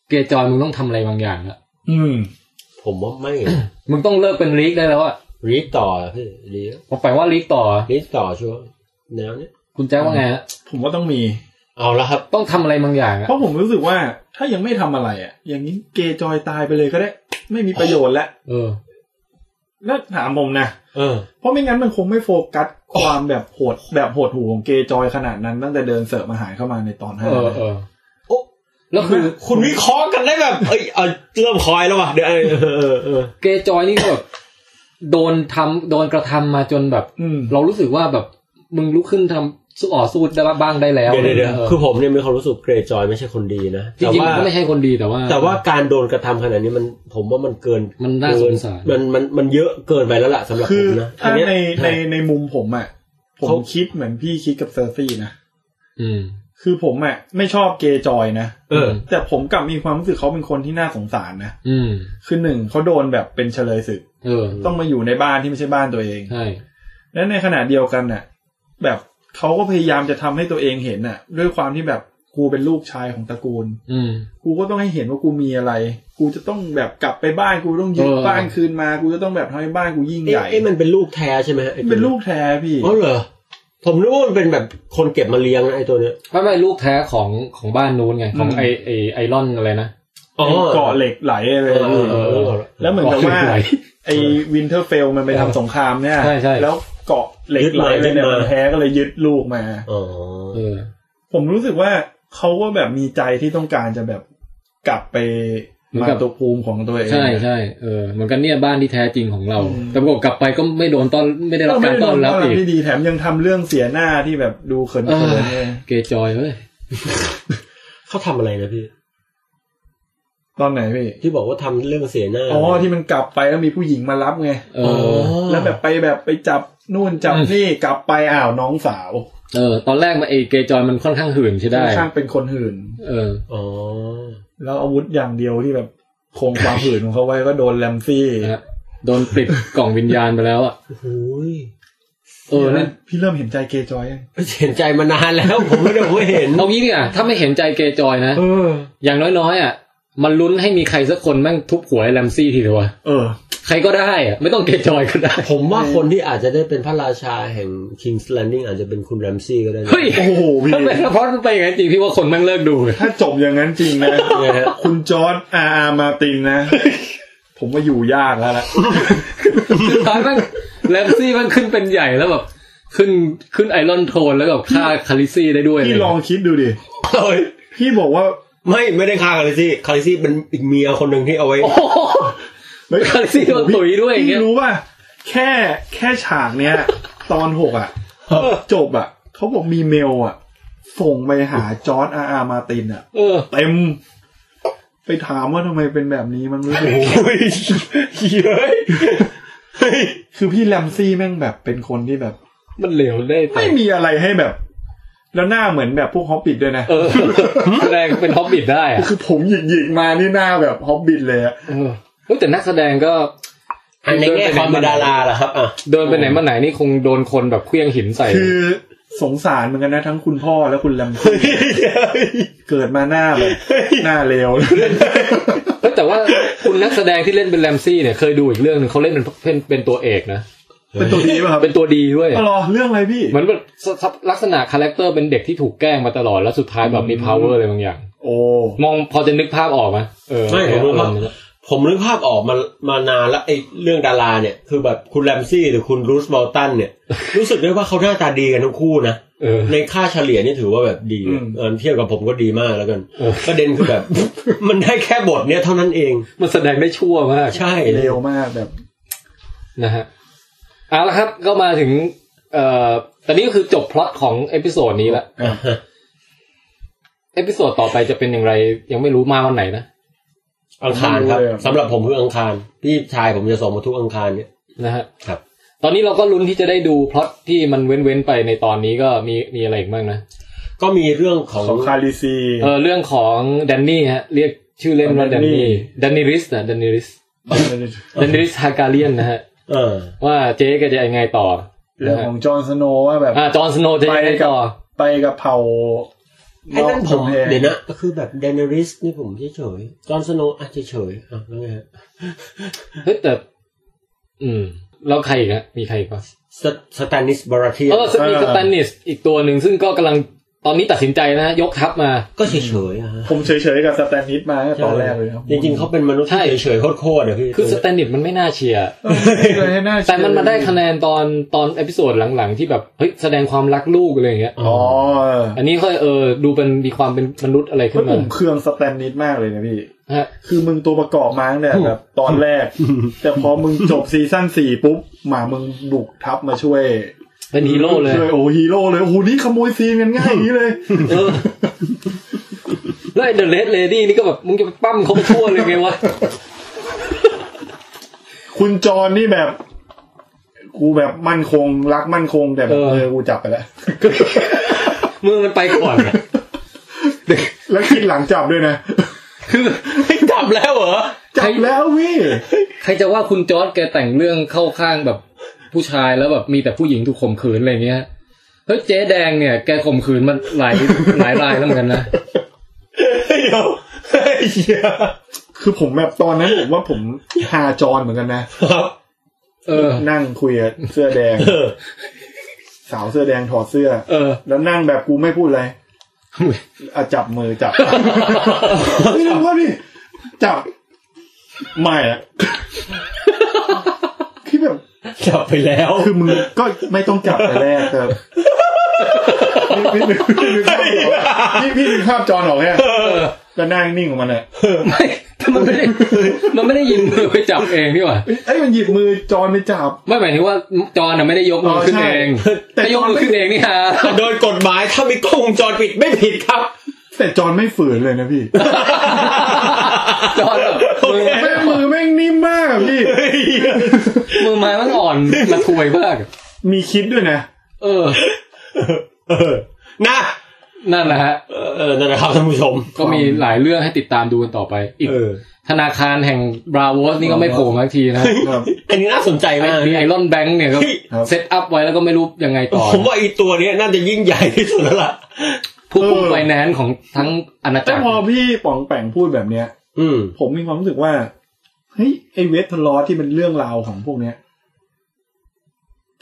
Speaker 1: เกรย์จอยมึงต้องทำอะไรบางอย่างละ
Speaker 2: อืม
Speaker 3: ผมว่าไม่
Speaker 1: มึงต้องเลิกเป็นลีกได้แล้วอะ
Speaker 3: รีดต่อพี่รีด
Speaker 1: ผมแปลว่าลีกต่อ
Speaker 3: รีดต่อชัวร์แนวเนี้ย
Speaker 1: คุณแจ๊คว่าไงฮะ
Speaker 2: ผมว่าต้องมี
Speaker 3: เอาละครับ
Speaker 1: ต้องทำอะไรบางอย่างอะ
Speaker 2: เพราะผมรู้สึกว่าถ้ายังไม่ทำอะไรอ่ะ อย่างนี้เกย์จอยตายไปเลยก็ได้ ไม่มีประโยชน์แล้ว
Speaker 1: เออ
Speaker 2: แล้วถามผมนะ
Speaker 3: เออ
Speaker 2: เพราะไม่งั้นมันคงไม่โฟกัสความแบบโหดแบบโหดหูของเกย์จอยขนาดนั้นตั้งแต่เดินเสิร์ฟอาหารเข้ามาในตอนห้า
Speaker 1: เออเออ
Speaker 3: โอ๊ะ
Speaker 1: แล้วคือ
Speaker 3: คุณวิเคราะห์กันได้แบบเอ้ยเอาเริ่มคอยแล้วว่ะเดี๋ยวเออเออเออ
Speaker 1: เกย์จอยนี่ก็แบบ โดนทำโดนกระทำมาจนแบบ
Speaker 2: อืม
Speaker 1: เรารู้สึกว่าแบบ มึงลุกขึ้นทำสู้อ่อสู้ได้บ้างได้แล้ว
Speaker 3: เดี๋ยวเดี๋ยวเดี๋ยว
Speaker 1: เออ
Speaker 3: คือผมเนี่ยมีความรู้สึกเกรย์จอยไม่ใช่คนดีนะ
Speaker 1: จ
Speaker 3: แต่
Speaker 1: ริง
Speaker 3: ว่า
Speaker 1: ๆก็ไม่ใช่คนดีแต่ว่า
Speaker 3: แต่ว่าการโดนกระทำขนาดนี้มันผมว่ามันเกิน
Speaker 1: มันน่าสงสาร
Speaker 3: เกินมันมันมันเยอะเกินไปแล้วล่ะสำหรับ
Speaker 2: คื
Speaker 3: ผ
Speaker 2: อ
Speaker 3: มนะ
Speaker 2: ถ้า
Speaker 3: อัเย
Speaker 2: ในในในมุมผมอ่ะ ผม
Speaker 3: เขา
Speaker 2: คิดเหมือนพี่คิดกับเซอร์ฟี่นะ
Speaker 1: อืม
Speaker 2: คือผมอ่ะไม่ชอบเกย์จอยนะ
Speaker 3: เออ
Speaker 2: แต่ผมกลับมีความรู้สึกเขาเป็นคนที่น่าสงสารนะ
Speaker 1: อืม
Speaker 2: คือหนึ่งเขาโดนแบบเป็นเฉลยศึก
Speaker 1: เออ
Speaker 2: ต้องมาอยู่ในบ้านที่ไม่ใช่บ้านตัวเอง
Speaker 1: ใช่
Speaker 2: และในขณะเดียวกันน่ะ แบบเขาก็พยายามจะทำให้ตัวเองเห็นน่ะ ด้วยความที่แบบกูเป็นลูกชายของตระกูล
Speaker 1: อืม
Speaker 2: กูก็ต้องให้เห็นว่ากูมีอะไร กูจะต้องแบบกลับไปบ้านกูต้องยึด
Speaker 1: เออ
Speaker 2: บ้านคืนมา กูจะต้องแบบทำให้บ้านกูยิ่งให
Speaker 3: เอ๊ะ
Speaker 2: ญ่
Speaker 3: เอ๊ะมันเป็นลูกแท้ใช่ไหมไอ้ตัว
Speaker 2: เป็นลูกแท้พี่
Speaker 3: อ๋อเหรอผมนึกว่ามันเป็นแบบคนเก็บมาเลี้ยงนะไอ้ตัวเนี้ย
Speaker 1: ไม่ไม่ลูกแท้ของของบ้านนู้นไง ของ
Speaker 2: อืม
Speaker 1: ไอไอไอรอนอะไรนะ
Speaker 3: อ๋อ
Speaker 2: เกาะเหล็กไหลอะไร
Speaker 3: เออ
Speaker 2: พี่
Speaker 3: เออเออเออ
Speaker 2: แล้วเหมือนกับว่า
Speaker 1: เกาะเหล็กไหล
Speaker 2: ไอ้วินเทอร์เฟลมันไปทำสงครามเนี่ย
Speaker 1: ใช่ใช่
Speaker 2: แล้วเกาะเหล็กไหลอะไรเนี่ย
Speaker 3: ยึดมา
Speaker 2: มันแท้ก็เลยยึดลูกมา
Speaker 3: อ๋อ
Speaker 1: เออ
Speaker 2: ผมรู้สึกว่าเขาก็แบบมีใจที่ต้องการจะแบบกลับไป
Speaker 1: เหมือน
Speaker 2: มา
Speaker 1: กับ
Speaker 2: ตุภูมิของตัวเอง
Speaker 1: ใช่ใช่เออเหมือนกันเนี่ยบ้านที่แท้จริงของเรา
Speaker 2: อืม
Speaker 1: แต่ปรากฏกลับไปก็ไม่โดนต้อนไม่ได้รับการต้อนรับอีก
Speaker 2: ที่ดีแถมยังทำเรื่องเสียหน้าที่แบบดูเขิน
Speaker 1: เออ
Speaker 2: ๆเนี่ย
Speaker 1: เกย์จอยเฮ้ย
Speaker 3: เขาทำอะไรนะพี่
Speaker 2: ตอนไหนพี่
Speaker 3: ที่บอกว่าทำเรื่องเสียหน้า
Speaker 2: อ๋อที่มันกลับไปแล้วมีผู้หญิงมารับไง
Speaker 1: เอ
Speaker 3: อ๋อ
Speaker 1: อ
Speaker 2: แล้วแบบไปแบบไปจับนู่นจับ
Speaker 1: อืม
Speaker 2: นี่กลับไปอ้าวน้องสาว
Speaker 1: เออ ตอนแรกมันเอเกย์จอยมันค่อนข้างหื่นใช่ได้
Speaker 2: ค่อนข้างเป็นคนหื่น
Speaker 1: เออ
Speaker 3: อ๋อ
Speaker 2: แล้วอาวุธอย่างเดียวที่แบบคงความหื่นของเขาไว้ก็โดนแรมซี่
Speaker 1: นะฮะโดนปิดกล่องวิญญาณไปแล้วอ่ะ
Speaker 3: โอ้ย
Speaker 1: เออนั่น
Speaker 2: พี่เริ่มเห็นใจเกย์จอยยัง
Speaker 3: เห็นใจมานานแล้ว ผมไม่ได้ผมไม่เห็น
Speaker 1: เอางี้ดีกว่าถ้าไม่เห็นใจเกย์จอยนะ
Speaker 3: เออ
Speaker 1: อย่างน้อยๆอ่ะ มันลุ้นให้มีใครสักคนแม่งทุบหัวไอ้แรมซี่ทีเดียวอะ
Speaker 2: เออ
Speaker 1: ใครก็ได้อ่ะ ไม่ต้องเกย์จอยก็ได้
Speaker 3: ผมว่าคนที่อาจจะได้เป็นพระราชาแห่ง King's Landing อาจจะเป็นคุณแรมซี่ก็ได้นะ
Speaker 1: เฮ้ย
Speaker 2: โอ้โหพี่
Speaker 1: ถ้าเป็นเพราะมันไปนอย่างนั้นจริงพี่ว่าคนแม่งเลิกดู เลย
Speaker 2: ถ้าจบอย่างนั้นจริงนะ
Speaker 3: ไงฮะ
Speaker 2: คุณจอร์ดอาร์อาร์มาร์ตินนะ ผมว่าอยู่ยากแล้วล่ะ
Speaker 1: สุดท้ายแม่งแรมซี่แม่งขึ้นเป็นใหญ่แล้วแบบ ขึ้นขึ้นไอรอนโทนแล้วแบบฆ่าคาริซี่ได้ด้วย
Speaker 2: พี่ลองคิดดูดิ
Speaker 3: เฮ้ย
Speaker 2: พี่บอกว่า
Speaker 3: ไม่ไม่ได้ฆ่าคาริซี่คาริซี่เป็นอีกเมียคนหนึ่งที่เอาไว้
Speaker 1: โอ้โห
Speaker 2: ฮ้ย
Speaker 1: คาริซี่โดนตุ๋ยด้วยอย่างเงี้ย
Speaker 2: พี่รู้ป่ะแค่แค่ฉากเนี้ย ตอนหกอ่ะ จบอ่ะ เขาบอกมีเมลอ่ะ ส่งไปหาจอร์ดอาร์อาร์มาร์ตินอ่ะ
Speaker 1: เออ
Speaker 2: เต็ม ไปถามว่าทำไมเป็นแบบนี้มันรู้สึก
Speaker 3: โอ้ยเฮ้ยเฮ้ย
Speaker 2: คือพี่แรมซี่แม่งแบบเป็นคนที่แบบ
Speaker 1: มันเหลวได้แต่
Speaker 2: ไม่มีอะไรให้แบบ แล้วหน้าเหมือนแบบพวกฮอบบิทด้วยนะ
Speaker 1: เออแสดงเป็นฮอบบิทได้อ่ะ
Speaker 2: คือผมหยิกหยิกๆมานี่หน้าแบบฮอบบิทเลยอะ
Speaker 1: เออเฮ้ยแต่นักแสดงก็
Speaker 3: อันในแง่ความเป็นดาราเหรอครับอ่ะ
Speaker 1: เดินไปไหนมาไหนนี่คงโดนคนแบบเคลื่องหินใส่
Speaker 2: คือสงสารเหมือนกันนะทั้งคุณพ่อและคุณลำซีเกิดมาหน้าแบบหน้าเลว
Speaker 1: เฮ้ยแต่ว่า คุณนักแสดงที่เล่นเป็นแรมซี่เนี่ยเคยดูอีกเรื่องหนึ่งเขาเล่นเป็นเป็นเป็นตัวเอกนะ
Speaker 2: เป็นตัวดีป่ะครับ
Speaker 1: เป็นตัวดีด้วย
Speaker 2: อ๋อเหรอเรื่องอะไรพี่
Speaker 1: เหมือนแบบสสลักษณะคาแรคเตอร์เป็นเด็กที่ถูกแกล้งมาตลอดแล้วสุดท้ายแบบมี power อะไรบางอย่าง
Speaker 2: โอ้
Speaker 1: มองพอจะนึกภาพออกไหมเออ
Speaker 3: ไม่ผมนึ
Speaker 1: เอ
Speaker 3: กภาพ
Speaker 1: อ
Speaker 3: ผมนึกภาพออกมามานานแล้วไอ้เรื่องดาราเนี่ย คือแบบคุณแรมซี่หรือคุณรูสเวลตันเนี่ย รู้สึกได้ว่าเขาหน้าตาดีกันทั้งคู่นะ
Speaker 1: เออ
Speaker 3: ในค่าเฉลี่ยนี่ถือว่าแบบดีเออเทียบกับผมก็ดีมากแล้วกัน
Speaker 1: เออ
Speaker 3: ประเด็นคือแบบ มันได้แค่บทเนี้ยเท่านั้นเอง
Speaker 1: มันแสดงได้ชั่วมาก
Speaker 3: ใช่
Speaker 2: เลวมากแบบ
Speaker 1: นะฮะเอาละครับก็มาถึง เอ่อตอนนี้ก็คือจบพล็อตของเอพิโซดนี้ละ
Speaker 2: อ่า
Speaker 1: เอพิโซดต่อไปจะเป็นอย่างไร ยังไม่รู้มาวันไหนนะ
Speaker 3: อังคารครับ
Speaker 2: เลยอะ
Speaker 3: สำหรับผมคืออังคารพี่ชายผมจะส่งมาทุกอังคารเนี่ย
Speaker 1: นะฮะ
Speaker 3: ครับ
Speaker 1: ตอนนี้เราก็ลุ้นที่จะได้ดูพล็อตที่มันเว้นๆไปในตอนนี้ก็มีมีอะไรอีกบ้างนะ
Speaker 3: ก็มีเรื่องของ
Speaker 2: ของคาริซี
Speaker 1: เออเรื่องของแดนนี่ฮะ เรียกชื่อเล่นว่า
Speaker 2: แด
Speaker 1: แด
Speaker 2: น
Speaker 1: น
Speaker 2: นี่
Speaker 1: นี่แดนนิริสนะแดนนิริสแดนนิริสฮาการเลียนนะฮะ
Speaker 3: เออ
Speaker 1: ว่าเจ๊ก็จะยังไงต่อ
Speaker 2: เรื่องของจอห์นสโนว์ว่าแบบ
Speaker 1: อ่าจอห์นสโนว์จะยังไงต่อ
Speaker 2: ไปกับเผ่า
Speaker 3: ไอ้นั่นผม
Speaker 2: กำแพง
Speaker 3: เดี๋ยวนะก็คือแบบเดนริสนี่ผมเฉยๆจอห์นสโนว์อ่ะเฉยๆอ่ะแล้วไงฮะ
Speaker 1: เฮ้ยแต่ อืม แล้วใครอีกนะมีใครอีกปะ
Speaker 3: สสแตนนิสบาราเทียน
Speaker 1: เออมีสแตนนิสอีกตัวหนึ่งซึ่งก็กำลังตอนนี้ตัดสินใจนะฮะยกทัพมา
Speaker 3: ก็เฉยๆอ่ะฮะ
Speaker 2: ผมเฉยๆกับสแตนนิสมาตั้งแต่ตอนแรกเลยคบ
Speaker 3: จริงๆเขาเป็นมนุษย์
Speaker 1: ใช่
Speaker 3: ที่เฉยๆโคตรๆอ่ะพี่
Speaker 1: คือสแตนนิสมันไม่น่าเชียร์
Speaker 2: เออไม่เคยให้น่าเชื่อ
Speaker 1: แต่มันมาได้คะแนนตอนตอนเอพิโซดหลังๆ ที่แบบเฮ้ยแสดงความรักลูกอะไรอย่างเงี้ย
Speaker 3: อ๋
Speaker 2: อ๋
Speaker 3: อ
Speaker 2: อ
Speaker 1: อันนี้ค่อยเออดูเป็นมีความเป็นมนุษย์อะไร
Speaker 2: เมื่
Speaker 1: ขึ้
Speaker 2: อน ผ
Speaker 1: า
Speaker 2: ม
Speaker 1: ม
Speaker 2: เครื่องสแตนนิสมากเลยนะพี่
Speaker 1: ฮะ
Speaker 2: คือมึงตัวประกอบมาตั้งแต่แบบตอนแรก แต่พอมึงจบซีซั่นสี่ปุ๊บหมามึงบุกทัพมาช่วย
Speaker 1: เป็นฮีโร่เลย
Speaker 2: ช่วยโอ้ฮีโร่เลยโอ้โหนี่ขโมยซีนกันง่ายอย่างนี้เลย
Speaker 1: เออแล้วเดอะเลดเลดี้นี่ก็แบบมึงจะไปปั้มเขาไปทั่วเลยไงวะ
Speaker 2: คุณจอนนี่แบบ กูแบบมั่นคง รักมั่นคงแต่แบบ
Speaker 1: เออ
Speaker 2: เออกูจับไปแล้ว
Speaker 1: มือมันไปก่อนอะ
Speaker 2: แล้วคิดหลังจับด้วยนะ
Speaker 1: คือ
Speaker 3: ไม่กลับแล้วเหรอ
Speaker 2: จับแล้วพี่
Speaker 1: ใครจะว่าคุณจอร์ดแกแต่งเรื่องเข้าข้างแบบผู้ชายแล้วแบบมีแต่ผู้หญิงถูกข่มขืนอะไรเงี้ยเฮ้ยเจ๊แดงเนี่ยแกข่มขืนมันหลาย หลายรายแล้วเหมือนกันนะ
Speaker 3: เดี๋ยวเฮ้ยเหี้ย
Speaker 2: คือผมแบบตอนนั้นผมว่าผมหาจอนเหมือนกันนะครับ
Speaker 1: เออ
Speaker 2: นั่งคุยกับเสื้อแดง
Speaker 3: เออ
Speaker 2: สาวเสื้อแดงถอดเสื้อ
Speaker 1: เออ
Speaker 2: แล้วนั่งแบบกูไม่พูดอะไรอะจับมือจับ ไม่ทำก็ดิจับไม่อะคือแบบ
Speaker 3: กลับไปแล้ว
Speaker 2: คือมึงก็ไม่ต้องจับแต่แรกแต่พี่พี่พี่นึกภาพออกพี่พี่นึกภาพจอนออกเนี่ย
Speaker 3: เออ
Speaker 2: ก็นั่งนิ่งของมันอ่ะ
Speaker 1: ไม่แต่มันไม่ได้มันไม่ได้ยินมือไปจับเองนี่หว่า
Speaker 2: เอ้ยมันหยิบมือจอนไปจับ
Speaker 1: ไม่หมายถึงว่าจอร์น่ะไม่ได้ยกมือขึ้นเอง
Speaker 2: อ๋อใช่แต่
Speaker 1: ถ้ายกมือขึ้นเองนี่ฮะ
Speaker 3: โดยกฎหมายถ้ามีกล้องวงจรปิดไม่ผิดครับ
Speaker 2: แต่จอนไม่ฝืนเลยนะพี่
Speaker 1: จอร์นแบบมือ
Speaker 2: แม่งมือแม่งนิ่มมากอะพี่
Speaker 1: มือไม้มันอ่อนละทวยมาก
Speaker 2: มีคิดด้วยนะ
Speaker 1: เออ
Speaker 3: เออนะ
Speaker 1: นั่นแหละฮะ
Speaker 3: เออเออนั่นแหละครับท่านผู้ชม
Speaker 1: ก็มีหลายเรื่องให้ติดตามดูกันต่อไป อีก
Speaker 3: เออ
Speaker 1: ธนาคารแห่งบราโวสนี่ก็ไม่โผล่มาสักทีนะ
Speaker 2: ครับ
Speaker 3: อันนี้น่าสนใจมาก
Speaker 1: มีไอรอนแบงค์เนี่ยก็
Speaker 3: เฮ้ย
Speaker 2: ครับ
Speaker 1: เซตอัพไว้แล้วก็ไม่รู้ยังไงต่อ
Speaker 3: ผมว่าไอีตัวเนี้ยน่าจะยิ่งใหญ่ที่สุดแล้วล่ะ
Speaker 1: ผู้คุมไฟแนนซ์ของทั้งอาณา
Speaker 2: แต่
Speaker 1: จักร
Speaker 2: พอพี่ป๋องแป่งพูดแบบเนี้ย
Speaker 3: อืม
Speaker 2: ผมมีความรู้สึกว่าเฮ้ยไอเวททลอสที่เป็นเรื่องราวของพวกเนี้ย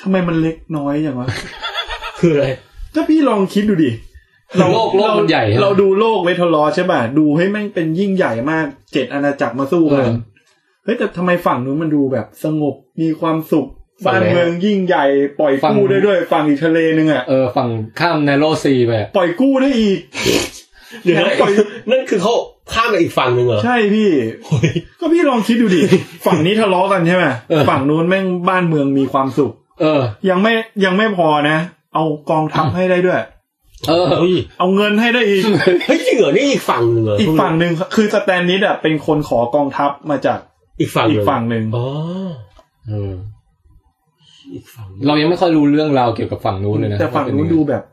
Speaker 2: ทำไมมันเล็กน้อยอย่างวะ
Speaker 3: คืออะไร
Speaker 2: ถ้าพี่ลองคิดดูดิ
Speaker 1: โลกโลกมันใหญ่
Speaker 2: เรา
Speaker 1: เรา
Speaker 2: ดูโลกเวททลอสใช่ป่ะดูให้แม่งเป็นยิ่งใหญ่มากเจ็ดอาณาจักรมาสู้กัน
Speaker 1: เออ
Speaker 2: เฮ้ยแต่ทำไมฝั่งนู้นมันดูแบบสงบมีความสุข
Speaker 1: ฝั่ง
Speaker 2: บ้าน
Speaker 1: ไหน
Speaker 2: เมืองยิ่งใหญ่ปล่อย
Speaker 1: ฝั่ง
Speaker 2: กู้ได้ด้วยฝั่งอีกทะเลนึงอ่ะ
Speaker 1: เออฝั่งข้ามในโลซีไป
Speaker 2: ปล่อยกู้ได้อีก
Speaker 3: เดี๋ยวนะ
Speaker 2: ปล่อย
Speaker 3: นั่นคือเขาข้ามไปอีกฝั่งหนึ่งเหรอ
Speaker 2: ใช่พี่
Speaker 3: โอ้ย
Speaker 2: ก็พี่ลองคิดดูดิ ฝั่งนี้ทะเลาะกันใช่ไหม
Speaker 1: เออ
Speaker 2: ฝั่งนู้นแม่งบ้านเมืองมีความสุข
Speaker 1: เออ
Speaker 2: ยังไม่ยังไม่พอนะ เอากองทัพให้ได้ด้วย
Speaker 1: เออ
Speaker 3: เฮ้ย
Speaker 2: เอาเงินให้ได้อีก
Speaker 3: เฮ้ยจริงเหรอนี่อีกฝั่งหนึ่งเหรอ
Speaker 2: อี
Speaker 3: อี
Speaker 2: กฝั่งหนึ่งคือสแตนนิดอะเป็นคนขอกองทัพมาจาก
Speaker 3: อีกฝั่ง
Speaker 2: อีก
Speaker 3: หนึ่
Speaker 2: ฝั่งหนึ่ง
Speaker 3: อ๋อ
Speaker 1: เออ
Speaker 3: อีกฝั่งหนึ่ง
Speaker 1: เรายังไม่ค่อยรู้เรื่องราวเกี่ยวกับฝั่งนู้นเลยนะ
Speaker 2: แต่ฝั่ง
Speaker 1: ว่า
Speaker 2: นู้น
Speaker 1: เป็ยัไ
Speaker 2: ดูแบบ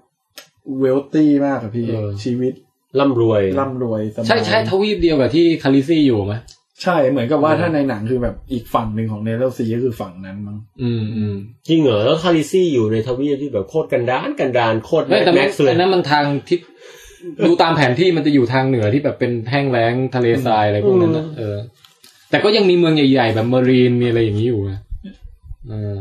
Speaker 2: เวลตี้มากอะพี่
Speaker 1: เออ
Speaker 2: ชีวิต
Speaker 3: ร่ำรวย
Speaker 2: ร่ำรวยสบาย
Speaker 1: ใช่ใช่ทวีปเดียวกับที่คาริซี่อยู่ไหม
Speaker 2: ใช่เหมือนกับว่าถ้าในหนังคือแบบอีกฝั่งหนึ่งของเนเธอร์ซีก็คือฝั่งนั้นมั้ง
Speaker 1: อืมอืม
Speaker 3: จริงเหรอแล้วคาริซี่อยู่ในทวีปที่แบบโคตรกันดานกันดานโคตร
Speaker 1: ไม่แต่
Speaker 3: แม็
Speaker 1: แม็
Speaker 3: ก
Speaker 1: ก
Speaker 3: ซ์เลย
Speaker 1: อันนั้นมันทางที่ดูตามแผนที่มันจะอยู่ทางเหนือที่แบบเป็นแห้งแล้งทะเลทรายอะไรพวกนั้นนะเออ แต่ก็ยังมีเมืองใหญ่ๆ แบบเมอรีนมีอะไรอย่างนี้อยู่นะเออ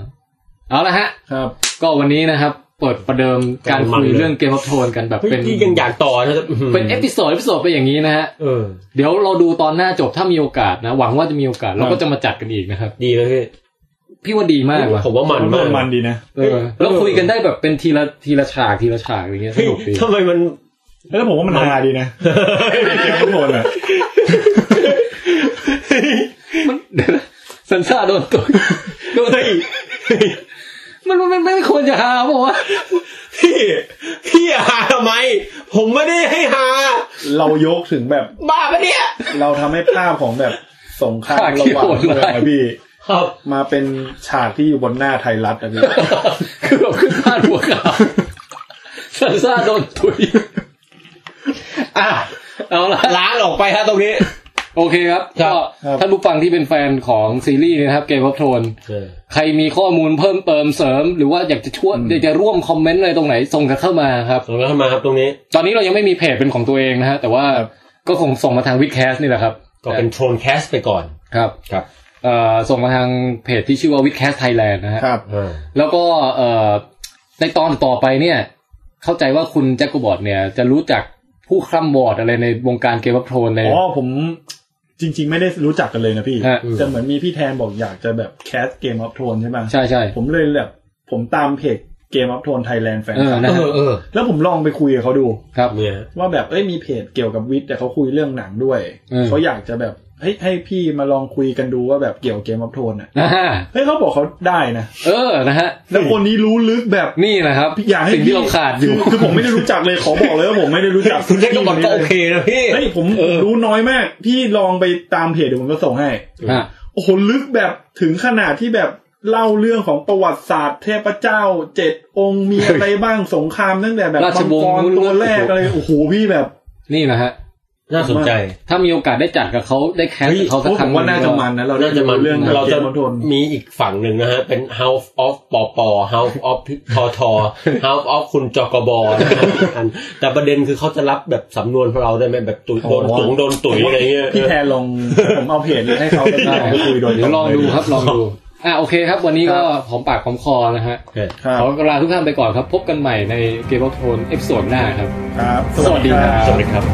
Speaker 1: เอาละฮะ
Speaker 2: ครับ
Speaker 1: ก็วันนี้นะครับ เปิดประเดิมการคุยเรื่องเกม o ั t โทนกันแบบ
Speaker 3: เฮ้ย
Speaker 1: เป็น
Speaker 3: ที่ยังอยากต่อนะอื้อหื
Speaker 1: เป็นเอพิโซดเอพิโซดไปอย่างนี้นะฮะ
Speaker 3: เออ
Speaker 1: เดี๋ยวเราดูตอนหน้าจบถ้ามีโอกาสนะ หวังว่าจะมีโอกาสเราก็จะมาจัดกันอีกนะครับ
Speaker 3: ดีเลยพี่
Speaker 1: พี่ว่าดีมากว่ะ
Speaker 3: ผมว่ามันมาก
Speaker 2: มันดีนะ
Speaker 1: เออแล้วคุยกันได้แบบเป็นทีละทีละฉากทีละฉากอย่างเงี้ยส
Speaker 3: เฮ้ย
Speaker 1: นุกดี
Speaker 3: ทำไมมัน
Speaker 2: แล้วผมว่ามันฮาดีนะเกมทุกคนอะ
Speaker 1: มันเดี๋ยวนะสัญชาติโดนตัวโดน
Speaker 3: เฮ้ย
Speaker 1: มันมันมันไม่ควรจะหาบอกว่า
Speaker 3: พี่พี่หาทำไม ผมไม่ได้ให้หา
Speaker 2: เรายกถึงแบบ
Speaker 3: บ้าปะเนี่ย
Speaker 2: เราทำให้ภาพของแบบสงครามระหว่างเมืองอะพี่
Speaker 3: ครับ
Speaker 2: มาเป็นฉากที่อยู่บนหน้าไทยรัฐอันนี้
Speaker 1: คือแบบขึ้นพาดหัวข่าวซันซ่าโดนตุย
Speaker 3: อ่ะ
Speaker 1: เอาละ
Speaker 3: ล้างออกไปฮะตรงนี้
Speaker 1: โอเคครับ ก็
Speaker 2: ครับ
Speaker 1: ท่านผู้ฟังที่เป็นแฟนของซีรีส์นะครับเกมวอฟโทนใครมีข้อมูลเพิ่มเติมเสริม หรือว่าอยากจะช่วยอยากจะร่วมคอมเมนต์อะไรตรงไหนส่งกันเข้ามาครับ
Speaker 3: ส่งกันเข้ามาครับตรงนี้
Speaker 1: ตอนนี้เรายังไม่มีเพจเป็นของตัวเองนะฮะ แต่ว่าก็คงส่งมาทางวิดแคสนี่แหละครับ
Speaker 3: ก็เป็นโทรนแคสไปก่อน
Speaker 1: ครับ
Speaker 3: ครับ
Speaker 1: เอ่อส่งมาทางเพจที่ชื่อว่าวิดแคสไทยแลนด์นะฮะ
Speaker 2: ครับ
Speaker 3: อ่า
Speaker 1: แล้วก็เอ่อในตอนต่อไปเนี่ย เข้าใจว่าคุณแจ็คกบอดเนี่ย จะรู้จักผู้คร่ำวอร์ดอะไรในวงการเกมวัฟโทนเลย
Speaker 2: อ๋อผมจริง ๆ ไม่ได้รู้จักกันเลยนะพี่
Speaker 1: ฮะ
Speaker 2: จะเหมือนมีพี่แทนบอกอยากจะแบบแคสเกมออฟโทนใช่ไหม
Speaker 1: ใช่ใช่
Speaker 2: ผมเลยแบบผมตามเพจเกมออฟโทนไทยแลนด์แฟน
Speaker 1: เออนะ
Speaker 3: เอ
Speaker 1: ฮะ
Speaker 3: อเออ
Speaker 2: แล้วผมลองไปคุยกับเขาดู
Speaker 1: ครับ
Speaker 3: เนี่ยฮะ
Speaker 2: ว่าแบบเอ้ยมีเพจเกี่ยวกับวิทย์แต่เขาคุยเรื่องหนังด้วย
Speaker 1: อืม
Speaker 2: เขาอยากจะแบบเฮ้ยให้พี่มาลองคุยกันดูว่าแบบเกี่ยวเกมออฟโทนอ่ะ
Speaker 1: นะฮะ
Speaker 2: เฮ้ยเขาบอกเขาได้นะ
Speaker 1: เออนะฮะ
Speaker 2: แล้วคนนี้รู้ลึกแบบ
Speaker 1: นี่นะครับ
Speaker 2: อยากให้
Speaker 1: สิ่งที่เราขาดอยู่
Speaker 2: คืคือผมไม่ได้รู้จักเลยขอบอกเลยว่าผมไม่ได้รู้จัก
Speaker 3: คุณเล็กก็บอกก็โอเคนะพี่
Speaker 2: เฮ้ยผม
Speaker 1: เออ
Speaker 2: รู้น้อยมาก พี่ลองไปตามเพจเดี๋ยวผมก็ส่งให้
Speaker 1: ฮะ
Speaker 2: โอ้โหลึกแบบถึงขนาดที่แบบเล่าเรื่องของประวัติศาสตร์ เทพเจ้าเจ็ดองค์มีอะไรบ้างสงครามตั้งแต่แบบ
Speaker 1: ราช
Speaker 2: มัง
Speaker 1: วงศ์
Speaker 2: กร
Speaker 1: นู้น
Speaker 2: ตัวแรกอะไรโอ้โหพี่แบบ
Speaker 1: นี่นะฮะ
Speaker 3: น่าสนใจ
Speaker 1: ถ้ามีโอกาสได้จัดกับเขาได้แคสกับเขาสัก
Speaker 2: โอ้
Speaker 1: ค
Speaker 2: ผ
Speaker 1: รั้ง
Speaker 2: มว่าน่าจะมันนะ เราได้
Speaker 3: น่าจะมา
Speaker 2: เรื่อง
Speaker 3: เราจะ
Speaker 2: มทน
Speaker 3: มีอีกฝั่งหนึ่งนะฮะ เป็น House of ปอปอ House of ทอทอ House of คุณจกบนะฮะอันแต่ประเด็นคือเขาจะรับแบบสำนวนของเราได้ไหมแบบตุ๋ยโดนตุ๋งโดนตุ๋ยอะไรเงี้ย
Speaker 2: พี่แทนลองผมเอาเพจเลยให้เขาไป
Speaker 1: ได้
Speaker 2: คุยโดยต
Speaker 1: เดี๋ยวลองดูครับ ลองดู อ่ะโอเคครับ วันนี้ก็หอมปากหอมคอนะฮะ
Speaker 3: โอเค
Speaker 2: ครับ
Speaker 1: ขอลาทุกท่านไปก่อนครับ พบกันใหม่ในเกมวอลโทนเอพิโซดหน้าครับ
Speaker 2: ครับ
Speaker 1: สวัสดีครับ
Speaker 3: สวัสดีครับ